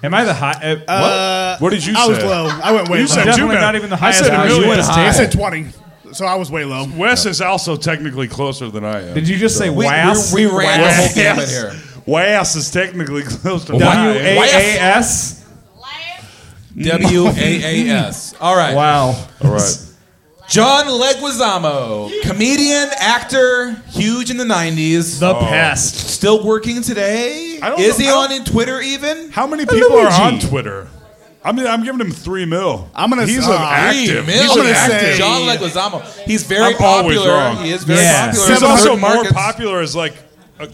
Am I the hot? Uh,
What did you
I
say?
was low. I went way
You
low.
said
Definitely
two mil.
not even the
I
highest
said a
value.
million.
You went
I said twenty, so I was way low.
Wes is also technically closer than I am.
Did you just say
We,
was?
we, we ran the
[laughs]
whole gamut
Wes.
here.
Wes is technically closer than I
W
am.
A A S.
W A A S. All right.
Wow.
All right.
John Leguizamo, comedian, actor, huge in the 90s.
The past.
Still working today?
I don't
Is
know-
he
I
on
don't-
in Twitter even?
How many people are
Luigi.
on Twitter? I mean, I'm giving him three mil.
I'm gonna
He's
say-
an active.
Three
He's
million.
an active.
John Leguizamo. He's very
I'm always
popular.
wrong.
He is very
Yeah.
popular.
He's
in
also
certain
more
markets.
popular as like a,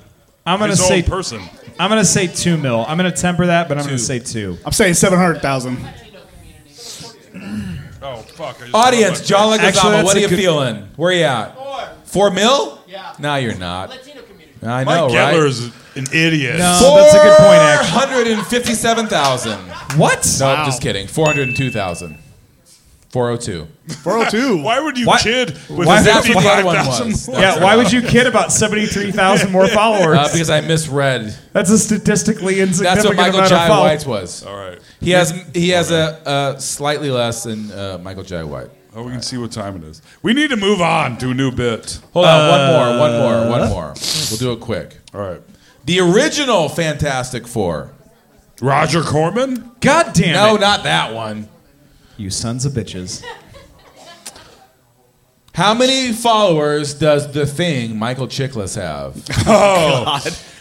I'm gonna
his own
say.
person.
I'm gonna say two mil. I'm gonna temper that, but I'm gonna say two.
I'm saying seven hundred thousand.
Oh fuck! I just
Audience, John
Actually,
Leguizamo,
that's
what
a
are you
good-
feeling? Where you at? Four mil?
Yeah.
No, you're not.
Latino community.
I
Mike
know,
Geller
right?
is an idiot.
No, that's a good point. Actually.
457,000. No,
What?
I'm just kidding. 402,000. 402.
Four hundred two.
Why would you
Why-
kid with
why-
That's what the other one
55,000
was.
[laughs] more?
Yeah, why would you kid about 73,000 more
[laughs]
followers?
Uh, because I misread.
That's a statistically insignificant
That's what Michael
amount
Jai
of followers.
White's was.
All right.
He has he has a, a slightly less than uh, Michael Jai White.
Oh, we can see what time it is. We need to move on to a new bit.
Hold on, one more, one more, one more. We'll do it quick.
All right.
The original Fantastic Four.
Roger Corman.
God damn
No,
it.
not that one.
You sons of bitches.
How many followers does the thing Michael Chiklis have?
Oh,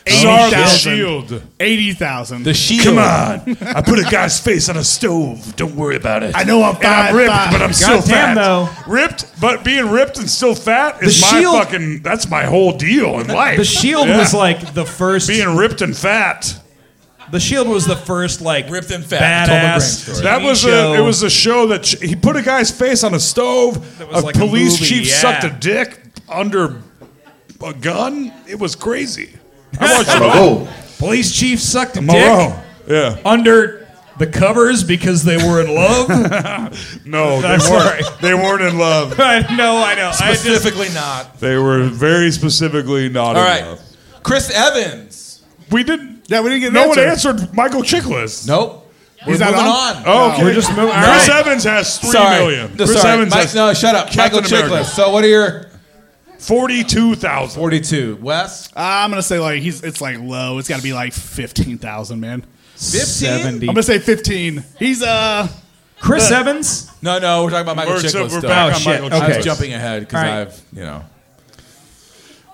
Star the Shield.
Eighty thousand.
The Shield.
Come on. [laughs] I put a guy's face on a stove. Don't worry about it.
I know I'm
And I'm
five,
ripped,
five.
but I'm still fat.
Goddamn, though.
Ripped, but being ripped and still fat is
The
my
Shield-
fucking. That's my whole deal in life.
The Shield
Yeah.
was like the first.
being ripped and fat.
the Shield was the first like
Ripped and fat, the Tolman Graham
badass.
story.
TV
That was
show.
a, it. Was a show that sh- he put a guy's face on a stove.
was
a
like a
police
movie,
chief
yeah.
sucked a dick under a gun. It was crazy. I watched it all.
Oh,
police chief sucked a dick
Moreau. Yeah.
under the covers because they were in love. [laughs]
No, they
I'm sorry.
weren't. They weren't in love.
[laughs] I know, I know. I just-
Specifically not.
They were very specifically not
All
in
right.
love.
Chris Evans.
We didn't.
yeah, we didn't get an
No one
answer.
answered Michael Chiklis.
Nope.
He's
We're
not
moving
on?
on.
Oh, okay.
We're just moving. all
Chris
right.
Evans has three million.
sorry. No,
Chris
sorry.
Evans
Mike,
has
no, shut up.
Captain
Michael Chiklis.
America.
So what are your
forty-two thousand.
42? Wes?
I'm gonna say like he's it's like low. It's got to be like fifteen thousand, man.
70.
I'm gonna say fifteen. He's uh
Chris Evans?
No, no, we're talking about Michael
We're, so
Chiklis.
we're
still.
back
Oh,
on
shit.
Michael
Okay.
I
Chiklis.
was jumping ahead because
All right.
I've, you know.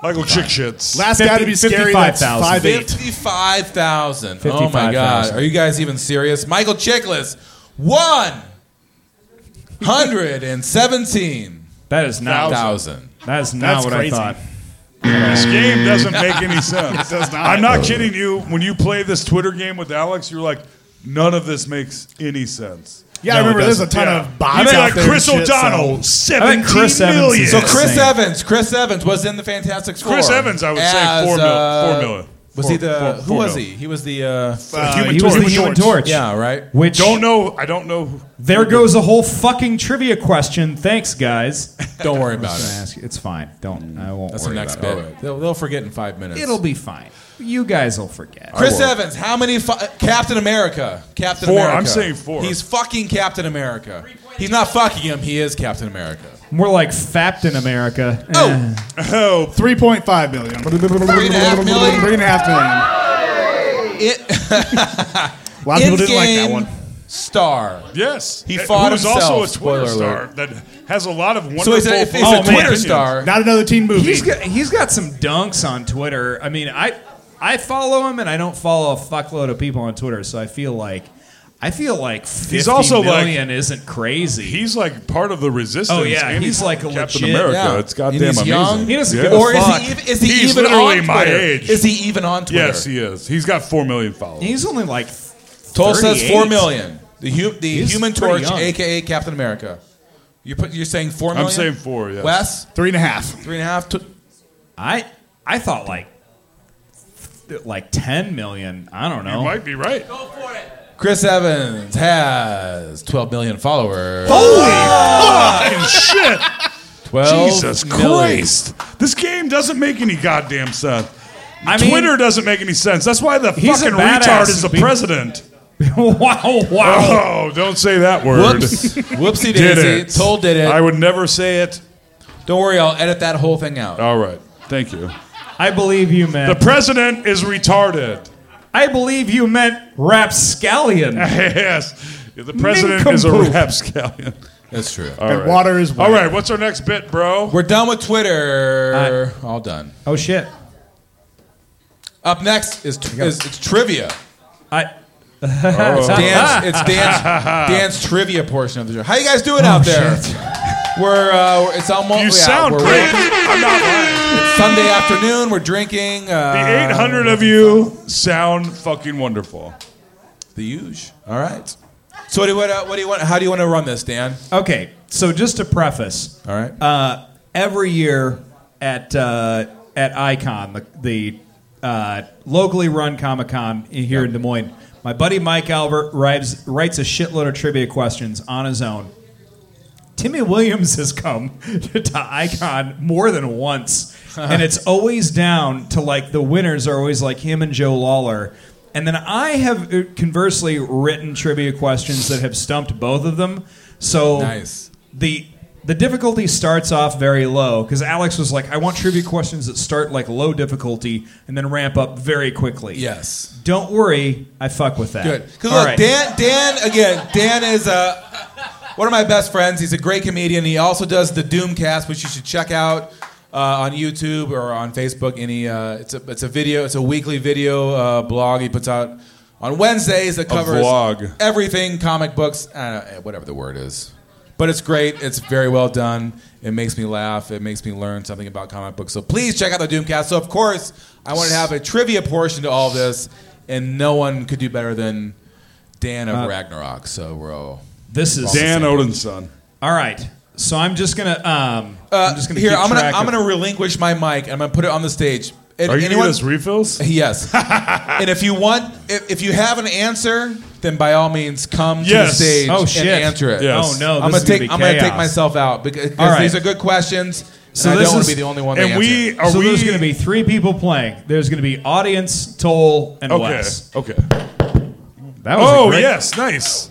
Michael Chick shits.
last guy to be
50
scary. That's
55,000.
five eight.
55,000. Oh, my
55,000.
God. Are you guys even serious? Michael Chiklis, 117,000.
That is not. That is not
That's
what
crazy.
I thought.
This game doesn't
[laughs]
make any sense.
does not.
I'm not kidding you. When you play this Twitter game with Alex, you're like, none of this makes any sense.
Yeah,
No,
I
it
remember there's a
doesn't.
ton
Yeah.
of bots
You'd be
out
like
there
Chris
and shit, so-
O'Donnell,
I
seventeen
think Chris Evans
million.
is
So
Yeah,
Chris
same.
Evans, Chris Evans was in the Fantastic Four. uh,
Chris Evans, I would say four mil- four million.
Was
Four-
he the?
four-
who
four
was
mil.
he? He was the. Uh,
Uh,
Human
he was the
Torch.
Human Torch.
yeah, right.
Which
Don't know. I don't know. who-
There goes a whole fucking trivia question. Thanks, guys. [laughs]
Don't worry about it.
Ask- It's fine. Don't. I won't.
That's the
worry
next
about it.
bit. They'll, they'll forget in five minutes.
It'll be fine. You guys will forget.
Chris Evans, how many? Fi- Captain America. Captain
Four.
America.
I'm saying four.
He's fucking Captain America. He's not fucking him. He is Captain America.
More like fapped in America. Eh.
Oh,
Oh,
3.5 million. [laughs] Three
and a half million?
Three and a half million.
it,
A lot of people didn't like that
Endgame.
one.
star.
Yes,
He
Uh,
fought
who is
himself.
also a Twitter
Spoiler
star
alert.
that has a lot of
So
wonderful.
he's a, if he's
Oh,
a
man.
Twitter star.
Not another teen movie.
He's got, he's got some dunks on Twitter. I mean, I I follow him, and I don't follow a fuckload of people on Twitter, so I feel like I feel like fifty
He's also like-
million isn't crazy.
He's like part of the resistance.
Oh, yeah,
and
he's like a
Captain
legit-
America.
Yeah.
It's goddamn
And he's
amazing.
young.
He doesn't
Yeah.
give a
Or is
fuck.
he, ev- is he
He's
even
literally
on
my
Twitter?
age.
Is he even on Twitter?
Yes, he is. He's got four million followers.
he's only like
Tulsa's
38.
four million. The, hu- the
He's
Human
pretty
Torch,
young.
aka Captain America. You're put, you're saying four
I'm
million.
saying four. Yes.
Wes
Three and a half.
three and a half. T-
I I thought like like ten million. I don't
you
know.
might be right.
Go for it.
Chris Evans has 12 million followers.
Oh, Fucking shit!
12
Jesus
million.
Christ! This game doesn't make any goddamn sense.
I mean,
Twitter doesn't make any sense. That's why the
He's a
fucking
badass
retard is the
and be-
president.
[laughs] wow, wow.
[laughs] Oh, don't say that word. [laughs]
Whoops. Whoopsie
Did
daisy.
it?
Told did it.
I would never say it.
Don't worry, I'll edit that whole thing out.
All right. Thank you.
I believe you meant.
The president is retarded. [laughs]
I believe you meant rapscallion.
yes. The president is a
Nincompoop.
rapscallion.
That's true.
And water is wet.
All right. What's our next bit, bro?
We're done with Twitter. All done.
Oh shit.
Up next is, tr- is it's
[laughs]
trivia.
I [laughs]
Oh.
Dan's, it's Dan's, Dan's trivia portion of the show. How you guys doing out there? [laughs] We're uh, we're- it's almost
Oh, You
yeah,
sound
we're
great.
real-
I'm not lying.
it's Sunday afternoon. We're drinking uh,
The 800 of you sound fucking wonderful.
The huge. All right. So what do you, what, uh, what do you want? How do you want to run this, Dan?
Ah, okay. So just to preface,
All right.
uh, every year at uh, at Icon, the, the uh, locally run Comic Con here in Des Moines, my buddy Mike Albert writes writes a shitload of trivia questions on his own. Timmy Williams [laughs] has come to Icon more than once, and it's always down to like the winners are always like him and Joe Lawler. And then I have uh, conversely written trivia questions that have stumped both of them. So
Nice.
the the difficulty starts off very low because Alex was like, "I want trivia questions that start like low difficulty and then ramp up very quickly."
Yes.
Don't worry, I fuck with that.
Good. Because
All
look,
right.
Dan, Dan again. Dan is uh, one of my best friends. He's a great comedian. He also does the Doomcast, which you should check out uh, on YouTube or on Facebook. Any, uh, it's a it's a video. It's a weekly video uh, blog he puts out on Wednesdays that covers
vlog.
everything comic books, uh, whatever the word is. But it's great. It's very well done. It makes me laugh. It makes me learn something about comic books. So please check out the Doomcast. So of course, I wanted to have a trivia portion to all this, and no one could do better than Dan of Ragnarok. So we're all.
this is
Dan Odinson.
All right. So I'm just gonna um
Uh,
I'm just gonna
here,
keep
I'm gonna
track
I'm
of-
gonna relinquish my mic and I'm gonna put it on the stage. And
Are you
anyone-
giving us refills?
[laughs]
Yes. and if you want, if, if you have an answer, then by all means come
Yes.
to the stage
Oh
and
shit!
answer it.
Yes.
Oh no!
I'm gonna
this is
take
be
I'm gonna take
chaos.
myself out because 'cause
All right.
these are good questions.
So
and I
this
don't want
is-
to be the only one. to
And we
answer.
are
so
we
there's going to be three people playing. There's going to be audience, Toll, and
okay.
Wes.
Okay.
That was a
Oh
great-
yes, nice.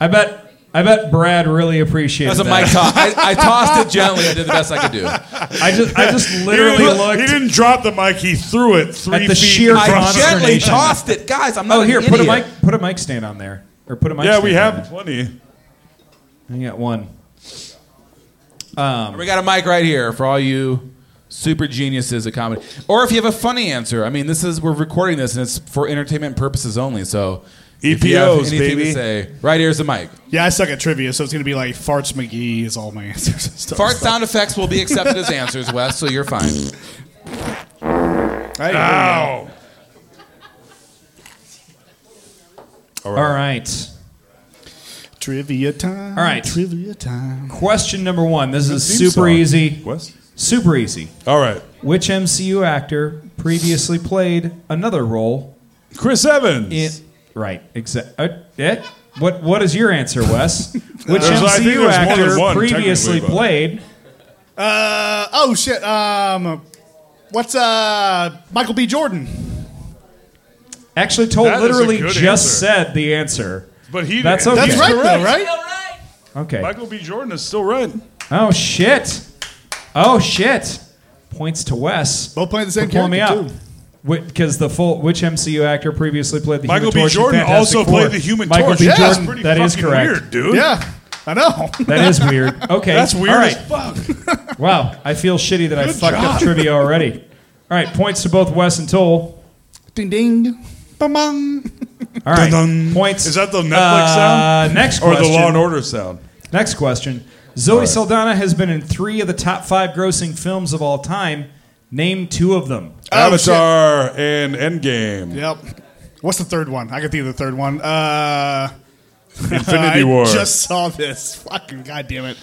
I bet I bet Brad really appreciated
That's a
that.
mic toss. I, I tossed it gently. I did the best I could do.
[laughs] I just I
[laughs]
just literally
he, didn't- he
looked.
didn't drop the mic. He threw it three
the
feet
sheer
in
I
front of us.
gently
Consternation.
tossed it, guys. I'm not.
Oh
an
here, put a
idiot.
mic put a mic stand on there or put a mic.
Yeah,
stand
we
on
have plenty.
there. I got one.
We got a mic right here for all you super geniuses of comedy. Or if you have a funny answer, I mean, this is we're recording this and it's for entertainment purposes only. So if you
E
have
EPOs,
anything
baby.
to say, right here's the mic.
Yeah, I suck at trivia, so it's gonna be like farts McGee is all my [laughs] answers. and stuff.
Fart sound effects will be accepted as
[laughs]
answers, Wes. So you're fine.
Right?
Ow.
All right. All right.
Trivia time.
All right.
Trivia time.
Question number one. This is
Theme
super
song.
easy.
Wes.
Super easy.
All right.
Which MCU actor previously played another role
Chris Evans.
in? Right. Exactly. Uh, eh? What What is your answer,
[laughs]
Wes? Which
There's- I think
MCU
there's more than
actor
one,
previously
technically, but-
played?
Uh oh shit. Um what's uh Michael B. Jordan?
Actually, Toll
That is a
literally
good
just
answer.
said the answer.
But he
That's okay.
That's
He's
right
correct.
though, right?
All right.
Okay.
Michael B. Jordan is still right.
Oh shit! Oh shit! Points to Wes.
Both playing the same
For pulling me
character,
out.
too.
Because the full which MCU actor previously played the
Michael
Human Torch
B.
in
Jordan
Fantastic
also
Four?
played the Human
Michael
Torch.
B.
Yeah. That's
Jordan,
pretty
that is
fucking
correct,
weird, dude.
Yeah, [laughs] I know.
[laughs] That is weird. Okay,
That's weird
All
as
right.
fuck.
Wow, I feel shitty that I
Good
fucked
job.
up trivia already. All right, points to both Wes and Toll.
ding ding. Ba-bum.
All right,
Dun-dun.
points.
Is that the Netflix
Uh,
sound?
Next
or
question.
the Law and Order sound?
Next question. Zoe Saldana has been in three of the top five grossing films of all time. Name two of them.
Oh, Avatar and Endgame.
Yep. What's the third one? I can think of the third one. Uh,
Infinity
I
War.
Just saw this. Fucking goddamn it.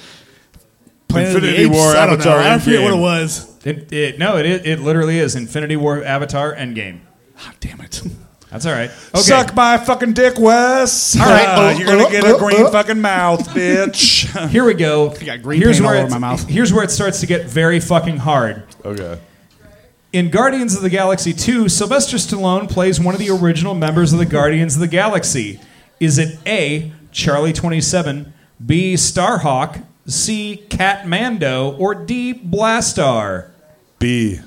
Planet of the
Infinity
Apes?
War,
I don't
Avatar,
know. I don't forget what
Endgame.
it was.
It, it, no, it, i- it literally is Infinity War, Avatar, Endgame.
Ah, damn it.
That's all right. Okay.
Suck my fucking dick, Wes.
All right.
[laughs]
Oh,
Uh, you're gonna get a green fucking [laughs] mouth, bitch.
Here we go.
got green paint all
where
over
it's-
my mouth.
Here's where it starts to get very fucking hard.
okay.
In Guardians of the Galaxy 2, Sylvester Stallone plays one of the original members of the Guardians of the Galaxy. Is it A, Charlie 27, B, Starhawk, C, Cat Mando, or D, Blastar?
B.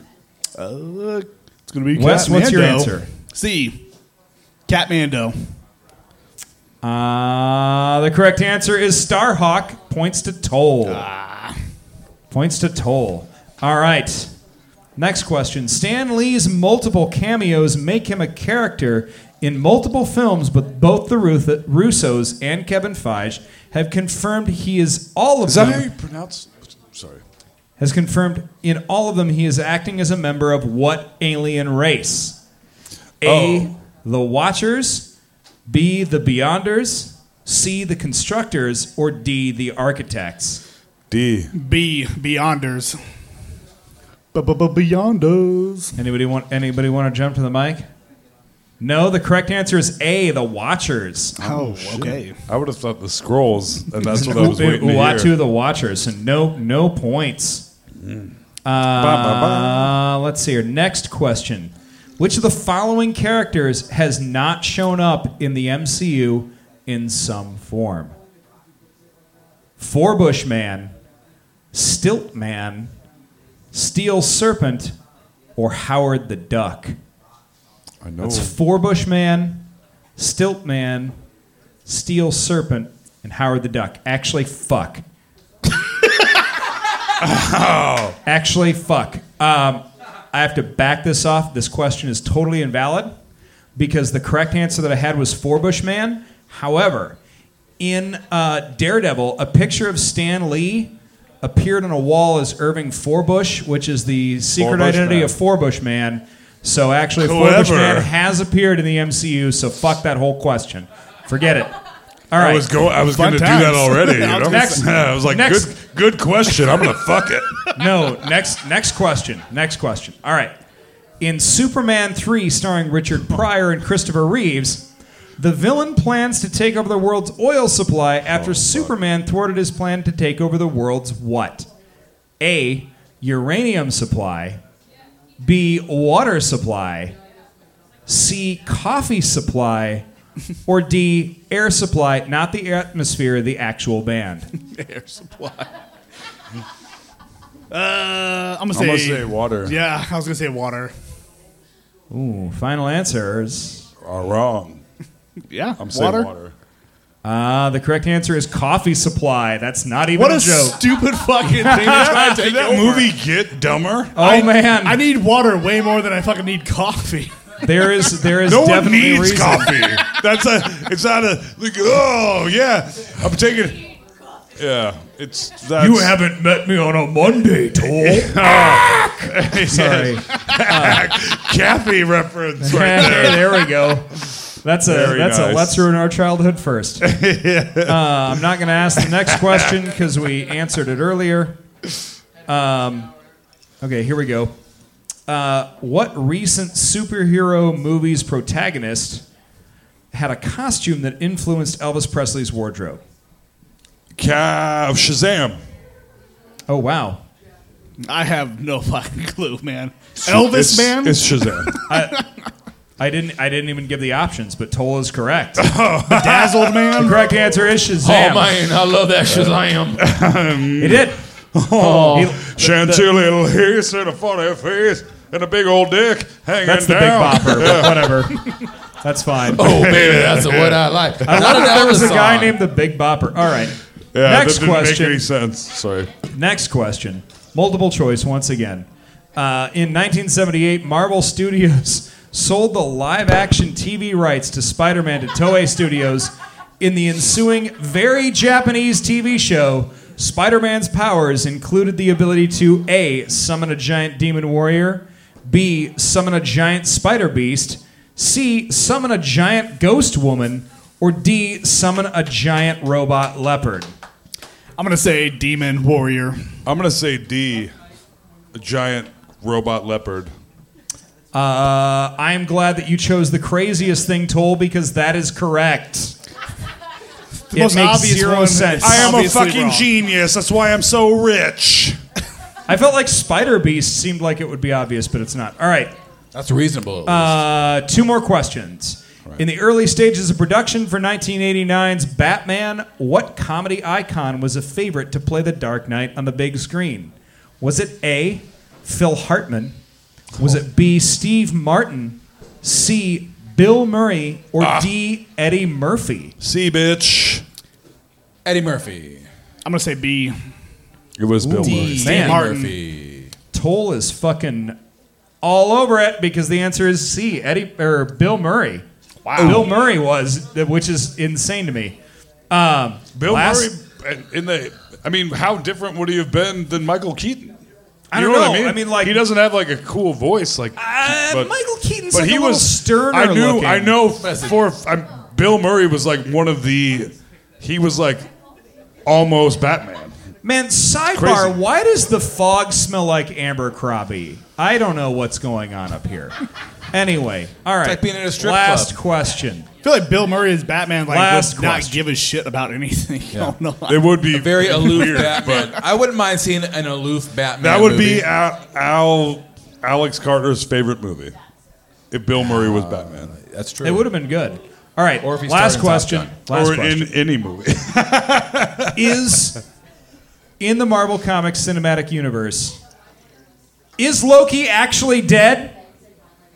Uh, it's going to be
Wes,
Cat
what's your
Mando.
answer?
C. Catmando.
Uh, the correct answer is Starhawk. Points to Toll.
Ah.
Points to Toll. All right. Next question. Stan Lee's multiple cameos make him a character in multiple films, but both the Ruth- Russos and Kevin Feige have confirmed he is all of
Is
them.
that how you pronounce? Sorry.
has confirmed in all of them he is acting as a member of what alien race? A. The Watchers. B. The Beyonders. C. The Constructors. Or D. The Architects.
D.
B. Beyonders. Beyonders.
Anybody want anybody want to jump to the mic? No, the correct answer is A. The Watchers.
Oh, okay.
I would have thought the scrolls, and that's what I was waiting to
Uatu
hear.
the Watchers, and no no points. Uh, let's see here. Next question: Which of the following characters has not shown up in the MCU in some form? Forbush Man, Stilt Man, Steel Serpent, or Howard the Duck?
I know.
That's Forbush Man, Stilt Man, Steel Serpent, and Howard the Duck. Actually,
[laughs]
fuck. Actually, fuck. Um, I have to back this off. This question is totally invalid because the correct answer that I had was Forbush Man. However, in uh, Daredevil, a picture of Stan Lee appeared on a wall as Irving Forbush, which is the secret
Forbush
identity
Man.
of Forbush Man. So actually,
Clever.
Forbush Man has appeared in the MCU. So fuck that whole question. Forget it. All right.
I was go. I was
Fun
going to do
times.
that already. You
I was
know?
gonna say-
[laughs] I was like,
Next.
good, good question. I'm going to fuck it.
no, next next question. Next question. All right. In Superman 3 starring Richard Pryor and Christopher Reeves, the villain plans to take over the world's oil supply after Superman thwarted his plan to take over the world's what? A. Uranium supply. B. Water supply. C. Coffee supply. Or D. Air supply, not the atmosphere, the actual band.
Air supply. Uh, I'm gonna say.
I'm going to say water
Yeah, I was gonna say water.
Ooh, final answers.
are wrong.
Yeah,
I'm saying
water.
water.
Ah, the correct answer is coffee supply. That's not even
What
a,
a
joke.
stupid fucking thing to try to
[laughs] Did
take
that
over.
movie get dumber?
oh man,
I need water way more than I fucking need coffee.
[laughs] there is there is
[laughs] No one
definitely
needs
reason.
coffee. That's a. It's not a. Like, oh yeah, I'm taking. Yeah, it's. That's,
haven't met me on a Monday,
[laughs]
Toll. [laughs] [laughs] Sorry.
Ah. Kathy reference. Right?
[laughs] Hey, there we go. That's a
Very
that's a
nice.
let's ruin our childhood
[laughs]
first. Uh, I'm not going to ask the next question because we answered it earlier. Um, okay, here we go. Uh, what recent superhero movie's protagonist had a costume that influenced Elvis Presley's wardrobe?
Ca- Shazam.
Oh wow,
I have no fucking clue, man. Elvis
it's,
man.
[laughs]
It's Shazam.
I didn't I didn't even give the options, but Toll is
[laughs]
correct.
Dazzled
The
man.
correct answer is Shazam.
Oh man, I love that
[laughs]
Shazam.
He did.
Oh,
He-
Chantilly little here said a funny face. and a big old dick hanging
That's the big
down.
bopper, but
Yeah. [laughs]
whatever. That's fine.
Oh, baby, that's what I like.
I love
Not
that
another
there was a guy
song.
named the Big Bopper. All right.
Yeah,
Next
that didn't make
question.
any sense. Sorry.
Next question. Multiple choice once again. Uh, in 1978, Marvel Studios [laughs] sold the live action TV rights to Spider Man to Toei Studios. In the ensuing very Japanese TV show, Spider Man's powers included the ability to A. Summon a giant demon warrior, B. Summon a giant spider beast, C. Summon a giant ghost woman, or D. Summon a giant robot leopard.
I'm gonna say demon warrior.
I'm gonna say D, a giant robot leopard.
Uh, I am glad that you chose the craziest thing, Toll, because that is correct.
The
it
most
makes
obvious
zero
one.
sense.
I am a Obviously fucking wrong. genius. That's why I'm so rich.
I felt like Spider Beast seemed like it would be obvious, but it's not. All right.
That's reasonable.
Uh, two more questions. In the early stages of production for 1989's Batman, what comedy icon was a favorite to play the Dark Knight on the big screen? Was it A. Phil Hartman? Was it B. Steve Martin? C. Bill Murray? Or
Ah.
D. Eddie Murphy?
C. Bitch.
Eddie Murphy.
I'm gonna say B.
It was Bill
D.
Murray.
Man.
Murphy.
Toll is fucking all over it because the answer is C. Eddie or Bill Murray.
Wow.
Bill Murray was, which is insane to me. Um,
Bill
last-
Murray uh, in the. I mean, how different would he have been than Michael Keaton?
I
You
don't
know,
know.
What I mean,
I mean, like- uh,
he doesn't have like a cool voice like. but,
Michael Keaton's
but
like
he
a little
was
sterner
I knew.
looking.
I know. For I'm, Bill Murray was like one of the. He was like almost Batman.
Man, sidebar.
Crazy.
Why does the fog smell like amber Crabby? I don't know what's going on up here. Anyway, all right.
like being in a strip
last
club.
question.
I feel like Bill Murray is Batman. Like
Last
would not
question.
give a shit about anything. [laughs] I don't know.
It would be
Very aloof
weird,
Batman. I wouldn't mind seeing an aloof Batman.
That would
movie.
be Al, Al Alex Carter's favorite movie. If Bill Murray was Batman,
that's
It would have been good. All right.
Or if he starred
last
in Top
question.
Gun.
Last
or
question.
in any movie.
is in the Marvel Comics cinematic universe. Is Loki actually dead?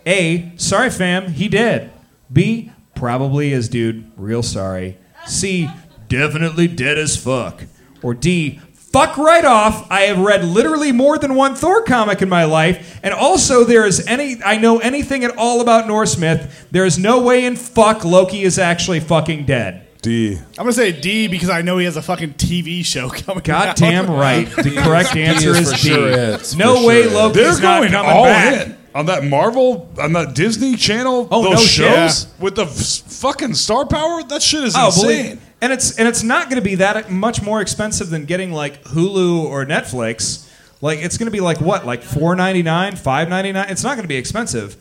A. Sorry, fam, he dead. B. Probably is, dude. Real sorry. C. Definitely dead as fuck. Or D. Fuck right off. I have read literally more than one Thor comic in my life, and also there is any I know anything at all about Norse myth. There is no way in fuck Loki is actually fucking dead.
D.
I'm gonna say D because I know he has a fucking TV show [laughs] coming. out.
Goddamn right. The correct
D is
answer is,
for
D.
sure it.
no
For
way,
sure it.
Loki's
They're
not
going
coming
all
back.
in on that Marvel, on that Disney Channel.
Oh,
those
no shit.
shows with the f- fucking star power. That shit is
Oh,
insane.
believe, and it's and it's not going to be that much more expensive than getting like Hulu or Netflix. Like it's going to be like what, like four ninety nine, five ninety nine. It's not going to be expensive.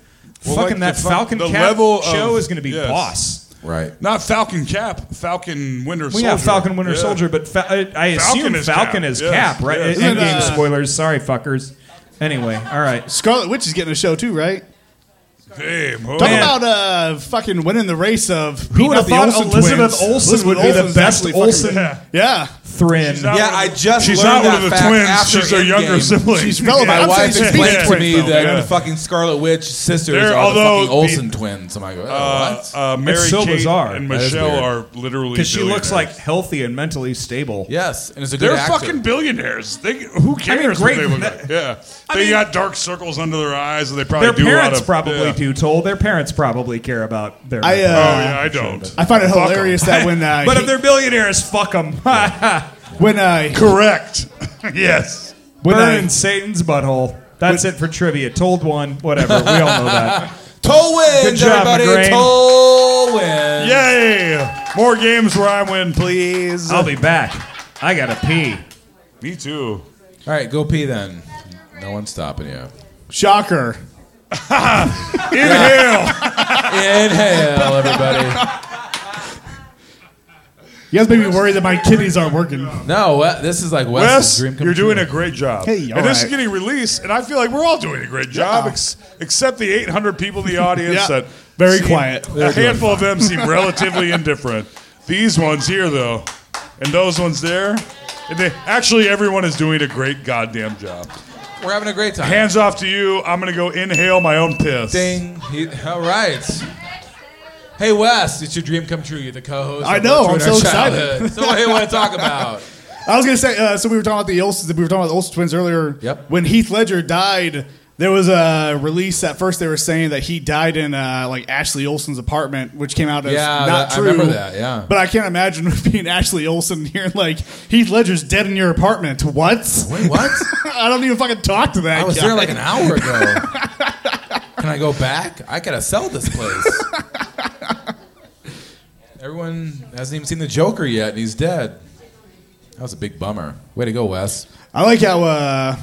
Well,
Fucking that
like the fu-
Falcon
the
Cap
level of-
show is going to be
yes.
boss.
Right.
Not Falcon Cap, Falcon Winter
We
Soldier.
have Falcon Winter
Yeah.
Soldier, but fa- I I assume
Falcon is
Falcon
Cap,
is
yes,
Cap, right?
yes.
Endgame
Isn't, uh,
spoilers. Sorry, fuckers. Anyway, all right.
Scarlet Witch is getting a show too, right?
Damn,
Talk
[laughs]
about uh, fucking winning the race of
Who would have
beating out
thought
the Olsen
Elizabeth
twins.
Olsen would be the
Olsen's
best
actually fucking- [laughs]
Olsen [laughs]
Yeah.
Thrin?
not Yeah, one of I the- just
She's
learned
not one
that
of the
fact
twins.
after
She's their younger
Endgame.
sibling.
She's relevant.
My
I'm saying
wife
she's
explained to
twin,
me
though.
that
Yeah.
the fucking Scarlet Witch sisters
They're-
are the
although
fucking Olsen
the-
twins. I'm like, oh,
Uh,
what?
uh, Mary
It's so
Kate
bizarre.
and
That is
Michelle
weird.
are literally
Because she looks
billionaires.
like healthy and mentally stable.
Yes, and it's a good
They're
actor.
fucking billionaires. They who cares
great-
what they look
that-
like? Yeah,
I
they
mean-
got dark circles under their eyes, and they probably
Their
do a lot
parents
of
probably
yeah.
do, Toll. Their parents probably care about their.
I, uh,
Oh yeah, I don't.
[laughs] I find it
Fuck 'em.
hilarious that when uh,
[laughs] but
he-
if they're billionaires, fuck them. [laughs]
when uh,
Correct. [laughs] yes.
when
Burn
uh,
in Satan's butthole. That's it for trivia. Told one, whatever. We all know
[laughs]
that.
Toll wins,
Good job,
everybody.
McGrain.
Toll wins.
Yay! More games where I win, please.
I'll be back. I gotta pee.
Me too.
All right, go pee then. No one's stopping you.
shocker.
Inhale.
Inhale, everybody.
You guys make me worried that my kidneys aren't working.
No, uh, this is like Wes's
Wes,
dream come
you're
true.
doing a great job.
Hey, all
and this
right.
is getting released, and I feel like we're all doing a great job,
Yeah.
ex- except the 800 people in the audience
Yeah.
that
Very
seem-
quiet.
A handful of them seem
[laughs]
relatively indifferent. These ones here, though, and those ones there, and they, actually everyone is doing a great goddamn job.
We're having a great time.
Hands off to you. I'm gonna go inhale my own piss.
Ding. He- all right. Hey Wes, it's your dream come true. You're the co-host.
I
of
know.
Retro
I'm
in
so
Our
excited.
Childhood. so what do you want to talk about?
I was gonna say. Uh, so we were talking about the Olsen. We were talking about the Olsen twins earlier. Yep. When Heath Ledger died, there was a release. At first, they were saying that he died in uh, like Ashley Olsen's apartment, which came out as
Yeah,
not
that- I
true.
remember that, yeah.
But I can't imagine [laughs] being Ashley Olsen here. Like Heath Ledger's dead in your apartment. What?
Wait, what?
[laughs] I don't even fucking talk to
I
that.
was
guy.
there
[laughs]
like an hour ago. Can I go back? I gotta sell this place. Everyone hasn't even seen the Joker yet, and he's dead. That was a big bummer. Way to go, Wes.
I like how uh,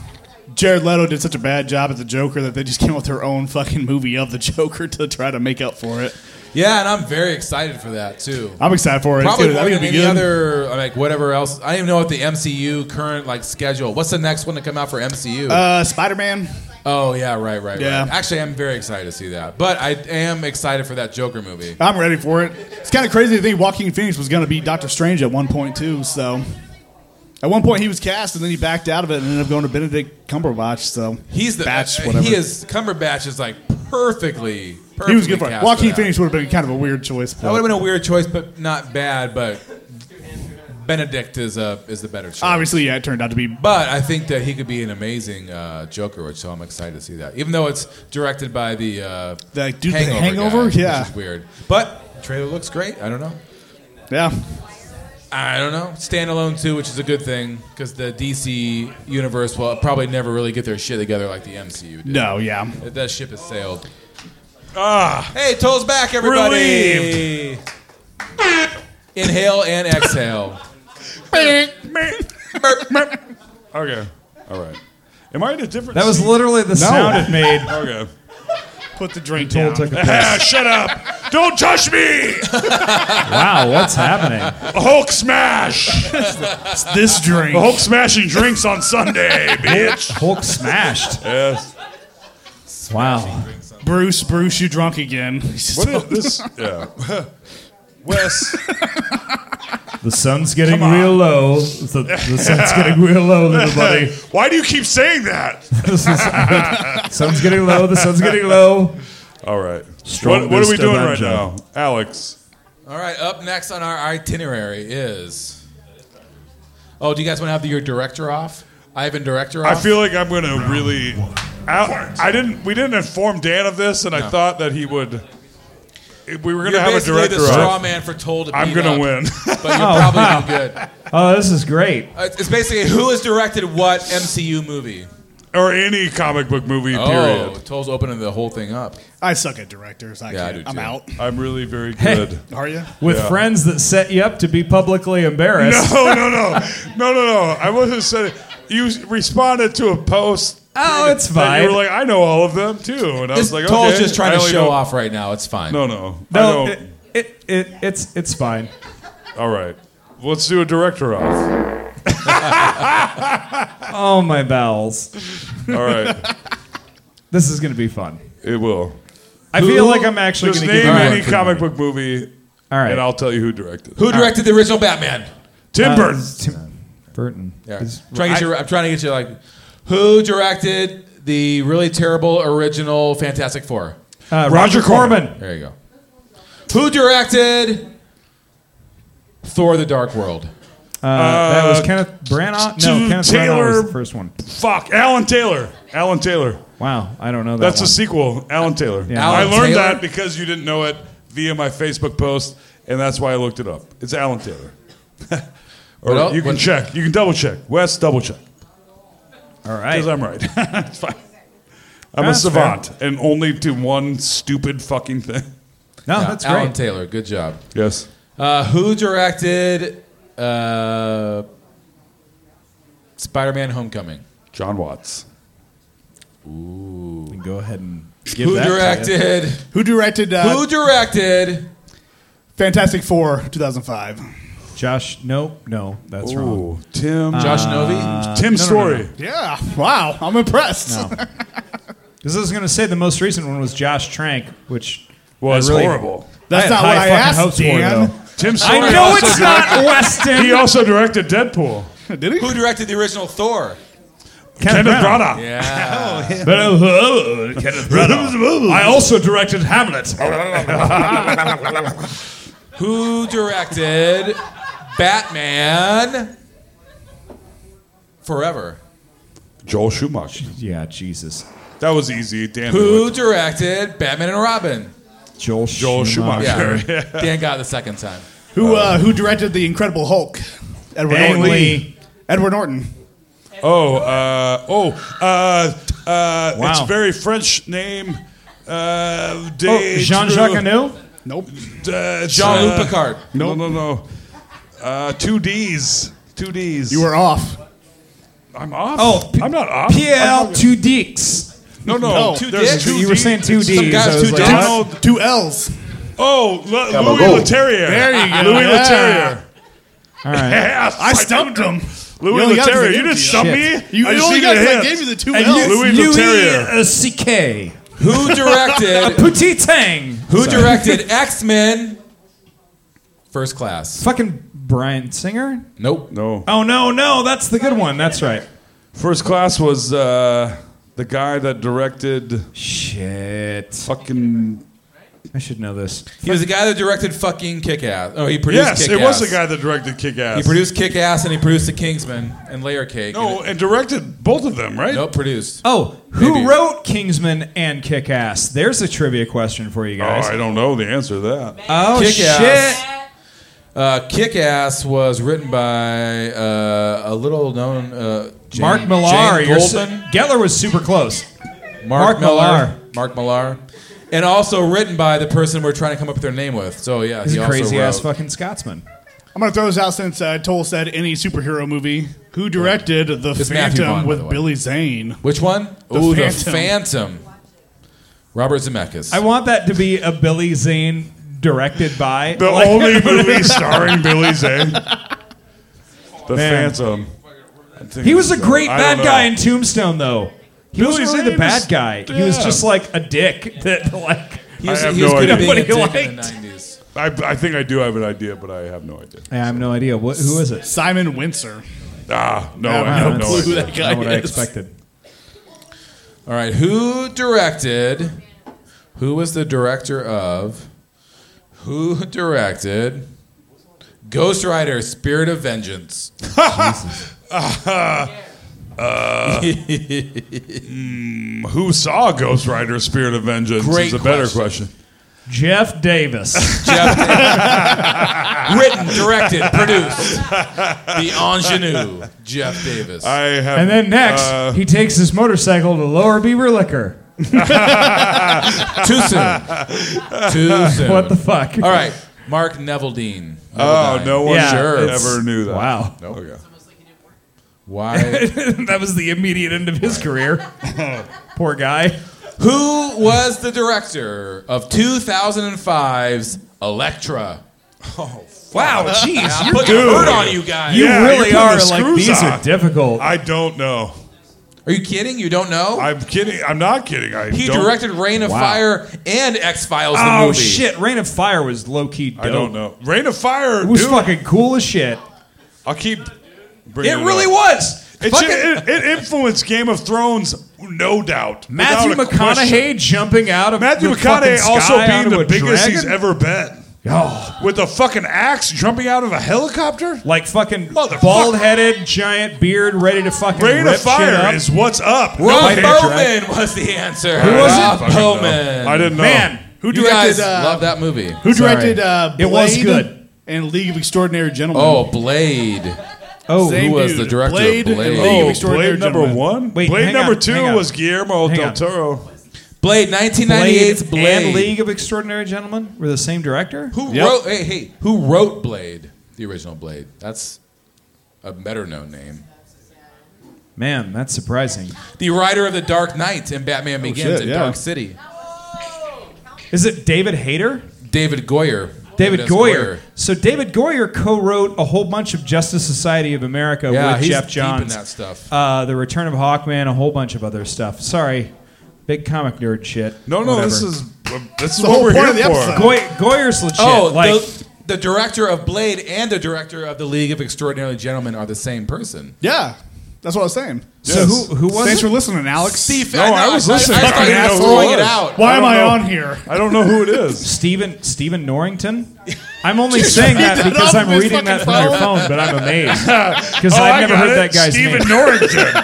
Jared Leto did such a bad job at the Joker that they just came up with their own fucking movie of the [laughs] Joker to try to make up for it.
Yeah, and I'm very excited for that too.
I'm excited for it.
Probably
Dude, I
more
think
than
it'd
any
be good.
other, like whatever else. I don't even know what the MCU current like schedule. What's the next one to come out for MCU?
Uh, Spider Man.
oh yeah, right, right,
Yeah.
right. Actually, I'm very excited to see that. But I am excited for that Joker movie.
I'm ready for it. It's kind of crazy to think Joaquin Phoenix was going to be Doctor Strange at one point too. So, at one point he was cast and then he backed out of it and ended up going to Benedict Cumberbatch. So
He's the
Batch,
uh,
whatever.
He is Cumberbatch is like perfectly. perfectly
He was good for it.
cast
Joaquin
that.
Phoenix would have been kind of a weird choice.
That would have
But
been a weird choice, but not bad. But Benedict is a is the better choice.
obviously, yeah, it turned out to be.
But I think that he could be an amazing uh, Joker, which so I'm excited to see that. Even though it's directed by the uh,
The dude, the
Hangover,
Hangover?
guy,
Yeah.
which is weird. But trailer looks great. I don't know.
Yeah,
I don't know. Standalone too, which is a good thing because the DC universe will probably never really get their shit together like the MCU. Did.
no, yeah.
That- That ship has sailed.
Ah,
Hey, toes back, everybody. Inhale and exhale.
Okay. All right. Am I in a different? [laughs]
That was
scene?
literally the sound it made.
Okay.
Put the drink
Joel
down.
took a
[laughs] Ah,
piss.
shut up! Don't touch me!
Wow, what's happening?
Hulk smash!
It's [laughs] this drink.
The Hulk smashing drinks on [laughs] Sunday, bitch.
Hulk smashed.
Yes.
Wow.
Bruce, Bruce, you drunk again?
What
[laughs]
is this? [laughs] Yeah. Wes,
The sun's getting
Come on.
real low. The, the sun's getting real low, little
[laughs]
buddy.
why do you keep saying that?
This is- sun's getting low. The sun's getting low.
All right.
Strong
what, what are we
vista
doing right now,
banjo.
Alex?
All right, up next on our itinerary is. Oh, do you guys want to have your director off? Ivan director
I
off.
feel like I'm going to really. I, I didn't. We didn't inform Dan of this, and I thought that he would. We were going to
you're
have a
basically
director.
the straw
on.
man for told to
I'm
going
going
to
to win. [laughs]
but you're
Oh,
probably
wow.
doing good.
Oh, this is great.
Uh, It's it's basically who has directed what MCU movie.
or any comic book movie.
Oh,
Period.
Toll's opening the whole thing up.
I suck at directors. I
Yeah, I
can't.
do,
I'm
too.
out.
I'm really very
Hey.
good.
Are you?
With
Yeah.
friends that set you up to be publicly embarrassed.
No, no, no, no, no, no. I wasn't saying. You responded to a post.
Oh, it's
that
fine.
You were like, I know all of them too, and I was
This-
like,
Toll's
okay.
just trying
I
to
only
show
know-
off right now. It's fine.
No, no,
no,
I
it,
don't-
it, it, it's it's fine.
all right, let's do a director off.
Oh my bowels.
[laughs]
All right,
This is gonna be fun.
it will.
I feel like I'm actually
Just
gonna
name
give
All right.
any comic book movie,
All right.
and I'll tell you who directed. it.
Who directed the original Batman?
Tim
Uh,
Burton.
Tim Burton.
Yeah.
Is-
Trying to get you, I'm trying to get you like, who directed the really terrible original Fantastic Four?
uh,
Roger
Roger Corman.
There you go. Who directed Thor: The Dark World?
Uh, that was
Uh,
Kenneth Branagh.
t-
No, Kenneth Branagh was
Taylor-
the first one.
Fuck, Alan Taylor. Alan Taylor.
Wow, I don't know that.
That's
one.
a sequel. Alan Taylor.
Yeah.
Alan
I learned
Taylor?
that because you didn't know it via my Facebook post, and that's why I looked it up. It's Alan Taylor. [laughs] or
What else-
you can
what-
check. You can double check. Wes, double check.
All right.
Because I'm right. [laughs] it's fine. I'm a
That's
savant, and only to one stupid fucking thing.
No,
Yeah,
that's
Alan
great.
Taylor, good job.
Yes.
Uh, who directed uh, Spider-Man: Homecoming?
John Watts.
Go ahead and give
who
that to you.
directed?
Who directed uh,
who directed?
Fantastic Four 2005?
Josh? No, no, that's wrong.
Ooh, Tim.
Uh,
Josh Novi.
Tim Story.
Yeah. Wow. I'm impressed.
Because I was going to say the most recent one was Josh Trank, which
Was
I really-
horrible.
That's
I had
not what
high
I
fucking
asked,
hopes for,
Dan.
though.
Tim Story.
I know
also
it's
direct-
not Weston.
He also directed Deadpool.
Did he?
Who directed the original Thor?
Kenneth Branagh.
Yeah.
Oh,
Kenneth Branagh. I also directed Hamlet.
Who directed Batman Forever?
Joel Schumacher.
Yeah, Jesus.
That was easy. Dan knew
Who
it.
directed Batman and Robin?
Joel
Joel Schumacher.
Yeah. Dan got it the second time.
Who uh, who directed the Incredible Hulk? Edward
Ang
Norton.
Lee.
Edward Norton.
Oh, uh, oh, uh, uh,
Wow.
it's a very French name. Uh, de
Oh, Jean-Jacques Anou?
Nope.
Jean-Luc Picard.
Uh, No, no, no. Uh, two D's. Two D's.
You were off.
I'm off.
Oh,
I'm not off.
PL two dicks.
No, no.
No,
Two
there's-
D's.
you were saying two
Some
D's,
guys,
I was
two
like,
D's.
what?
No,
Two L's.
Oh, L-
Come
Louis
on, go.
Leterrier.
There you go.
Louis
Yeah.
Leterrier.
All
[laughs]
right.
Yes,
I stumped him.
Louis
You only got it 'cause I
Leterrier.
gave
You didn't
you
stump
the-
me.
You-
I
you
just
only
need
got
the
it 'cause I
hint.
gave you the two
And
L's.
Louis
Louis
Leterrier.
uh, C.K.
Who
[laughs]
A
directed
petit tang.
Who
Sorry.
directed X-Men First Class?
Fucking Brian Singer?
Nope.
No.
Oh no, no, that's the good one. That's right.
First class was uh, the guy that directed.
Shit.
Fucking.
I should know this.
He was the guy that directed fucking Kick-Ass. Oh, he produced
Yes,
Kick-Ass.
it was the guy that directed Kick Ass.
He produced Kick-Ass and he produced The Kingsman and Layer Cake.
No, and directed both of them, right?
Nope, produced.
Oh, who
Maybe.
wrote Kingsman and Kick Ass? There's a trivia question for you
Oh,
guys.
I don't know the answer to that.
Oh, shit.
Kick-Ass. Uh, Kick-Ass was written by uh, a little known uh, Jane-
Mark Millar.
Jane
you're s-
Goldman.
Geller was super close. Mark
Mark, Millar.
Millar.
Mark Millar. And also written by the person we're trying to come up with their name with. So yeah,
He's
he
a
also
crazy
wrote.
ass fucking Scotsman.
I'm gonna throw this out since uh, Toll said any superhero movie. Who directed the
It's Matthew
Phantom
Vaughn, by the
with
way.
Billy Zane?
Which one?
The
Ooh, the
Phantom.
Phantom. Robert Zemeckis.
I want that to be a Billy Zane directed by
The
like- [laughs]
only movie starring Billy Zane. The
Man.
Phantom. I think
He was a
it's, uh,
great
I
bad
don't
guy
know.
in Tombstone, though. He
Billy
was really the
Zane
bad
is-
guy. He was
yeah.
just like a dick that [laughs] like.
he was,
I have
he was
no
good at
idea.
being a
Nobody
dick in the
liked.
90s.
I, I think I do have an idea, but I have no idea.
I have no idea what. Who is it?
Simon Windsor.
Ah, no,
I
I
have
have
[laughs]
no
clue who
idea.
that
Not
guy
what I
is.
expected.
All right, who directed? Who was the director of? Who directed? Ghost Rider: Spirit of Vengeance.
Hmm, Who saw Ghost Rider: Spirit of Vengeance?
Great
is a better
question.
question.
Jeff Davis.
Written, directed, produced. The ingenue, Jeff Davis.
I have.
and
[laughs]
then next,
uh,
he takes his motorcycle to Lower Beaver Liquor.
Too soon.
[laughs]
Too soon.
What the fuck?
All right, Mark Neville Dean.
oh, no one
Yeah,
sure
it's-
ever knew that. Oh,
Wow.
Okay.
Why?
[laughs] that was the immediate end of his
[laughs]
career. Poor guy.
Who was the director of 2005's Electra?
[laughs] Wow, Oh, jeez.
I'm putting a hurt on you guys.
You
Yeah,
really
you're putting
are
the
like
screws
these are
on.
difficult.
I don't know.
Are you kidding? You don't know?
I'm kidding. I'm not kidding. I
he
don't,
directed Reign of
Wow.
Fire and X Files. the
oh
movie.
shit! Rain of Fire was low key. Dope.
I don't know. Rain of Fire.
It was
Dude,
fucking cool as shit.
I'll keep.
It
bringing It,
really
up.
was.
It,
Fucking-
should- it, it influenced Game of Thrones, no doubt.
Matthew
without a
McConaughey
question.
jumping out of
Matthew
the
McConaughey
fucking
also
sky
being
onto
the
a
biggest
dragon?
he's ever been.
Oh,
With a fucking axe jumping out of a helicopter?
like fucking
Motherfucker.
bald headed, giant beard, ready to fucking
Rain
rip
of
shit
Fire
up.
is what's up. Ah,
Rob
Nobody-
Bowman was the answer.
Who was it? Oh,
Rob
Fucking no.
Bowman.
I didn't know.
Man,
Who
You guys
directed? Uh,
love that movie.
Who directed? Uh,
It was
Blade
good.
And League of Extraordinary Gentlemen.
Oh, Blade.
oh,
who
Same
was
dude.
the director of
Blade and
Blade?
League of
Oh,
Extraordinary
Blade number
Gentlemen.
one?
Wait,
Blade
hang
number
on,
two
hang on.
was Guillermo
Hang
del
on.
Toro.
Blade.
Blade
1998's Blade.
and League of Extraordinary Gentlemen were the same director.
Who
Yep.
wrote? Hey, hey, who wrote Blade? The original Blade. That's a better known name.
Man, that's surprising.
The writer of the Dark Knight and Batman Begins
shit,
and
yeah.
Dark City.
Is it David Hayter?
David Goyer.
David
S.
Goyer. So David Goyer co-wrote a whole bunch of Justice Society of America
Yeah,
with
he's
Jeff
deep in
Johns.
that stuff.
Uh, the Return of Hawkman, a whole bunch of other stuff. Sorry, big comic nerd shit.
No, no, this
Whatever.
is uh, this is
The
what
whole
we're
point
here
of the
for.
episode.
Goy- Goyer's legit.
Oh,
like
the, the director of Blade and the director of the League of Extraordinary Gentlemen are the same person.
Yeah. That's what I was saying.
So who- who was it?
Thanks for listening, Alex.
Steve,
No, I know, I was I- I- listening. I
Fucking
didn't know
asshole.
who it was.
Why
I
am
don't
I
know.
on here?
I don't know who it is. [laughs] Stephen Stephen Norrington. I'm only
Just
saying
read
that
that
because
off
I'm
of his
reading that
fucking
from your
phone.
phone, but I'm amazed because
Oh, I
I've never
got
heard
it.
that guy's
Stephen
name. [laughs]
Norrington.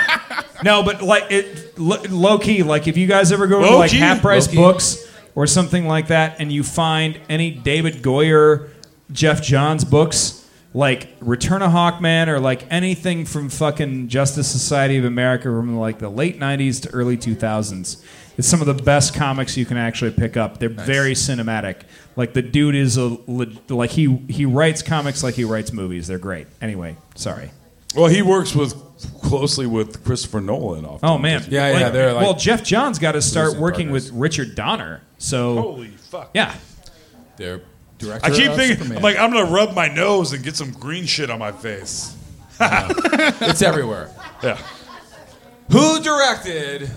no, but like it lo- low key. Like if you guys ever go to
Low
like
key.
half price
Low key.
books or something like that, and you find any David Goyer, Jeff Johns books. Like Return of Hawkman or like anything from fucking Justice Society of America from like the late '90s to early 2000s. It's some of the best comics you can actually pick up. They're very cinematic. Like the dude is a le- like he he writes comics like he writes movies. They're great. Anyway, sorry.
Well, he works with closely with Christopher Nolan. Often.
Oh man,
Like-
Like- well, Jeff Johns got to start working with Richard Donner. So
Holy fuck.
yeah,
they're
director
I keep
of
thinking,
Superman.
I'm like, I'm gonna rub my nose and get some green shit on my face.
it's everywhere.
Yeah.
Who directed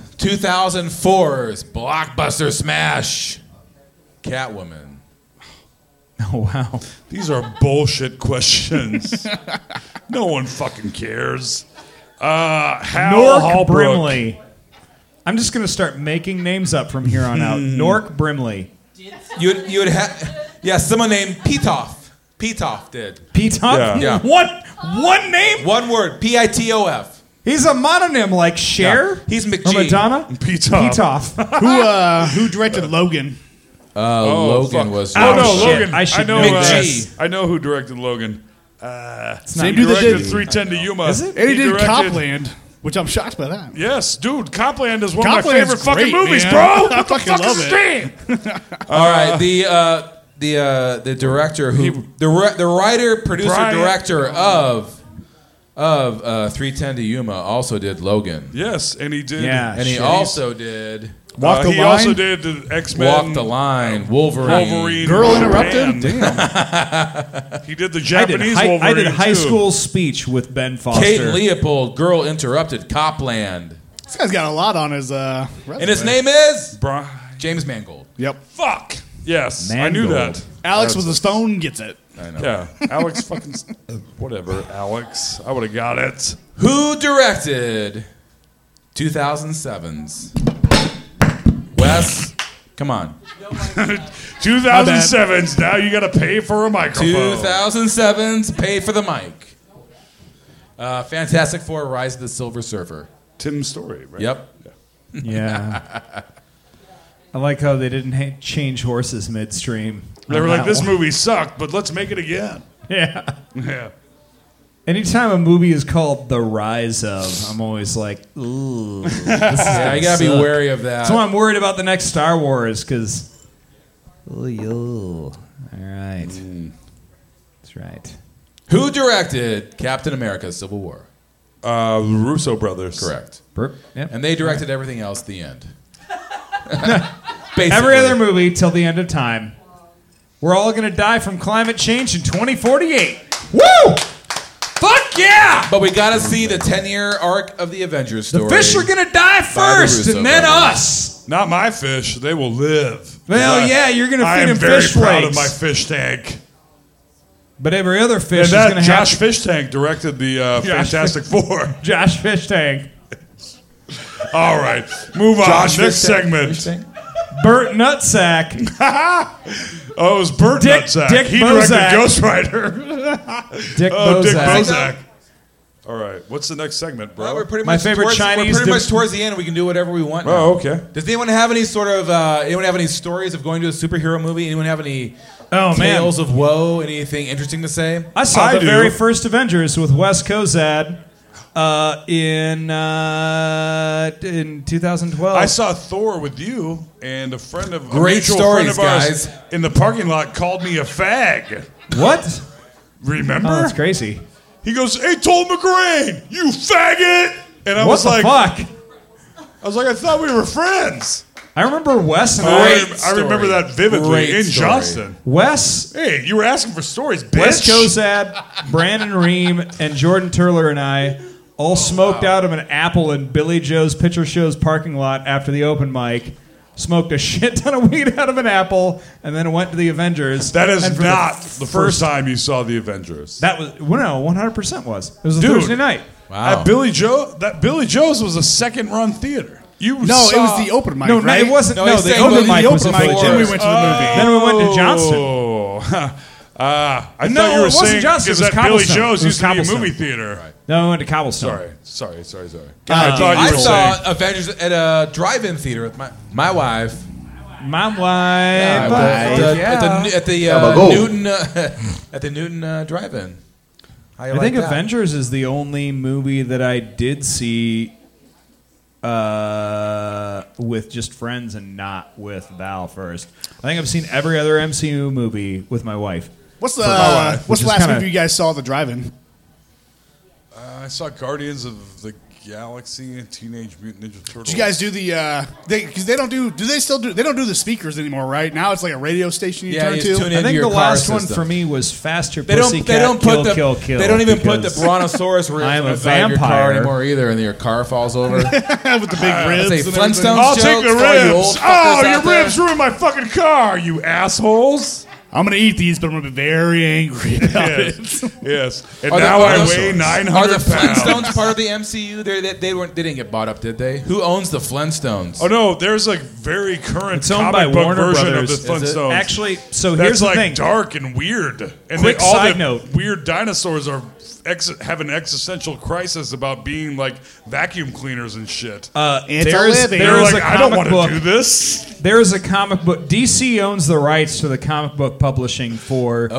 2004's blockbuster smash Catwoman?
[laughs] Oh wow.
These are bullshit
[laughs]
questions. no one fucking cares. Uh, Hal
Nork
Holbrook.
Brimley. I'm just gonna start making names up from here on out. Nork Brimley.
You would, you would have yeah someone named Pitoff. Pitoff did.
Pitoff.
Yeah. Yeah.
[laughs] What? One name?
One word. P I T O F.
He's a mononym like Cher.
He's
Or
McGee.
Oh, Madonna.
Pitoff.
Pitoff.
who uh, who directed Logan?
Uh,
Oh,
Logan
fuck.
was.
Oh, no, Logan. I, know.
Big
uh,
G.
I know who directed Logan. Uh,
not-
he
Same dude that
directed
did-
310 to Yuma.
Is it? And he did
directed-
Copland, which I'm shocked by that.
Yes, dude. Copland is one
Copland
of my
is
favorite fucking
great,
movies,
man.
bro.
I
What the
fucking
fuck
love
is
it.
this?
All right. The uh, the uh, the director who the ri- the writer producer
Brian-
director of of uh, 310 to Yuma also did Logan.
Yes, and he did.
Yeah, And he shit. also did
uh,
Walk the
he
Line?
also did the X Men.
Walk the line. Wolverine.
Wolverine.
Girl
Japan. [laughs]
Interrupted?
he did the
I did,
Japanese
hi-
Wolverine.
I did high
too.
school speech with Ben Foster.
Kate Leopold. Girl interrupted. Copland.
This guy's got a lot on his. Uh,
And his name is
Brian.
James Mangold.
Yep.
Fuck. Yes, I knew
Mangold.
that.
Alex
That's-
with his phone gets it.
I know.
Yeah, Alex fucking. uh, Whatever, Alex. I would have got it.
Who directed 2007's Wes? Come on.
2007s. Now you gotta pay for a microphone.
2007's Pay for the Mic. Uh, Fantastic Four: Rise of the Silver Surfer.
Tim Story, right?
Yep.
Yeah. I like how they didn't ha- change horses midstream.
They
on
were like,
that
this
[laughs] one.
movie sucked, but let's make it
[laughs]
again.
Yeah.
Yeah.
Anytime a movie is called The Rise of, I'm always like, ooh. This
[laughs]
is
Yeah, you
gonna
gotta be
suck.
wary of that.
That's why I'm worried about the next Star Wars, because. Ooh, yo. All right.
Mm.
That's right.
Who directed Captain America: Civil War?
Uh, the Russo brothers.
Correct.
Burp. Yep.
And they directed everything else. The
[laughs]
end.
Every other movie till the end of time. We're all going to die from climate change in 2048. Woo! Fuck yeah!
But we gotta see the ten-year arc of the Avengers
The
story.
fish are going to die
the
first
Russo
and then
brothers.
us.
Not my fish. They will live.
Well,
I-
yeah, you're going to
I
feed
am
them
very
fish
proud of
flakes.
my fish tank.
But every other
And
fish is
that
going to
Josh
have
Fish Tank directed the uh,
Josh
Fantastic Four.
Josh Fish Tank.
All right, move on.
Josh
Next
Fish Tank-
segment.
Fish Tank?
Burt Nutsack.
Oh, it was Bert
Dick-
Nutsack.
Dick
he
Bozak.
directed Ghost Rider. [laughs]
Dick
oh, Dick
Bozak.
Bozak. All right, what's the next segment, bro?
Well, we're pretty
My
much
favorite
towards,
Chinese
We're pretty
dim-
much towards the end. We can do whatever we want. now.
Oh, okay.
Does anyone have any sort of uh, anyone have any stories of going to a superhero movie? Anyone have any
Oh, man.
tales of woe? Anything interesting to say?
I saw
I
the
do.
very first Avengers with Wes Kozad uh, in uh, in 2012.
I saw Thor with you and a friend of
Great
a mutual
stories,
friend of ours
guys.
in the parking lot called me a fag.
what?
Remember?
Oh, that's crazy.
He goes, "Hey, Toll McGrain, you faggot!" And I
What
was
the
like,
fuck?
"I was like, I thought we were friends."
I remember Wes and
I,
I.
rem- I remember
story.
that vividly
Great
in
story.
Johnston.
Wes,
Hey, you were asking for stories, bitch.
Wes Kozad, Brandon Ream, and Jordan Turler and I all smoked out of an apple in Billy Joe's Picture Show's parking lot after the open mic. Smoked a shit ton of weed out of an apple, and then went to the Avengers.
That
And
is
for
not the,
f-
first time you saw the Avengers.
That was well, no, one hundred percent was. It was a
Dude.
Thursday night.
Wow.
At Billy Joe, that Billy Joe's was a second run theater. You
No, it
saw-
was the open mic,
No, no, right? it wasn't. No, No, the open mic was a Billy
Joe's. Then we went to the
Uh,
movie.
Then we
Oh.
went to Johnston.
Johnston. Ah, I
No,
thought you
it
were
wasn't
saying
Johnston, it
because
was
that Billy
Cobblestone.
Joe's
It was
used to be a
Cobblestone.
movie theater.
No, we went to Cobblestone.
Sorry, sorry, sorry, sorry.
I, saw Avengers at a drive-in theater with my my wife.
My wife.
Yeah, at the- At the, at the, uh,
Yeah, but go.
Newton uh, [laughs] at the Newton uh, drive-in. How you
I
like
think
that?
Avengers is the only movie that I did see uh, with just friends and not with Val first. I think I've seen every other MCU movie with my wife.
What's the
For my wife,
What's
which
the
is
last
kinda-
movie you guys saw at the drive-in?
Uh, I saw Guardians of the Galaxy and Teenage Mutant Ninja Turtles.
Did you guys do the? uh They because they don't do. Do they still do? They don't do the speakers anymore, right? Now it's like a radio station you turn to.
I think the last one for me was Faster
They don't.
Pussycat
They don't put
Kill,
the.
Kill Kill.
they don't even put the
because [laughs]
brontosaurus. re-
I am a
inside Your car
vampire.
anymore either, and your car falls over
[laughs]
with
the
ribs.
big
Say
and
Flintstones
I'll take
jokes
the
for all you
ribs.
old fuckers
Oh, your
out there.
ribs ruined my fucking car, you assholes.
I'm gonna eat these, but I'm gonna be very
[laughs]
angry about
yes.
it.
yes. And
Are the-
now
are
I
the-
weigh 900
Are the
pounds.
Flintstones part of the MCU? They're, they they weren't. They didn't get bought up, did they? Who owns the Flintstones?
Oh no, there's like very current
It's owned
comic
by
book
Warner
version
Brothers.
of the
Is it?
Flintstones.
Actually, so
That's
here's the
like
thing.
dark and weird, and they-
Quick
all
side
the
note.
weird dinosaurs are ex- have an existential crisis about being like vacuum cleaners and shit.
Uh, there is- there
They're
is
like,
a
I don't
comic
wanna
book-
do this.
There is a comic book. DC owns the rights to the comic book publishing for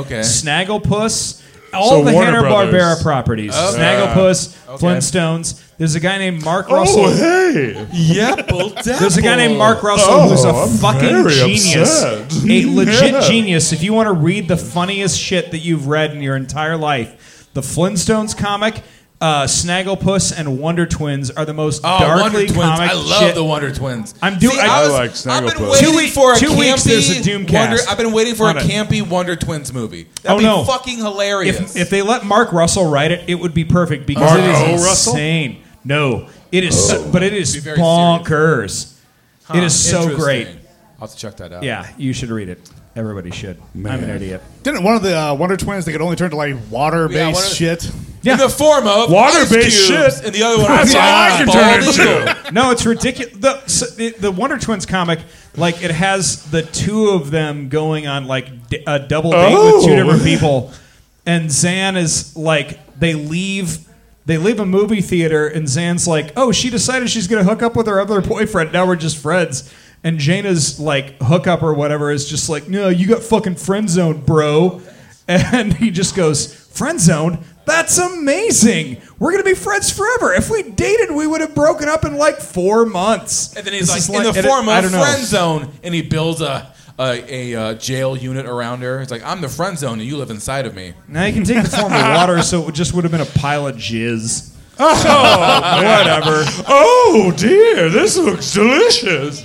Snagglepuss, all
So
the Hanna
Warner
Barbera
Brothers.
properties.
Okay.
Snagglepuss,
Okay.
Flintstones. There's a guy named Mark
Oh,
Russell. [laughs]
hey.
Yep. There's a guy named Mark Russell
Oh,
who's a
I'm
fucking
very
genius,
upset. [laughs]
a legit
Yeah.
genius. If you want to read the funniest shit that you've read in your entire life, the Flintstones comic. Uh, Snagglepuss and Wonder Twins are the most
Oh, Wonder
darkly
Twins!
comic
I love
shit
the Wonder Twins.
I'm doing-
See,
I-
I, was,
I like
I've been
Snagglepuss.
waiting
Two week-
for a
two
campy
weeks there's a Doomcast
Wonder, I've been waiting for a
on it.
campy Wonder Twins movie. That'd
oh
be
no!
fucking hilarious.
If, if they let Mark Russell write it, it would be perfect because
Mark
it is
O. Russell? Oh.
insane. No, it is, so, but it is
Be very serious.
bonkers. It
Huh,
is so great.
interesting. I'll have to check that out.
Yeah, you should read it. Everybody should. I'm an idiot.
Didn't one of the uh, Wonder Twins? They could only turn to like water-based
Yeah, one of-
shit.
Yeah.
In the form of
Water-based
ice cubes,
shit.
and the other one
That's
is
all I
a
can
bald
turn it
eagle.
[laughs] no, it's ridiculous. The, so, the the Wonder Twins comic, like it has the two of them going on like d- a double date with two
Oh.
different people, and Zan is like they leave. They leave a movie theater, and Zan's like, "Oh, she decided she's going to hook up with her other boyfriend. Now we're just friends." And Jaina's like hookup or whatever is just like, "No, you got fucking friend zoned, bro." And he just goes, Friend zoned? That's amazing. We're going to be friends forever. If we dated, we would have broken up in like four months.
And then he's
This is
like, in the
and it-
form
I
of
don't know.
friend zone, and he builds a a, a uh, jail unit around her. He's like, I'm the friend zone, and you live inside of me.
Now you can take the form of
[laughs]
water, so it just would have been a pile of jizz.
Oh.
whatever. Oh dear, this looks delicious.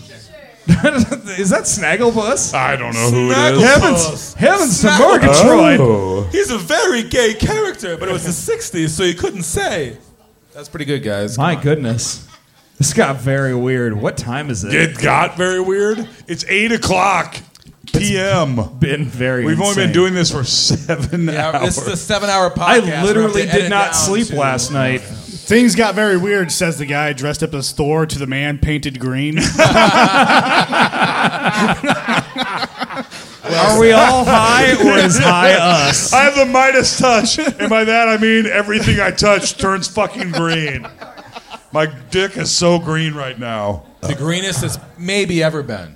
[laughs] is that Snagglepuss?
I don't know who it
Snagglepuss.
is.
Heavens, heavens to
Snagglepuss.
Murgatroyd.
Oh.
He's a very gay character, but it was the '60s, so you couldn't say. That's pretty good, guys.
My goodness. This got very weird. What time is it?
It got very weird. It's eight o'clock p.m.
Been very.
We've only been
insane.
doing this for [laughs] seven
Yeah,
hours.
this is a seven-hour podcast.
I
We're gonna have
literally
to
did
edit
not
down
sleep
to-
last night.
Things got very weird, says the guy dressed up as Thor to the man
[laughs]
painted green. [laughs]
Are we all high or is high us?
[laughs] I have the Midas touch, and by that I mean everything I touch turns fucking green. My dick is so green right now.
The greenest that's maybe ever
[laughs]
been.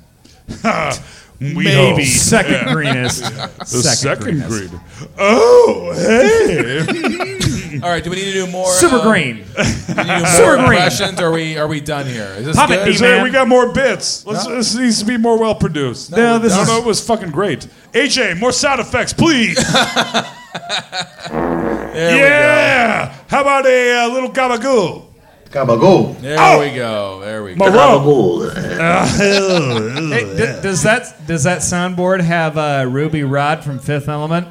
We
Maybe.
know.
Second
Yeah.
greenest.
[laughs] The
Second
second,
greenest.
green. Oh, hey.
All right, do we need to do more?
Super
um,
green.
do we need to do more
Super green.
impressions? Or are we are we done here? Is this
Pop it,
good?
Is there-
man.
we got more bits. Let's, This needs to be more well produced.
No, this
I
is-
don't know. It was fucking great. AJ, more sound effects, [laughs] please.
There
yeah. How about a uh, little gabagool?
Gabagool.
we go. There
Oh.
we go. There we go.
Gabagool.
Hey,
[laughs]
d- does that does that soundboard have uh, Ruby Rod from Fifth Element?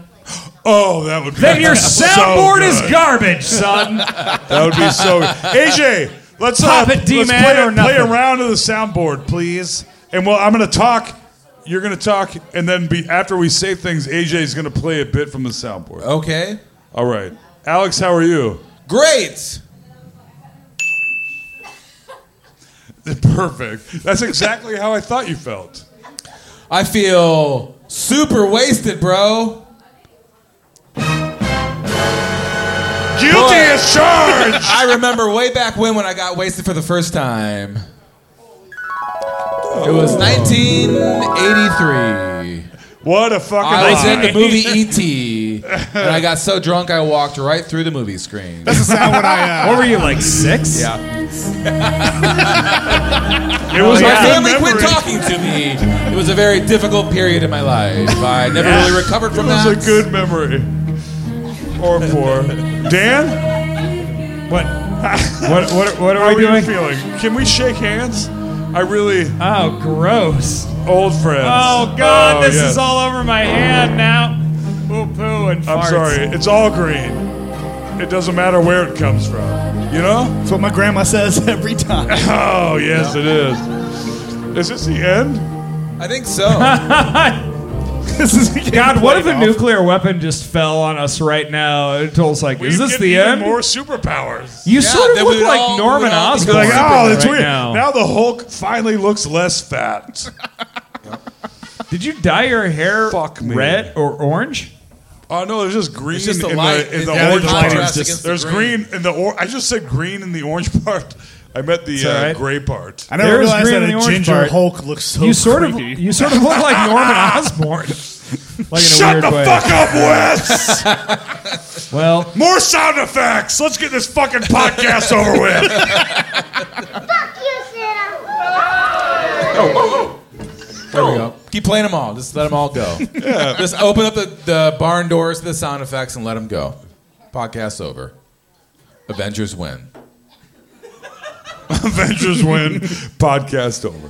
Oh, that would be
Then your
[laughs] so
soundboard is
good.
garbage,
[laughs]
son.
That would
[laughs]
be so. AJ, let's
Pop
uh,
it, D-man,
let's play,
or nothing.
play a round of the soundboard, please. And well, I'm gonna talk. You're gonna talk, and then be after we say things. AJ's gonna play a bit from the soundboard.
Okay.
All right, Alex, how are you?
Great.
Perfect. That's exactly how I thought you felt.
I feel super wasted, bro.
Guilty as charged.
I remember way back when when I got wasted for the first time. It was 1983.
[laughs] What a fucking
I was
lie.
in the movie E.T. and I got so drunk I walked right through the movie screen.
That's the sound when I. Uh,
What were you like six? [laughs]
Yeah.
It
Oh,
was
my
a good
family quit
memory.
talking to me. It was a very difficult period in my life. I never really recovered
It
from
was
that.
a good memory. Or poor. Dan, [laughs]
What? what? What? What
how
are
are
we
you
doing?
feeling? Can we shake hands? I really
Oh, gross.
old friends.
Oh God,
Oh,
this
yes.
is all over my hand now.
[laughs]
Poo poo and farts.
I'm sorry. It's all green. It doesn't matter where it comes from. You know?
that's what my grandma says [laughs] every time.
Oh yes, it is. Is this the end?
I think so.
this is getting
God, what if
played
a
off.
nuclear weapon just fell on us right now? And Toll's like,
We
is this
get
the
even
end?
More superpowers.
You sort
then
of
we
look
would
like
all- we
Norman
would all be
Osborn.
You're like, oh, that's
right
weird.
Now.
now the Hulk finally looks less fat.
Did you dye your hair
Fuck me.
red or orange?
[laughs] Oh no, there's just green
It's just the
in
light.
the in the
Yeah, the
orange
contrast
part.
against the
there's
green.
green. in the or- I just said green in the orange [laughs] part. I meant the
all
uh,
right.
gray part.
I never
There is
realized
green
that
in the
a
orange
ginger
part.
Hulk looks so
Oh,
you sort of
creepy.
you sort of look like [laughs] Norman Osborn. Like in a
Shut
weird
the
way.
fuck up, Wes! [laughs]
Well,
More sound effects. Let's get this fucking podcast over with.
There we go. Keep playing them all. Just let them all go. Just open up the, the barn doors to the sound effects and let them go. Podcast over. Avengers win.
Avengers win. Podcast over.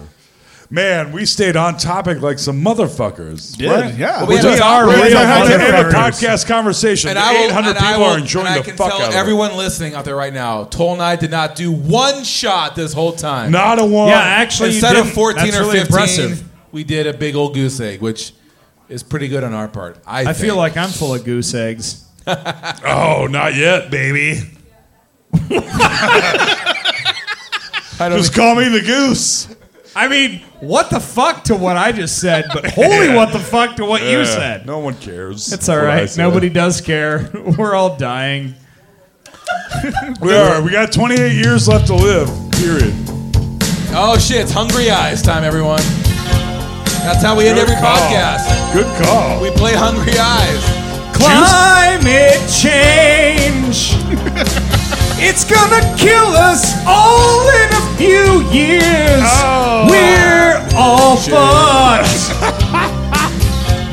Man, we stayed on topic like some motherfuckers.
Did, yeah.
we
We're
had
just
a-
are
we're
real
just having a
motherfuckers.
podcast conversation.
And I will,
800
and I
people
will-
are enjoying
and I
the
can
fuck
tell
out of it.
everyone listening out there right now, Toll and I did not do one shot this whole time.
Not a one.
yeah, actually, you
Instead of
didn't.
14
That's
or
really
15,
impressive.
we did a big old goose egg, which is pretty good on our part. I,
I feel
think.
like I'm full of goose eggs.
Oh, not
[laughs]
yet, baby.
I don't
Just call me the goose.
I mean, what the fuck to what I just said, but [laughs] holy what the fuck to what you
Yeah,
said.
No one cares.
It's all
what I
right.
said.
Nobody does care. [laughs] We're all dying.
We are. We got 28 years left to live. Period.
think- oh shit! It's Hungry Eyes time, everyone. That's how we end every
call.
podcast.
Good call.
We play Hungry Eyes.
Climate
[laughs]
change. it's gonna kill us all in a few years.
Oh.
We're all fucked.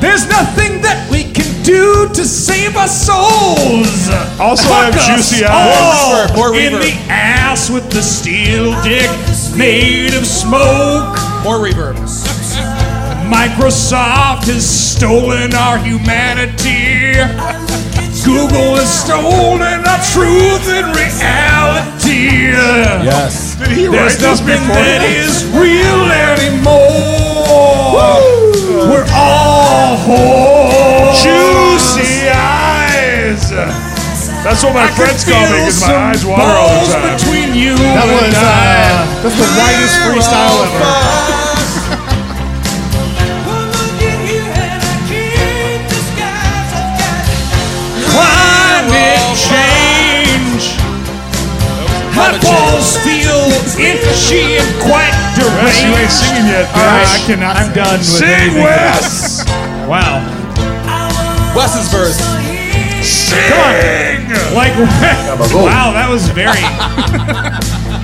[laughs]
There's nothing that we can do to save our souls.
Also, I
Fuck
have
us
juicy
all
eyes.
Reverb, more
in
reverb.
the ass with the steel dick made of smoke.
More reverb.
Microsoft has stolen our humanity. Google has stolen our truth and reality.
Yes.
Did he write
There's
this
nothing
before?
that is real anymore. We're all whores.
Juicy eyes. That's what my
I could
friends call me
feel
because my
some
eyes water all
balls
the time.
between you
That
and
was
I.
uh, that's the whitest freestyle ever.
climate change. My balls feel itchy and quite
Wes, you uh, ain't
deranged.
singing yet.
All right,
bitch.
I cannot. I'm done with
Sing,
anything.
Wes.
Wow.
Wes's verse.
Sing.
Like, [laughs] wow, that was
[laughs]
very.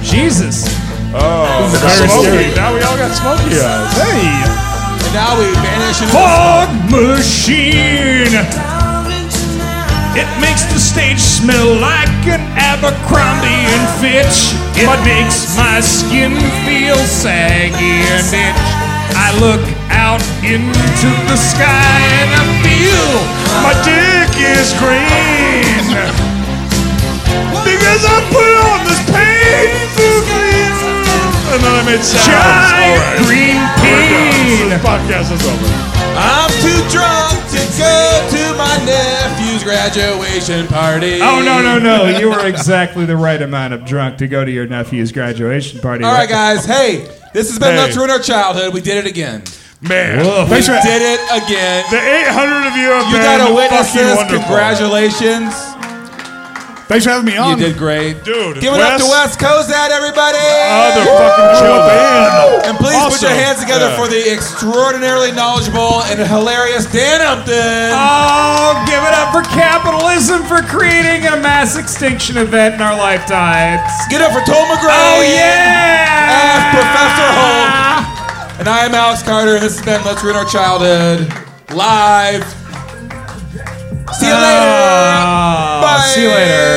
Jesus.
Oh, Smokey. Now we all got smoky eyes.
Hey.
And now we vanish into
Fog machine. It makes the stage smell like an Abercrombie and Fitch. It makes my skin feel saggy and itch. I look out into the sky and I feel
My dick is green because I put on this painful green, and then I made sounds.
giant
All right.
green
We're done.
pain.
This podcast is over.
I'm too drunk to go to my nephew's graduation. graduation party.
Oh no no no! You were exactly the right amount of drunk to go to your nephew's graduation party.
All right, guys. Hey, this has been
Hey.
Let's Ruin Our Childhood. We did it again.
Man,
Whoa.
we
Thanks for-
did it again.
The 800 of you have
you
been
got to witness
fucking
this.
wonderful.
Congratulations.
Thanks for having me
Um,
on. You did great.
Dude,
Give it up to West Cozad, everybody.
Motherfucking chill band.
And please put
Awesome.
your hands together
Yeah.
for the extraordinarily knowledgeable and hilarious Dan Upton.
Oh, give it up for capitalism for creating a mass extinction event in our lifetimes.
Get up for Tom McGraw.
Oh yeah!
As Uh, Professor Holt. And I am Alex Carter, and this has been Let's Ruin Our Childhood live. See you later. Bye.
Ah, See you later.
Oh.